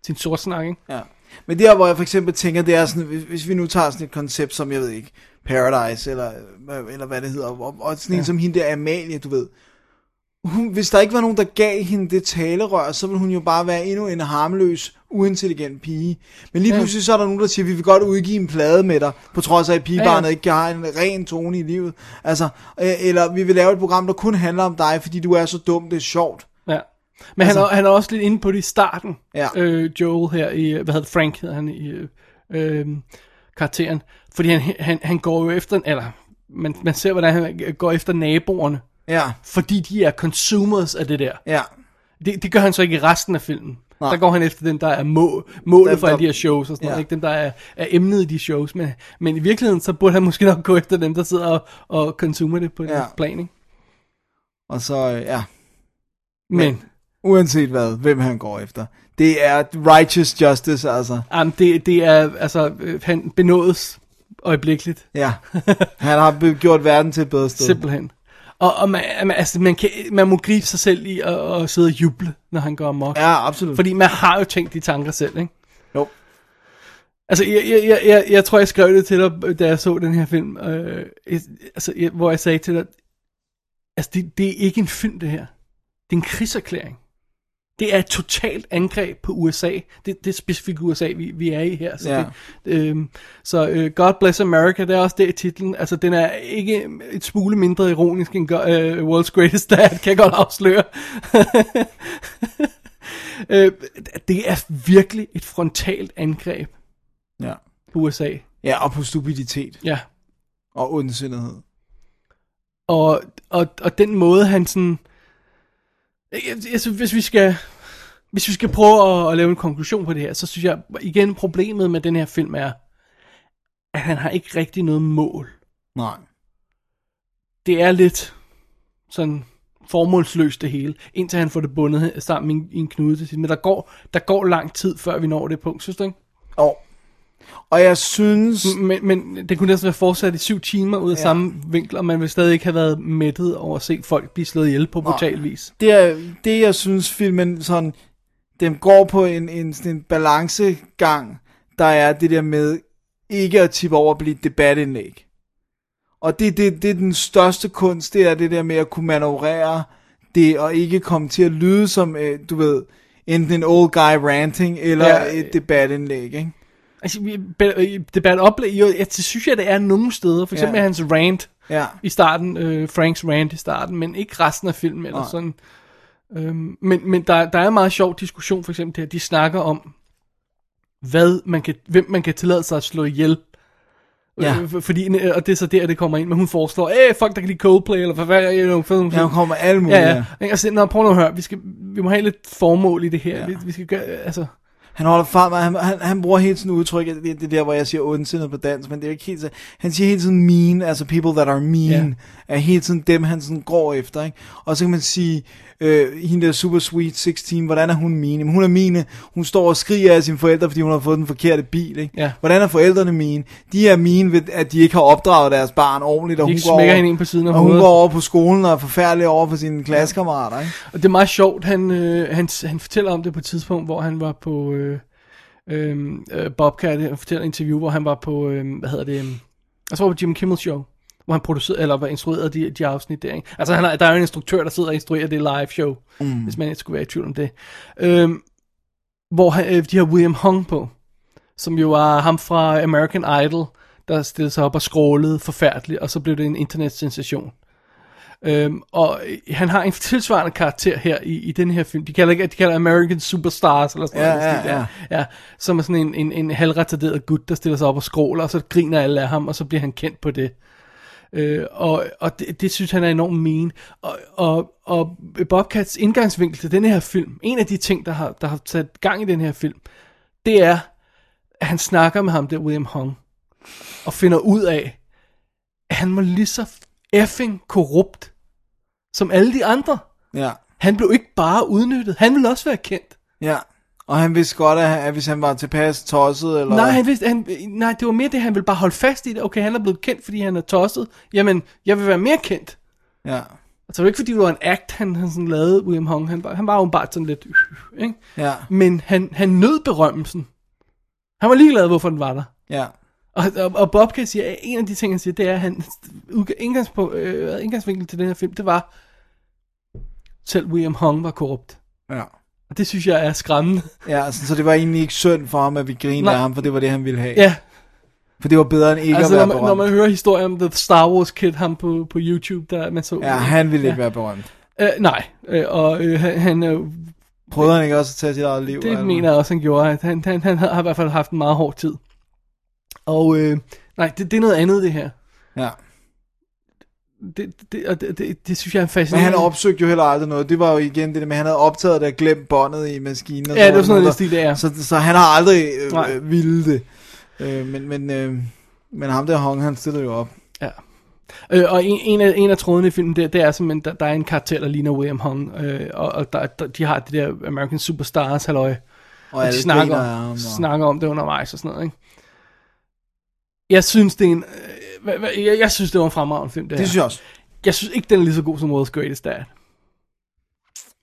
Speaker 4: sin sort snak, ikke?
Speaker 3: Ja. Men der, hvor jeg for eksempel tænker, det er sådan, hvis, hvis vi nu tager sådan et koncept som, jeg ved ikke, Paradise, eller, eller hvad det hedder, og, og sådan en
Speaker 4: Ja.
Speaker 3: ja. som hende der, Amalie, du ved. Hun, hvis der ikke var nogen, der gav hende det talerør, så ville hun jo bare være endnu en harmløs, uintelligent pige. Men lige
Speaker 4: Ja.
Speaker 3: ja. pludselig så er der nogen, der siger, vi vil godt udgive en plade med dig, på trods af, at pigebarnet
Speaker 4: Ja,
Speaker 3: ja, ja.
Speaker 4: ja.
Speaker 3: ikke har en ren tone i livet. Altså, øh, eller vi vil lave et program, der kun handler om dig, fordi du er så dum, det er sjovt.
Speaker 4: Ja. Men
Speaker 3: Altså-
Speaker 4: altså, han, er, han er også lidt inde på det i starten.
Speaker 3: Ja.
Speaker 4: Øh, Joel her i, hvad hedder det, Frank hedder han i øh, øh, karakteren. Fordi han, han, han går jo efter, eller man, man ser, hvordan han går efter naboerne.
Speaker 3: Ja.
Speaker 4: Fordi de er consumers af det der.
Speaker 3: Ja.
Speaker 4: Det, det gør han så ikke i resten af filmen. Nej.
Speaker 3: Nej.
Speaker 4: Der går han efter dem, der er må, målet
Speaker 3: Dem,
Speaker 4: for alle
Speaker 3: der-
Speaker 4: de her shows og sådan ja. noget.
Speaker 3: Ja.
Speaker 4: Ikke? Dem, der er, er emnet i de shows. Men, men i virkeligheden, så burde han måske nok gå efter dem, der sidder og, og consumer det på ja.
Speaker 3: Ja.
Speaker 4: den plan. Ikke?
Speaker 3: Og så, øh, ja.
Speaker 4: Men,
Speaker 3: Uanset hvad, hvem han går efter. Det er righteous justice, altså.
Speaker 4: Jamen, det, det er, altså, øh, han benådes øjeblikkeligt,
Speaker 3: Ja. Han har be- gjort verden til et bedre sted.
Speaker 4: simpelthen. Og, og man, man- altså, man, kan, man må gribe sig selv i at, at sidde og juble, når han går amok.
Speaker 3: Ja, absolut.
Speaker 4: Fordi man har jo tænkt de tanker selv, ikke?
Speaker 3: Jo.
Speaker 4: Altså, jeg, jeg, jeg, jeg, jeg tror, jeg skrev det til dig, da jeg så den her film, øh, jeg- altså, jeg, hvor jeg sagde til dig, altså, det, det er ikke en film, det her. Det er en krigserklæring. Det er et totalt angreb på USA. Det, det er specifikt USA, vi, vi er i her. Så,
Speaker 3: Ja.
Speaker 4: det, øhm, så øh, God Bless America, det er også der i titlen. Altså, den er ikke et smule mindre ironisk end go- øh, World's Greatest Dad, kan jeg godt afsløre. øh, det er virkelig et frontalt angreb
Speaker 3: Ja.
Speaker 4: på USA.
Speaker 3: Ja, og på stupiditet
Speaker 4: Ja.
Speaker 3: og ondsindighed.
Speaker 4: Og, og, og den måde, han sådan... Jeg, jeg, synes, hvis vi skal... Hvis vi skal prøve at, at lave en konklusion på det her, så synes jeg igen, problemet med den her film er, at han har ikke rigtig noget mål.
Speaker 3: Nej.
Speaker 4: Det er lidt sådan formålsløst det hele, indtil han får det bundet sammen i en, i en knude til sidst. Men der går, der går lang tid, før vi når det punkt, synes du ikke?
Speaker 3: Og Og jeg synes...
Speaker 4: Men, men det kunne næsten være fortsat i syv timer ud af ja. samme vinkel, og man ville stadig ikke have været mættet over at se folk blive slået ihjel på brutal vis.
Speaker 3: Det, er, det jeg synes filmen sådan, den går på en, en, sådan en balancegang, der er det der med ikke at tippe over at blive et debatindlæg. Og det, det, det er den største kunst, det er det der med at kunne manøvrere det, og ikke komme til at lyde som, øh, du ved, enten en old guy ranting, eller
Speaker 4: Ja.
Speaker 3: ja, et debatindlæg, ikke?
Speaker 4: Altså, vi- be- debatoplæg, jo, jeg det synes jeg, det er nogle steder. For eksempel
Speaker 3: Ja.
Speaker 4: ja. hans rant
Speaker 3: Ja.
Speaker 4: i starten, øh, Franks rant i starten, men ikke resten af filmen eller
Speaker 3: Nej.
Speaker 4: sådan. Øhm, men men der, der er en meget sjov diskussion, for eksempel det her, de snakker om, hvad man kan, hvem man kan tillade sig at slå ihjel.
Speaker 3: Ja.
Speaker 4: Øh, for- fordi, øh, og det er så der, det kommer ind, men hun foreslår, æh, folk der kan lide Coldplay, eller hvad fanden, you know, sådan-
Speaker 3: Ja, hun kommer med alle mulige.
Speaker 4: Ja, ja. Og så, nå, prøv nu at høre, vi, skal, vi må have lidt formål i det her, ja. vi, vi skal gøre, altså...
Speaker 3: Han holder frem, og han, han, han bruger hele tiden udtryk, det, det er der, hvor jeg siger ondsindet på dansk, men det er jo ikke helt så- Han siger hele tiden mean, altså people that are mean, ja. er hele tiden dem, han sådan går efter, ikke? Og så kan man sige, øh, hende der super sweet 16, hvordan er hun mean? Jamen, hun er mine, hun står og skriger af sine forældre, fordi hun har fået den forkerte bil, ikke?
Speaker 4: Ja.
Speaker 3: Hvordan er forældrene mean? De er mean ved, at de ikke har opdraget deres barn ordentligt, og
Speaker 4: De
Speaker 3: hun
Speaker 4: ikke
Speaker 3: går,
Speaker 4: smækker
Speaker 3: over,
Speaker 4: hende ind på siden af
Speaker 3: og hun
Speaker 4: hovedet.
Speaker 3: går over på skolen og er forfærdelig over for sine klassekammerater, ikke?
Speaker 4: Og det er meget sjovt, han, øh, han, han fortæller om det på et tidspunkt, hvor han var på øh, øh, øh, Bobcat, han fortæller et interview, hvor han var på, øh, hvad hedder det, øh, jeg tror på Jim Kimmel Show, hvor han producerede, eller var instrueret de, de afsnit der. Ikke? Altså han, har- der er jo en instruktør, der sidder og instruerer det live show,
Speaker 3: Mm.
Speaker 4: mm. hvis man ikke skulle være i tvivl om det. Øh, hvor han, øh, de har William Hung på, som jo er ham fra American Idol, der stillede sig op og scrollede forfærdeligt, og så blev det en internetsensation. Øhm, og øh, han har en tilsvarende karakter her i, i den her film. De kalder ikke, de kalder American Superstars eller sådan
Speaker 3: Ja,
Speaker 4: noget. i den
Speaker 3: ja,
Speaker 4: stil der. ja. Som er sådan en, en, en halvretarderet gut, der stiller sig op og skråler, og så griner alle af ham, og så bliver han kendt på det. Øh, og og det, det synes han er enormt mean. Og, og, og Bobcats indgangsvinkel til den her film, en af de ting, der har, der har sat gang i den her film, det er, at han snakker med ham der, William Hong, og finder ud af, at han var lige så effing korrupt som alle de andre.
Speaker 3: Ja.
Speaker 4: Han blev ikke bare udnyttet, han ville også være kendt.
Speaker 3: Ja. Og han vidste godt, at, at hvis han var tilpas tosset, eller...
Speaker 4: Nej, han vidste, han, nej, det var mere det, han ville bare holde fast i det. Okay, han er blevet kendt, fordi han er tosset. Jamen, jeg vil være mere kendt.
Speaker 3: Ja.
Speaker 4: Altså, det var ikke, fordi det var en act, han, han sådan lavede, William Hong. Han, var- han var jo bare sådan lidt... Ikke?
Speaker 3: Ja.
Speaker 4: Men han, han nød berømmelsen. Han var ligeglad, hvorfor den var der.
Speaker 3: Ja.
Speaker 4: Og, og, og Bob kan sige, at en af de ting, han siger, det er, at han, udga- indgangspunkt, øh, indgangsvinkel til den her film, det var, selv William Hong var korrupt.
Speaker 3: Ja.
Speaker 4: Og det synes jeg er skræmmende.
Speaker 3: Ja, altså, så det var egentlig ikke synd for ham, at vi grinede
Speaker 4: Nej.
Speaker 3: af ham, for det var det, han ville have.
Speaker 4: Ja.
Speaker 3: For det var bedre end ikke
Speaker 4: altså,
Speaker 3: at
Speaker 4: når
Speaker 3: være
Speaker 4: man,
Speaker 3: berømt.
Speaker 4: når man hører historier om The Star Wars Kid, ham på, på YouTube, der man så...
Speaker 3: Ja, han ville ikke være berømt.
Speaker 4: Øh, nej, øh, og øh, han, han øh,
Speaker 3: Prøvede han ikke også at tage sit eget liv?
Speaker 4: det mener jeg også, han gjorde. At han, han, han har i hvert fald haft en meget hård tid. Og øh, nej, det, det er noget andet, det her.
Speaker 3: Ja.
Speaker 4: Det, det, og det, det, det synes jeg er
Speaker 3: Men
Speaker 4: fascinerende.
Speaker 3: han opsøgte jo heller aldrig noget. Det var jo igen det der med, at han havde optaget det og glemt båndet i maskinen. og
Speaker 4: Ja, det var sådan noget i
Speaker 3: der-
Speaker 4: den stil, det er.
Speaker 3: Så, så han har aldrig øh,
Speaker 4: Nej.
Speaker 3: øh, ville det. Øh, men, men, øh, men ham der Hong, han stillede jo op.
Speaker 4: Ja. Øh, og en, en, af, en af trådene i filmen, det, det er simpelthen, der, der er en karakter, der ligner William Hung, øh, og, og der, der, de har det der American Superstars, halløj.
Speaker 3: Og
Speaker 4: Og, og
Speaker 3: alle
Speaker 4: de snakker,
Speaker 3: griner af ham,
Speaker 4: om,
Speaker 3: og-
Speaker 4: snakker om det undervejs og sådan noget, ikke? Jeg synes, det er en... Øh, hvad, hvad, jeg, jeg synes, det var en fremragende film, det,
Speaker 3: Det
Speaker 4: her.
Speaker 3: synes jeg også.
Speaker 4: Jeg synes ikke, den er lige så god som World's Greatest Dad.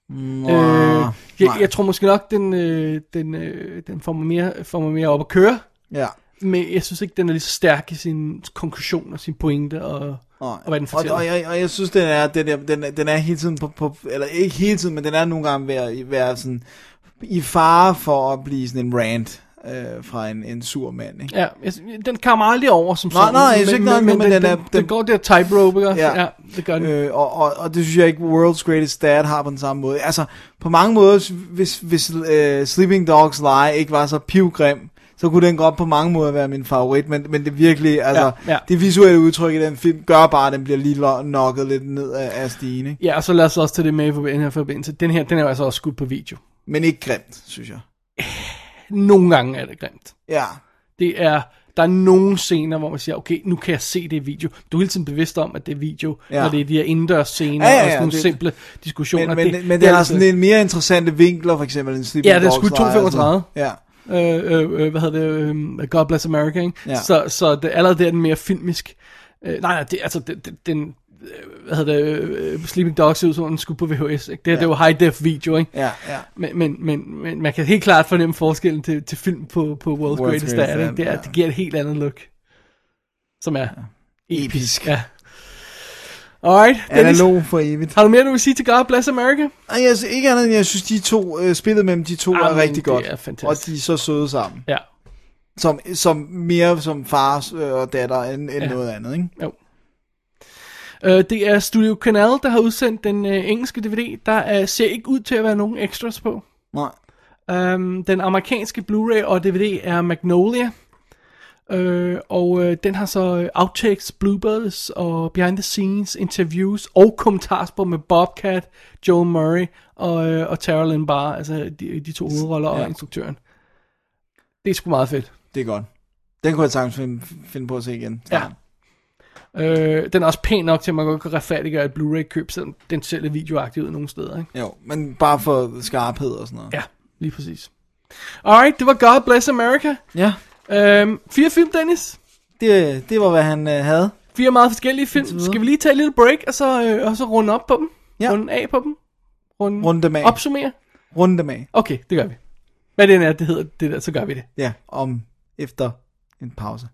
Speaker 3: Mm,
Speaker 4: Øh, jeg,
Speaker 3: nej.
Speaker 4: jeg tror måske nok, den, øh, den, øh, den får, mig mere, får mig mere op at køre.
Speaker 3: Ja.
Speaker 4: Men jeg synes ikke, den er lige så stærk i sin konklusion og sin pointe og, og hvad den
Speaker 3: Og,
Speaker 4: fortæller.
Speaker 3: og, jeg, og jeg synes, den er, den, er, den, er, den er hele tiden på, på, eller ikke hele tiden, men den er nogle gange ved at være sådan, i fare for at blive sådan en rant øh, fra en, en sur mand, ikke?
Speaker 4: Ja, jeg, sy- den kommer aldrig over som
Speaker 3: Nej,
Speaker 4: sådan.
Speaker 3: nej, jeg synes ikke, den er- men den er-
Speaker 4: den, den går der tightrope, ikke? Ja. ja, det gør den.
Speaker 3: Øh, og, og, og det synes jeg ikke, World's Greatest Dad har på den samme måde. Altså, på mange måder, hvis, hvis øh, Sleeping Dogs Lie ikke var så pivgrim, så kunne den godt på mange måder være min favorit, men, men det virkelig, altså,
Speaker 4: Ja, ja.
Speaker 3: det visuelle udtryk i den film, gør bare, at den bliver lige lo- nokket lidt ned af, af stigen, ikke?
Speaker 4: Ja, og så lad os også tage det med i forbi- den her forbindelse. Den her, den er jo altså også skudt på video.
Speaker 3: Men ikke grimt, synes jeg.
Speaker 4: Nogle gange er det grimt.
Speaker 3: Ja.
Speaker 4: Det er, der er nogle scener, hvor man siger, okay, nu kan jeg se det i video. Du er hele tiden bevidst om, at det er video,
Speaker 3: Ja.
Speaker 4: ja. når det er de her indendørs scener,
Speaker 3: Ja, ja,
Speaker 4: ja, ja, og
Speaker 3: ja,
Speaker 4: sådan nogle
Speaker 3: det-
Speaker 4: simple diskussioner.
Speaker 3: Men, men, men det, men det er
Speaker 4: altid-
Speaker 3: sådan en mere interessante vinkler, for eksempel, end Sleeping
Speaker 4: Ja, den er
Speaker 3: Dogs
Speaker 4: skudt
Speaker 3: Lie og sådan noget.
Speaker 4: 235.
Speaker 3: Ja.
Speaker 4: øh, øh, øh, hvad hedder det, øh, God Bless America, ikke?
Speaker 3: Ja.
Speaker 4: Så, så det, allerede der er den mere filmisk. Øh, nej, nej, det, altså, det, det, den, øh, hvad hedder det, øh, Sleeping Dogs ser ud som om den skulle på VHS, ikke? Det, ja. det var high def video, ikke?
Speaker 3: Ja, ja.
Speaker 4: Men, men, men, men man kan helt klart fornemme forskellen til, til film på, på World's,
Speaker 3: World's
Speaker 4: Greatest
Speaker 3: Greatest
Speaker 4: Dad, ikke? Det, er,
Speaker 3: Dad, ja.
Speaker 4: det giver et helt andet look, som er episk. episk. Ja. Alright, Dennis,
Speaker 3: Analog for evigt.
Speaker 4: har du mere, du vil sige til God Bless America?
Speaker 3: Ej, jeg, ikke andet end, jeg synes, de to, øh, spillet mellem de to
Speaker 4: Amen,
Speaker 3: er rigtig
Speaker 4: det
Speaker 3: godt.
Speaker 4: er fantastisk.
Speaker 3: Og de er så søde sammen.
Speaker 4: Ja.
Speaker 3: Som, som mere som far øh, og datter end, end
Speaker 4: Ja.
Speaker 3: ja. noget andet, ikke?
Speaker 4: Jo. Øh, det er Studio Canal, der har udsendt den øh, engelske DVD. Der øh, ser ikke ud til at være nogen extras på.
Speaker 3: Nej.
Speaker 4: Øhm, den amerikanske Blu-ray og DVD er Magnolia. Øh, og øh, den har så øh, outtakes, bloopers og behind the scenes interviews og kommentarspor med Bobcat, Joel Murray og, øh, og Tara Lynn Barr, altså de, de to hovedroller ja.
Speaker 3: Ja.
Speaker 4: og instruktøren. Det er sgu meget fedt.
Speaker 3: Det er godt. Den kunne jeg sagtens finde, finde på at se igen.
Speaker 4: Ja. Øh, den er også pæn nok til, at man godt kan retfærdiggøre et Blu-ray-køb, selvom den ser lidt videoagtig ud nogle steder. Ikke?
Speaker 3: Jo, men bare for skarphed og sådan noget.
Speaker 4: Ja, lige præcis. Alright, det var God Bless America.
Speaker 3: Ja.
Speaker 4: Øhm, fire film, Dennis.
Speaker 3: Det, det var, hvad han øh, havde.
Speaker 4: Fire meget forskellige film. Skal vi lige tage et lille break, og så, øh, og så runde op på dem? Ja. Runde af på dem? Runde,
Speaker 3: Runde dem af.
Speaker 4: Opsummere?
Speaker 3: Runde dem af.
Speaker 4: Okay, det gør vi. Hvad det er, det hedder det der, så gør vi det.
Speaker 3: Ja, om efter en pause.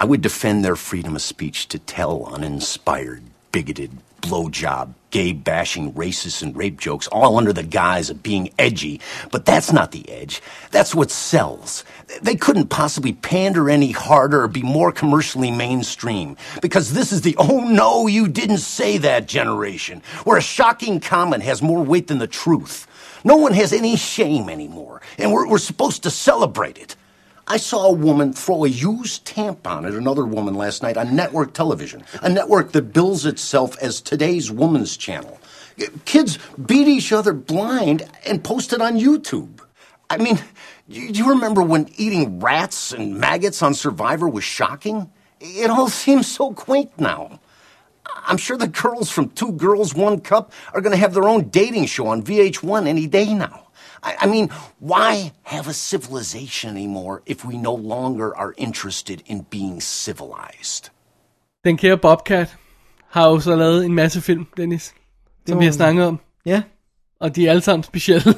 Speaker 13: I would defend their freedom of speech to tell uninspired, bigoted, blowjob, gay bashing, racist, and rape jokes, all under the guise of being edgy. But that's not the edge. That's what sells. They couldn't possibly pander any harder or be more commercially mainstream because this is the oh no, you didn't say that generation, where a shocking comment has more weight than the truth. No one has any shame anymore, and we're, we're supposed to celebrate it. I saw a woman throw a used tampon at another woman last night on network television, a network that bills itself as today's woman's channel. Kids beat each other blind and post it on YouTube. I mean, you- do you remember when eating rats and maggots on Survivor was shocking? It all seems so quaint now. I'm sure the girls from Two Girls, One Cup are going to have their own dating show on VH1 any day now. I, I mean, why have a civilization anymore if we no longer are interested in being civilized?
Speaker 4: Den kære Bobcat har jo så lavet en masse film, Dennis,
Speaker 3: må
Speaker 4: som vi har
Speaker 3: man-
Speaker 4: snakket om.
Speaker 3: Ja.
Speaker 4: Og de er alle sammen specielle.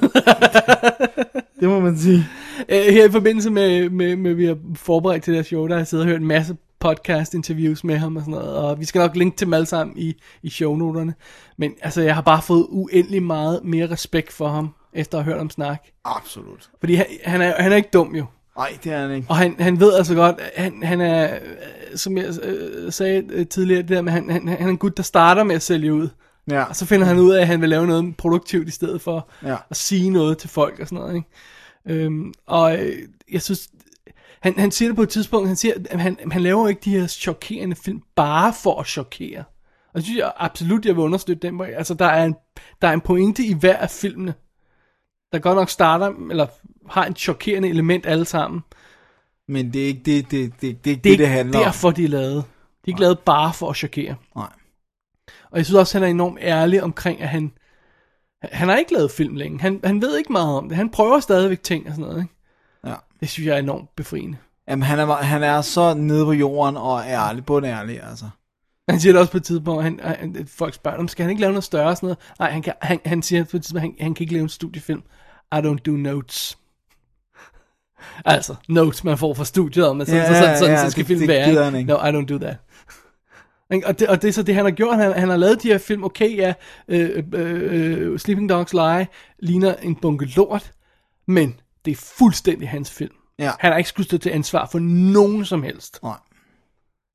Speaker 3: Det må man sige.
Speaker 4: Øh, her i forbindelse med, med, med, vi har forberedt til det her show, der har jeg siddet og hørt en masse podcast interviews med ham og sådan noget, og vi skal nok linke til dem alle sammen i, i shownoterne. Men altså, jeg har bare fået uendelig meget mere respekt for ham, efter at have hørt ham snakke.
Speaker 3: Absolut.
Speaker 4: Fordi han, han, er, han er ikke dum jo.
Speaker 3: Nej, det er han ikke.
Speaker 4: Og han, han ved altså godt, at han, han er, øh, som jeg øh, sagde øh, tidligere, det der med, han, han, han er en gut, der starter med at sælge ud.
Speaker 3: Ja.
Speaker 4: Og så finder han ud af, at han vil lave noget produktivt i stedet for
Speaker 3: Ja.
Speaker 4: at sige noget til folk og sådan noget. Ikke? Øhm, og øh, jeg synes, han, han siger det på et tidspunkt, han siger, at han, han laver jo ikke de her chokerende film bare for at chokere. Og det synes jeg absolut, jeg vil understøtte den. hvor- Altså, der er en, der er en pointe i hver af filmene, der godt nok starter, eller har en chokerende element alle sammen.
Speaker 3: Men det er ikke det, det, det, det, det, det,
Speaker 4: Det er
Speaker 3: det, det
Speaker 4: ikke
Speaker 3: handler om.
Speaker 4: derfor, de er lavet. De er ikke lavet bare for at chokere.
Speaker 3: Nej.
Speaker 4: Og jeg synes også, han er enormt ærlig omkring, at han... Han har ikke lavet film længe. Han, han ved ikke meget om det. Han prøver stadigvæk ting og sådan noget, ikke?
Speaker 3: Ja.
Speaker 4: Det synes jeg er enormt befriende.
Speaker 3: Jamen, han er, han er så nede på jorden og ærlig, bundærlig, altså.
Speaker 4: Han siger det også på et tidspunkt, han, han, folk spørger ham, skal han ikke lave noget større og sådan noget? Nej, han, kan, han, han siger på et tidspunkt, han, han kan ikke lave en studiefilm. I don't do notes. altså, notes man får fra studiet, om, at sådan,
Speaker 3: Ja,
Speaker 4: så, sådan, sådan,
Speaker 3: ja,
Speaker 4: så skal
Speaker 3: det-
Speaker 4: filmen
Speaker 3: det
Speaker 4: være.
Speaker 3: gider
Speaker 4: ikke?
Speaker 3: han ikke.
Speaker 4: No, I don't do that. Ikke? Og det, og det er så det, han har gjort. Han, han har lavet de her film. Okay, ja, øh, øh, øh, Sleeping Dogs Lie ligner en bunke lort, men det er fuldstændig hans film.
Speaker 3: Ja.
Speaker 4: Han har ikke skulle stå til ansvar for nogen som helst.
Speaker 3: Nej.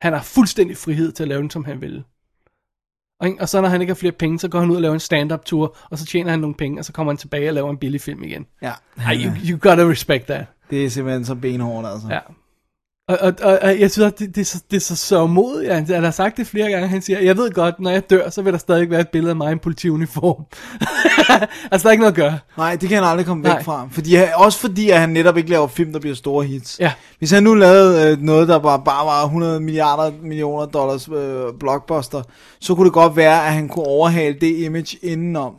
Speaker 4: Han har fuldstændig frihed til at lave den, som han vil. Og, ikke? og så når han ikke har flere penge, så går han ud og laver en stand-up tour, og så tjener han nogle penge, og så kommer han tilbage og laver en billig film igen.
Speaker 3: Ja.
Speaker 4: Ej, you, you gotta respect that.
Speaker 3: Det er simpelthen så benhårdt, altså.
Speaker 4: Ja. Og, og, og, og jeg synes, at det, det, er så, det er så sørgmodigt, han, han har sagt det flere gange, han siger, jeg ved godt, når jeg dør, så vil der stadig være et billede af mig i en politiuniform. altså, der er ikke noget at gøre.
Speaker 3: Nej, det kan han aldrig komme væk
Speaker 4: Nej.
Speaker 3: fra. Fordi, han- også fordi, at han netop ikke laver film, der bliver store hits.
Speaker 4: Ja.
Speaker 3: Hvis han nu lavede øh, noget, der bare, bare var 100 milliarder millioner dollars øh, blockbuster, så kunne det godt være, at han kunne overhale det image indenom.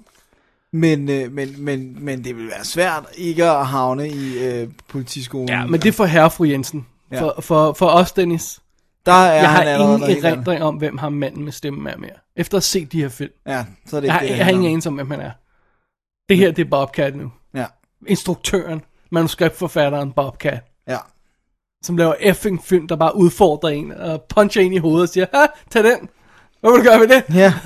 Speaker 3: Men, øh, men, men, men det vil være svært ikke at havne i øh, politiskolen.
Speaker 4: Ja, men det er for herre fru Jensen.
Speaker 3: Ja.
Speaker 4: For, for, for os, Dennis.
Speaker 3: Der er
Speaker 4: jeg
Speaker 3: han
Speaker 4: har
Speaker 3: allerede
Speaker 4: ingen
Speaker 3: derinde.
Speaker 4: erindring om, hvem ham manden med stemmen er mere. Efter at se de her film.
Speaker 3: Ja, så er det ikke
Speaker 4: jeg, har-
Speaker 3: det, det
Speaker 4: jeg har
Speaker 3: handler
Speaker 4: ingen
Speaker 3: om.
Speaker 4: anelse om, hvem han er. Det her, det er Bobcat nu.
Speaker 3: Ja.
Speaker 4: Instruktøren, manuskriptforfatteren Bobcat.
Speaker 3: Ja.
Speaker 4: Som laver effing film, der bare udfordrer en og puncher en i hovedet og siger, ha, tag den. Hvad vil du gøre ved det?
Speaker 3: Ja.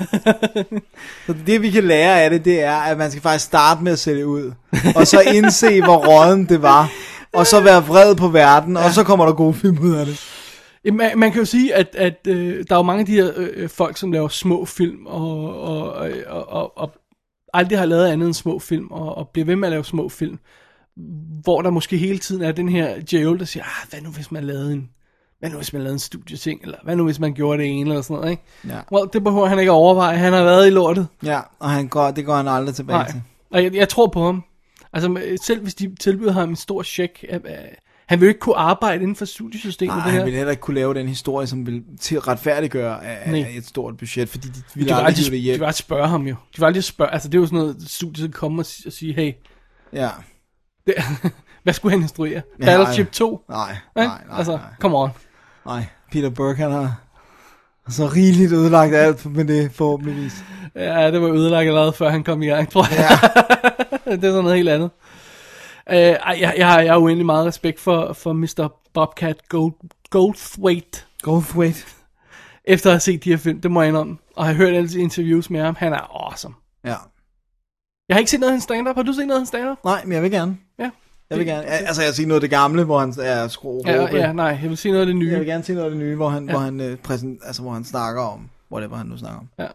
Speaker 3: Så det vi kan lære af det, det er, at man skal faktisk starte med at sælge ud, og så indse, hvor råden det var, og så være vred på verden, og så kommer der gode film ud af det.
Speaker 4: Man, man kan jo sige, at, at øh, der er jo mange af de her øh, øh, folk, som laver små film, og, og, og, og, og, og aldrig har lavet andet end små film, og, og bliver ved med at lave små film, hvor der måske hele tiden er den her djævel, der siger, ah, hvad nu hvis man lavede en hvad nu hvis man lavede en studieting, eller hvad nu hvis man gjorde det ene, eller sådan noget, ikke?
Speaker 3: Ja.
Speaker 4: Well, det behøver han ikke at overveje, han har været i lortet.
Speaker 3: Ja, og han går, det går han aldrig tilbage
Speaker 4: Nej,
Speaker 3: til.
Speaker 4: og jeg, jeg tror på ham. Altså, øh, selv hvis de tilbyder ham en stor check, øh, øh, han vil jo ikke kunne arbejde inden for studiesystemet.
Speaker 3: Nej,
Speaker 4: det her.
Speaker 3: han ville heller ikke kunne lave den historie, som ville til at retfærdiggøre af,
Speaker 4: Nej.
Speaker 3: af et stort budget, fordi de
Speaker 4: Vi
Speaker 3: ville
Speaker 4: de var
Speaker 3: aldrig hive
Speaker 4: aldrig,
Speaker 3: det
Speaker 4: de vil
Speaker 3: hjem.
Speaker 4: aldrig spørge ham jo. De var aldrig spørge, altså det er jo sådan noget, studiet kommer og si- og sige, hey,
Speaker 3: Ja.
Speaker 4: det, hvad skulle han instruere?
Speaker 3: Ja,
Speaker 4: Battleship
Speaker 3: nej.
Speaker 4: 2?
Speaker 3: Nej,
Speaker 4: Ja?
Speaker 3: nej, nej,
Speaker 4: Altså, come on.
Speaker 3: Nej, Peter Burke, han har så rigeligt ødelagt alt med det, forhåbentligvis.
Speaker 4: Ja, det var ødelagt allerede, før han kom i gang, tror jeg. Ja. det er sådan noget helt andet. Øh, ej, jeg, jeg, har, jeg har uendelig meget respekt for, for Mr. Bobcat Gold, Goldthwaite.
Speaker 3: Goldthwaite.
Speaker 4: Efter at have set de her film, det må jeg indrømme. Og have hørt alle de interviews med ham, han er awesome.
Speaker 3: Ja.
Speaker 4: Jeg har ikke set noget af hans stand-up. Har du set noget af hans stand-up?
Speaker 3: Nej, men jeg vil gerne.
Speaker 4: Ja.
Speaker 3: Jeg vil gerne, altså jeg vil sige noget af det gamle, hvor han er skro
Speaker 4: Ja, ja, nej, jeg vil sige noget af det nye.
Speaker 3: Jeg vil gerne se noget af det nye, hvor han,
Speaker 4: Ja.
Speaker 3: ja. hvor han, øh, præsen, altså, hvor han snakker om, whatever han nu snakker om.
Speaker 4: Ja.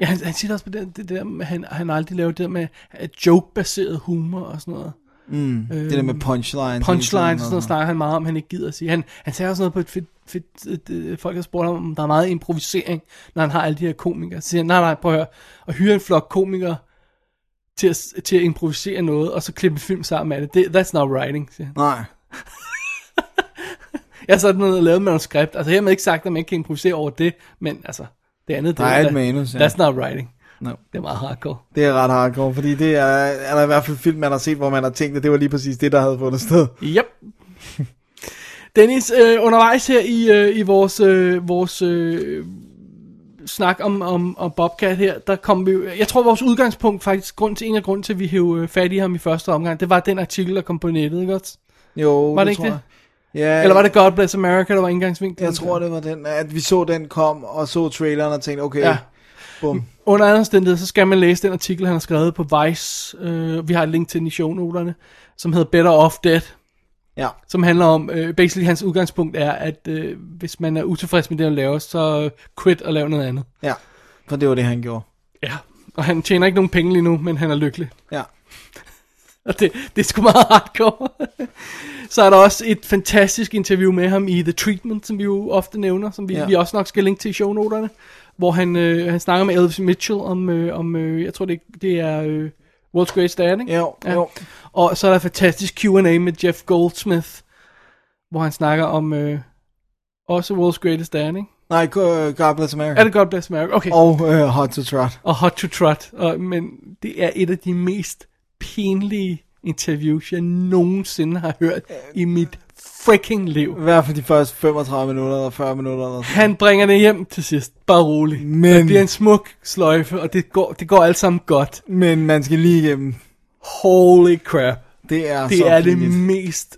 Speaker 4: Ja, han, han siger det også på det, det der, med, han, han aldrig laver det der med øh, joke-baseret humor og sådan noget.
Speaker 3: Mm, det der med punchlines.
Speaker 4: Øh, Punchlines, sådan noget
Speaker 3: snakker.
Speaker 4: snakker han meget om, han ikke gider at sige. Han, han sagde også noget på et fedt, fedt øh, folk har spurgt ham, om der er meget improvisering, når han har alle de her komikere. Så siger han, nej, nej, prøv at høre, at hyre en flok komikere til at, til at improvisere noget, og så klippe en film sammen af det, det that's not writing, siger han.
Speaker 3: Nej.
Speaker 4: Jeg har sådan noget at lave manuskript. Altså, hermed ikke sagt, at man ikke kan improvisere over det, men altså, det andet,
Speaker 3: Der
Speaker 4: det
Speaker 3: er et
Speaker 4: da-
Speaker 3: manus, ja.
Speaker 4: That's not writing.
Speaker 3: No.
Speaker 4: Det er meget hardcore.
Speaker 3: Det er ret hardcore, fordi det er, er der i hvert fald film, man har set, hvor man har tænkt, at det var lige præcis det, der havde fundet sted.
Speaker 4: Yep. Dennis, øh, undervejs her i, øh, i vores, øh, vores øh, snak om, om, om Bobcat her, der kom vi, jo- jeg tror vores udgangspunkt faktisk, grund til, en af grunden til, at vi hævde øh, fat i ham i første omgang, det var den artikel, der kom på nettet, ikke også?
Speaker 3: Jo,
Speaker 4: Var det
Speaker 3: det
Speaker 4: ikke
Speaker 3: tror
Speaker 4: det?
Speaker 3: jeg. Ja,
Speaker 4: Eller var det God Bless America, der var indgangsvinklen?
Speaker 3: Jeg tror, det var den, at vi så den kom, og så traileren og tænkte, okay,
Speaker 4: Ja.
Speaker 3: ja. bum.
Speaker 4: Under andre omstændigheder, så skal man læse den artikel, han har skrevet på Vice. Øh, vi har et link til den i shownoterne, som hedder Better Off Dead.
Speaker 3: Ja.
Speaker 4: Som handler om, øh, basically hans udgangspunkt er, at øh, hvis man er utilfreds med det, han laver, så øh, quit og lav noget andet.
Speaker 3: Ja, for det var det, han gjorde.
Speaker 4: Ja. Og han tjener ikke nogen penge lige nu, men han er lykkelig.
Speaker 3: Ja.
Speaker 4: og det, det er sgu meget hardcore. så er der også et fantastisk interview med ham i The Treatment, som vi jo ofte nævner, som vi, ja.
Speaker 3: Ja.
Speaker 4: vi også nok skal linke til i shownoterne, hvor han, øh, han snakker med Elvis Mitchell om, øh, om øh, jeg tror det, det er øh, World's Greatest Dad, ikke?
Speaker 3: Jo, jo.
Speaker 4: Og så er der et fantastisk Q&A med Jeff Goldsmith, hvor han snakker om øh, også World's Greatest Dad, ikke?
Speaker 3: Nej, go- God Bless America.
Speaker 4: Er det God Bless America? Okay.
Speaker 3: Og øh, Hot to Trot.
Speaker 4: og Hot to Trot, og, men det er et af de mest pinlige interviews, jeg nogensinde har hørt i mit freaking liv.
Speaker 3: I hvert fald de første 35 minutter eller 40 minutter. Eller sådan.
Speaker 4: Han bringer det hjem til sidst, bare rolig. Men... Det bliver en smuk sløjfe, og det går, det går alt sammen godt.
Speaker 3: Men man skal lige igennem.
Speaker 4: Holy crap.
Speaker 3: Det er
Speaker 4: Det
Speaker 3: så
Speaker 4: er det
Speaker 3: pinligt.
Speaker 4: mest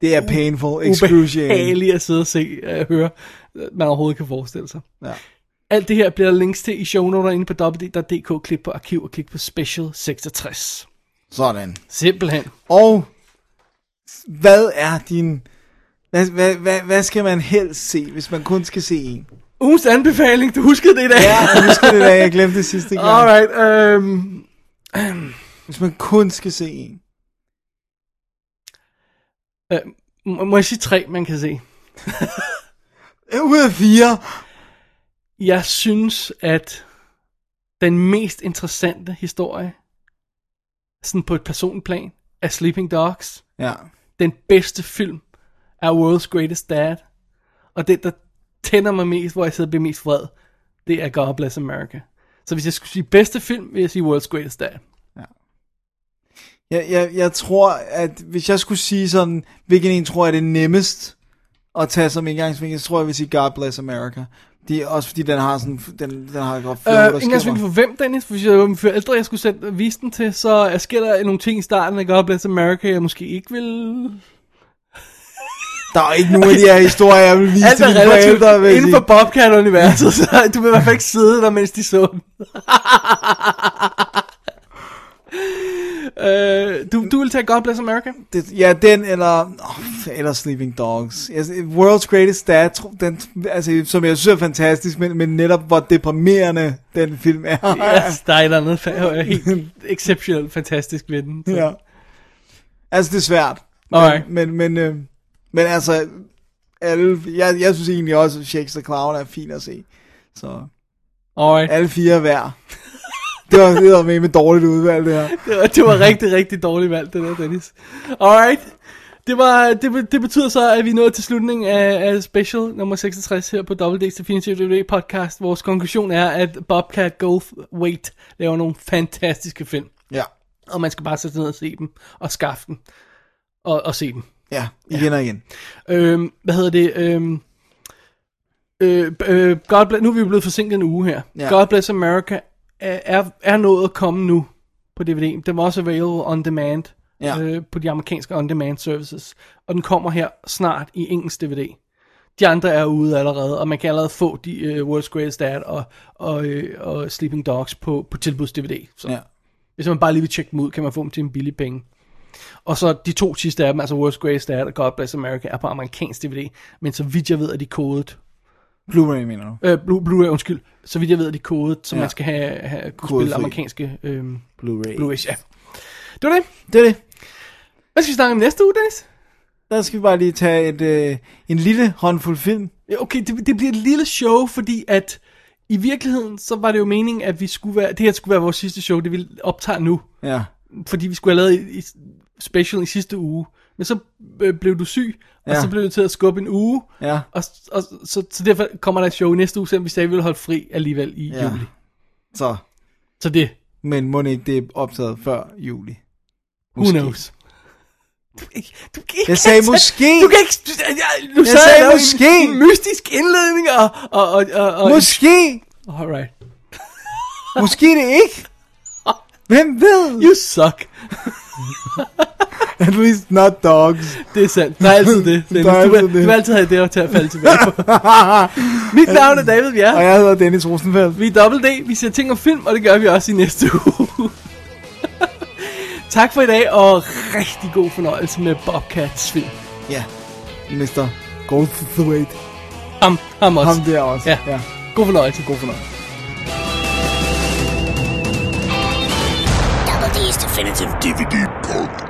Speaker 3: Det er painful, excruciating.
Speaker 4: ubehagelige at sidde og se, at høre, at man overhovedet kan forestille sig.
Speaker 3: Ja.
Speaker 4: Alt det her bliver der links til i shownoter inde på E www.dk. Klik på arkiv og klik på special 66.
Speaker 3: Sådan.
Speaker 4: Simpelthen.
Speaker 3: Og hvad er din... Hvad, hvad, hvad, hvad skal man helst se, hvis man kun skal se en?
Speaker 4: Ugens anbefaling, du huskede det i dag.
Speaker 3: Ja, nu skal det være, jeg glemte det sidste gang.
Speaker 4: Alright, øhm,
Speaker 3: Hvis man kun skal se en.
Speaker 4: øh, må må jeg sige tre, man kan se?
Speaker 3: Øh, Ud af fire.
Speaker 4: Jeg synes, at den mest interessante historie, sådan på et personplan, er Sleeping Dogs.
Speaker 3: Ja.
Speaker 4: Den bedste film er World's Greatest Dad. Og det, der tænder mig mest, hvor jeg sidder og bliver mest vred, det er God Bless America. Så hvis jeg skulle sige bedste film, vil jeg sige World's Greatest Dad.
Speaker 3: Jeg, jeg, jeg tror, at hvis jeg skulle sige sådan, hvilken en tror jeg er det nemmest at tage som indgangsvinkel, så tror jeg, jeg vil sige God Bless America. De, også fordi den har sådan, den, den har godt flow,
Speaker 4: Øh, ingen for hvem, Dennis? Hvis jeg var min forældre, jeg skulle sætte, vise den til, så øh, sker der nogle ting i starten af God Bless America, jeg måske ikke vil
Speaker 3: Der er ikke nogen af de her historier, jeg vil vise
Speaker 4: Alt
Speaker 3: til
Speaker 4: er
Speaker 3: mine
Speaker 4: relativt
Speaker 3: forældre. vil jeg
Speaker 4: inden
Speaker 3: sige.
Speaker 4: for Bobcat-universet, så du vil i hvert fald ikke sidde der, mens de så den. øh, du, du vil tage God Bless America?
Speaker 3: Det, ja, den eller, oh, eller Sleeping Dogs. Jeg- World's Greatest Dad, tro- den, altså, som jeg synes er fantastisk, men, men netop hvor deprimerende den film er.
Speaker 4: yes, der er et eller andet fa- øh, helt exceptionelt fantastisk ved den. Så.
Speaker 3: Ja. Altså, det er svært.
Speaker 4: Alright.
Speaker 3: Men, men, men, øh, men altså, alle, jeg, jeg synes egentlig også, at Shakespeare Clown er fin at se. Så
Speaker 4: Alright.
Speaker 3: alle fire hver. det var det var med, med dårligt udvalg, det her.
Speaker 4: Det var, det var rigtig, rigtig dårligt valg, det der, Dennis. Alright. Det, var, det, be- det betyder så, at vi nåede til slutningen af, af special nummer 66 her på WD's Definitive DVD podcast. Vores konklusion er, at Bobcat Goldthwait laver nogle fantastiske film.
Speaker 3: Ja.
Speaker 4: Og man skal bare sætte sig ned og se dem, og skaffe dem, og, og se dem.
Speaker 3: Ja, igen og igen.
Speaker 4: Øhm, hvad hedder det? Øhm, øh, øh, God bless, nu er vi jo blevet forsinket en uge her.
Speaker 3: Ja.
Speaker 4: Ja. God Bless America er, er, er nået at komme nu på DVD'en. Den var også available on demand
Speaker 3: Ja.
Speaker 4: øh, på de amerikanske on demand services. Og den kommer her snart i engelsk DVD. De andre er ude allerede, og man kan allerede få de øh, World's Greatest Dad og, og, øh, og Sleeping Dogs på, på tilbuds-DVD. Så
Speaker 3: Ja.
Speaker 4: hvis man bare lige vil tjekke dem ud, kan man få dem til en billig penge. Og så de to sidste af dem, altså Worst Greatest Dad og God Bless America, er på amerikansk DVD. Men så vidt jeg ved, er de kodet.
Speaker 3: Blu-ray, mener du?
Speaker 4: Øh, Blu- Blu-ray, undskyld. Så vidt jeg ved, er de kodet, så
Speaker 3: Ja.
Speaker 4: man skal have, have kunne
Speaker 3: Kodefri.
Speaker 4: spille amerikanske øhm,
Speaker 3: Blu-ray.
Speaker 4: Blu-rays. Ja. Det var det.
Speaker 3: Det er det.
Speaker 4: Hvad skal vi snakke om næste uge, Dennis?
Speaker 3: Der skal vi bare lige tage et, øh, en lille håndfuld film.
Speaker 4: Ja, Okay, det, det bliver et lille show, fordi at i virkeligheden, så var det jo meningen, at vi skulle være, det her skulle være vores sidste show, det vi optager nu.
Speaker 3: Ja.
Speaker 4: Fordi vi skulle have lavet i, i special i sidste uge. Men så øh, blev du syg, og
Speaker 3: Ja.
Speaker 4: så blev du til at skubbe en uge.
Speaker 3: Ja.
Speaker 4: Og, og, så, så derfor kommer der et show i næste uge, selvom vi sagde, at vi ville holde fri alligevel i
Speaker 3: Ja.
Speaker 4: ja. juli.
Speaker 3: Så.
Speaker 4: Så det.
Speaker 3: Men må ikke det er optaget før juli?
Speaker 4: Who knows? Du, kan ikke- du kan ikke
Speaker 3: Jeg sagde
Speaker 4: altså-
Speaker 3: måske.
Speaker 4: Du kan ikke... Du, jeg, du
Speaker 3: Jeg
Speaker 4: sagde,
Speaker 3: sagde
Speaker 4: jo en-
Speaker 3: måske.
Speaker 4: En, mystisk indledning og... og, og, og, og
Speaker 3: Måske.
Speaker 4: Alright.
Speaker 3: Måske det ikke. Hvem ved?
Speaker 4: You suck.
Speaker 3: At least not dogs.
Speaker 4: Det er sandt. Der er altid det. Dennis.
Speaker 3: Der er
Speaker 4: du,
Speaker 3: altid
Speaker 4: vil-
Speaker 3: det.
Speaker 4: du vil altid have det til at falde tilbage på. Mit navn er David Bjerre.
Speaker 3: Og jeg hedder Dennis Rosenfeldt.
Speaker 4: Vi er Double D, vi ser ting om film, og det gør vi også i næste uge. tak for i dag, og rigtig god fornøjelse med Bobcats film.
Speaker 3: Ja. Mr. Goldthwait.
Speaker 4: Ham, ham også.
Speaker 3: Ham der også.
Speaker 4: Ja.
Speaker 3: ja.
Speaker 4: God fornøjelse. God fornøjelse.
Speaker 2: Double D's Definitive DVD Podcast.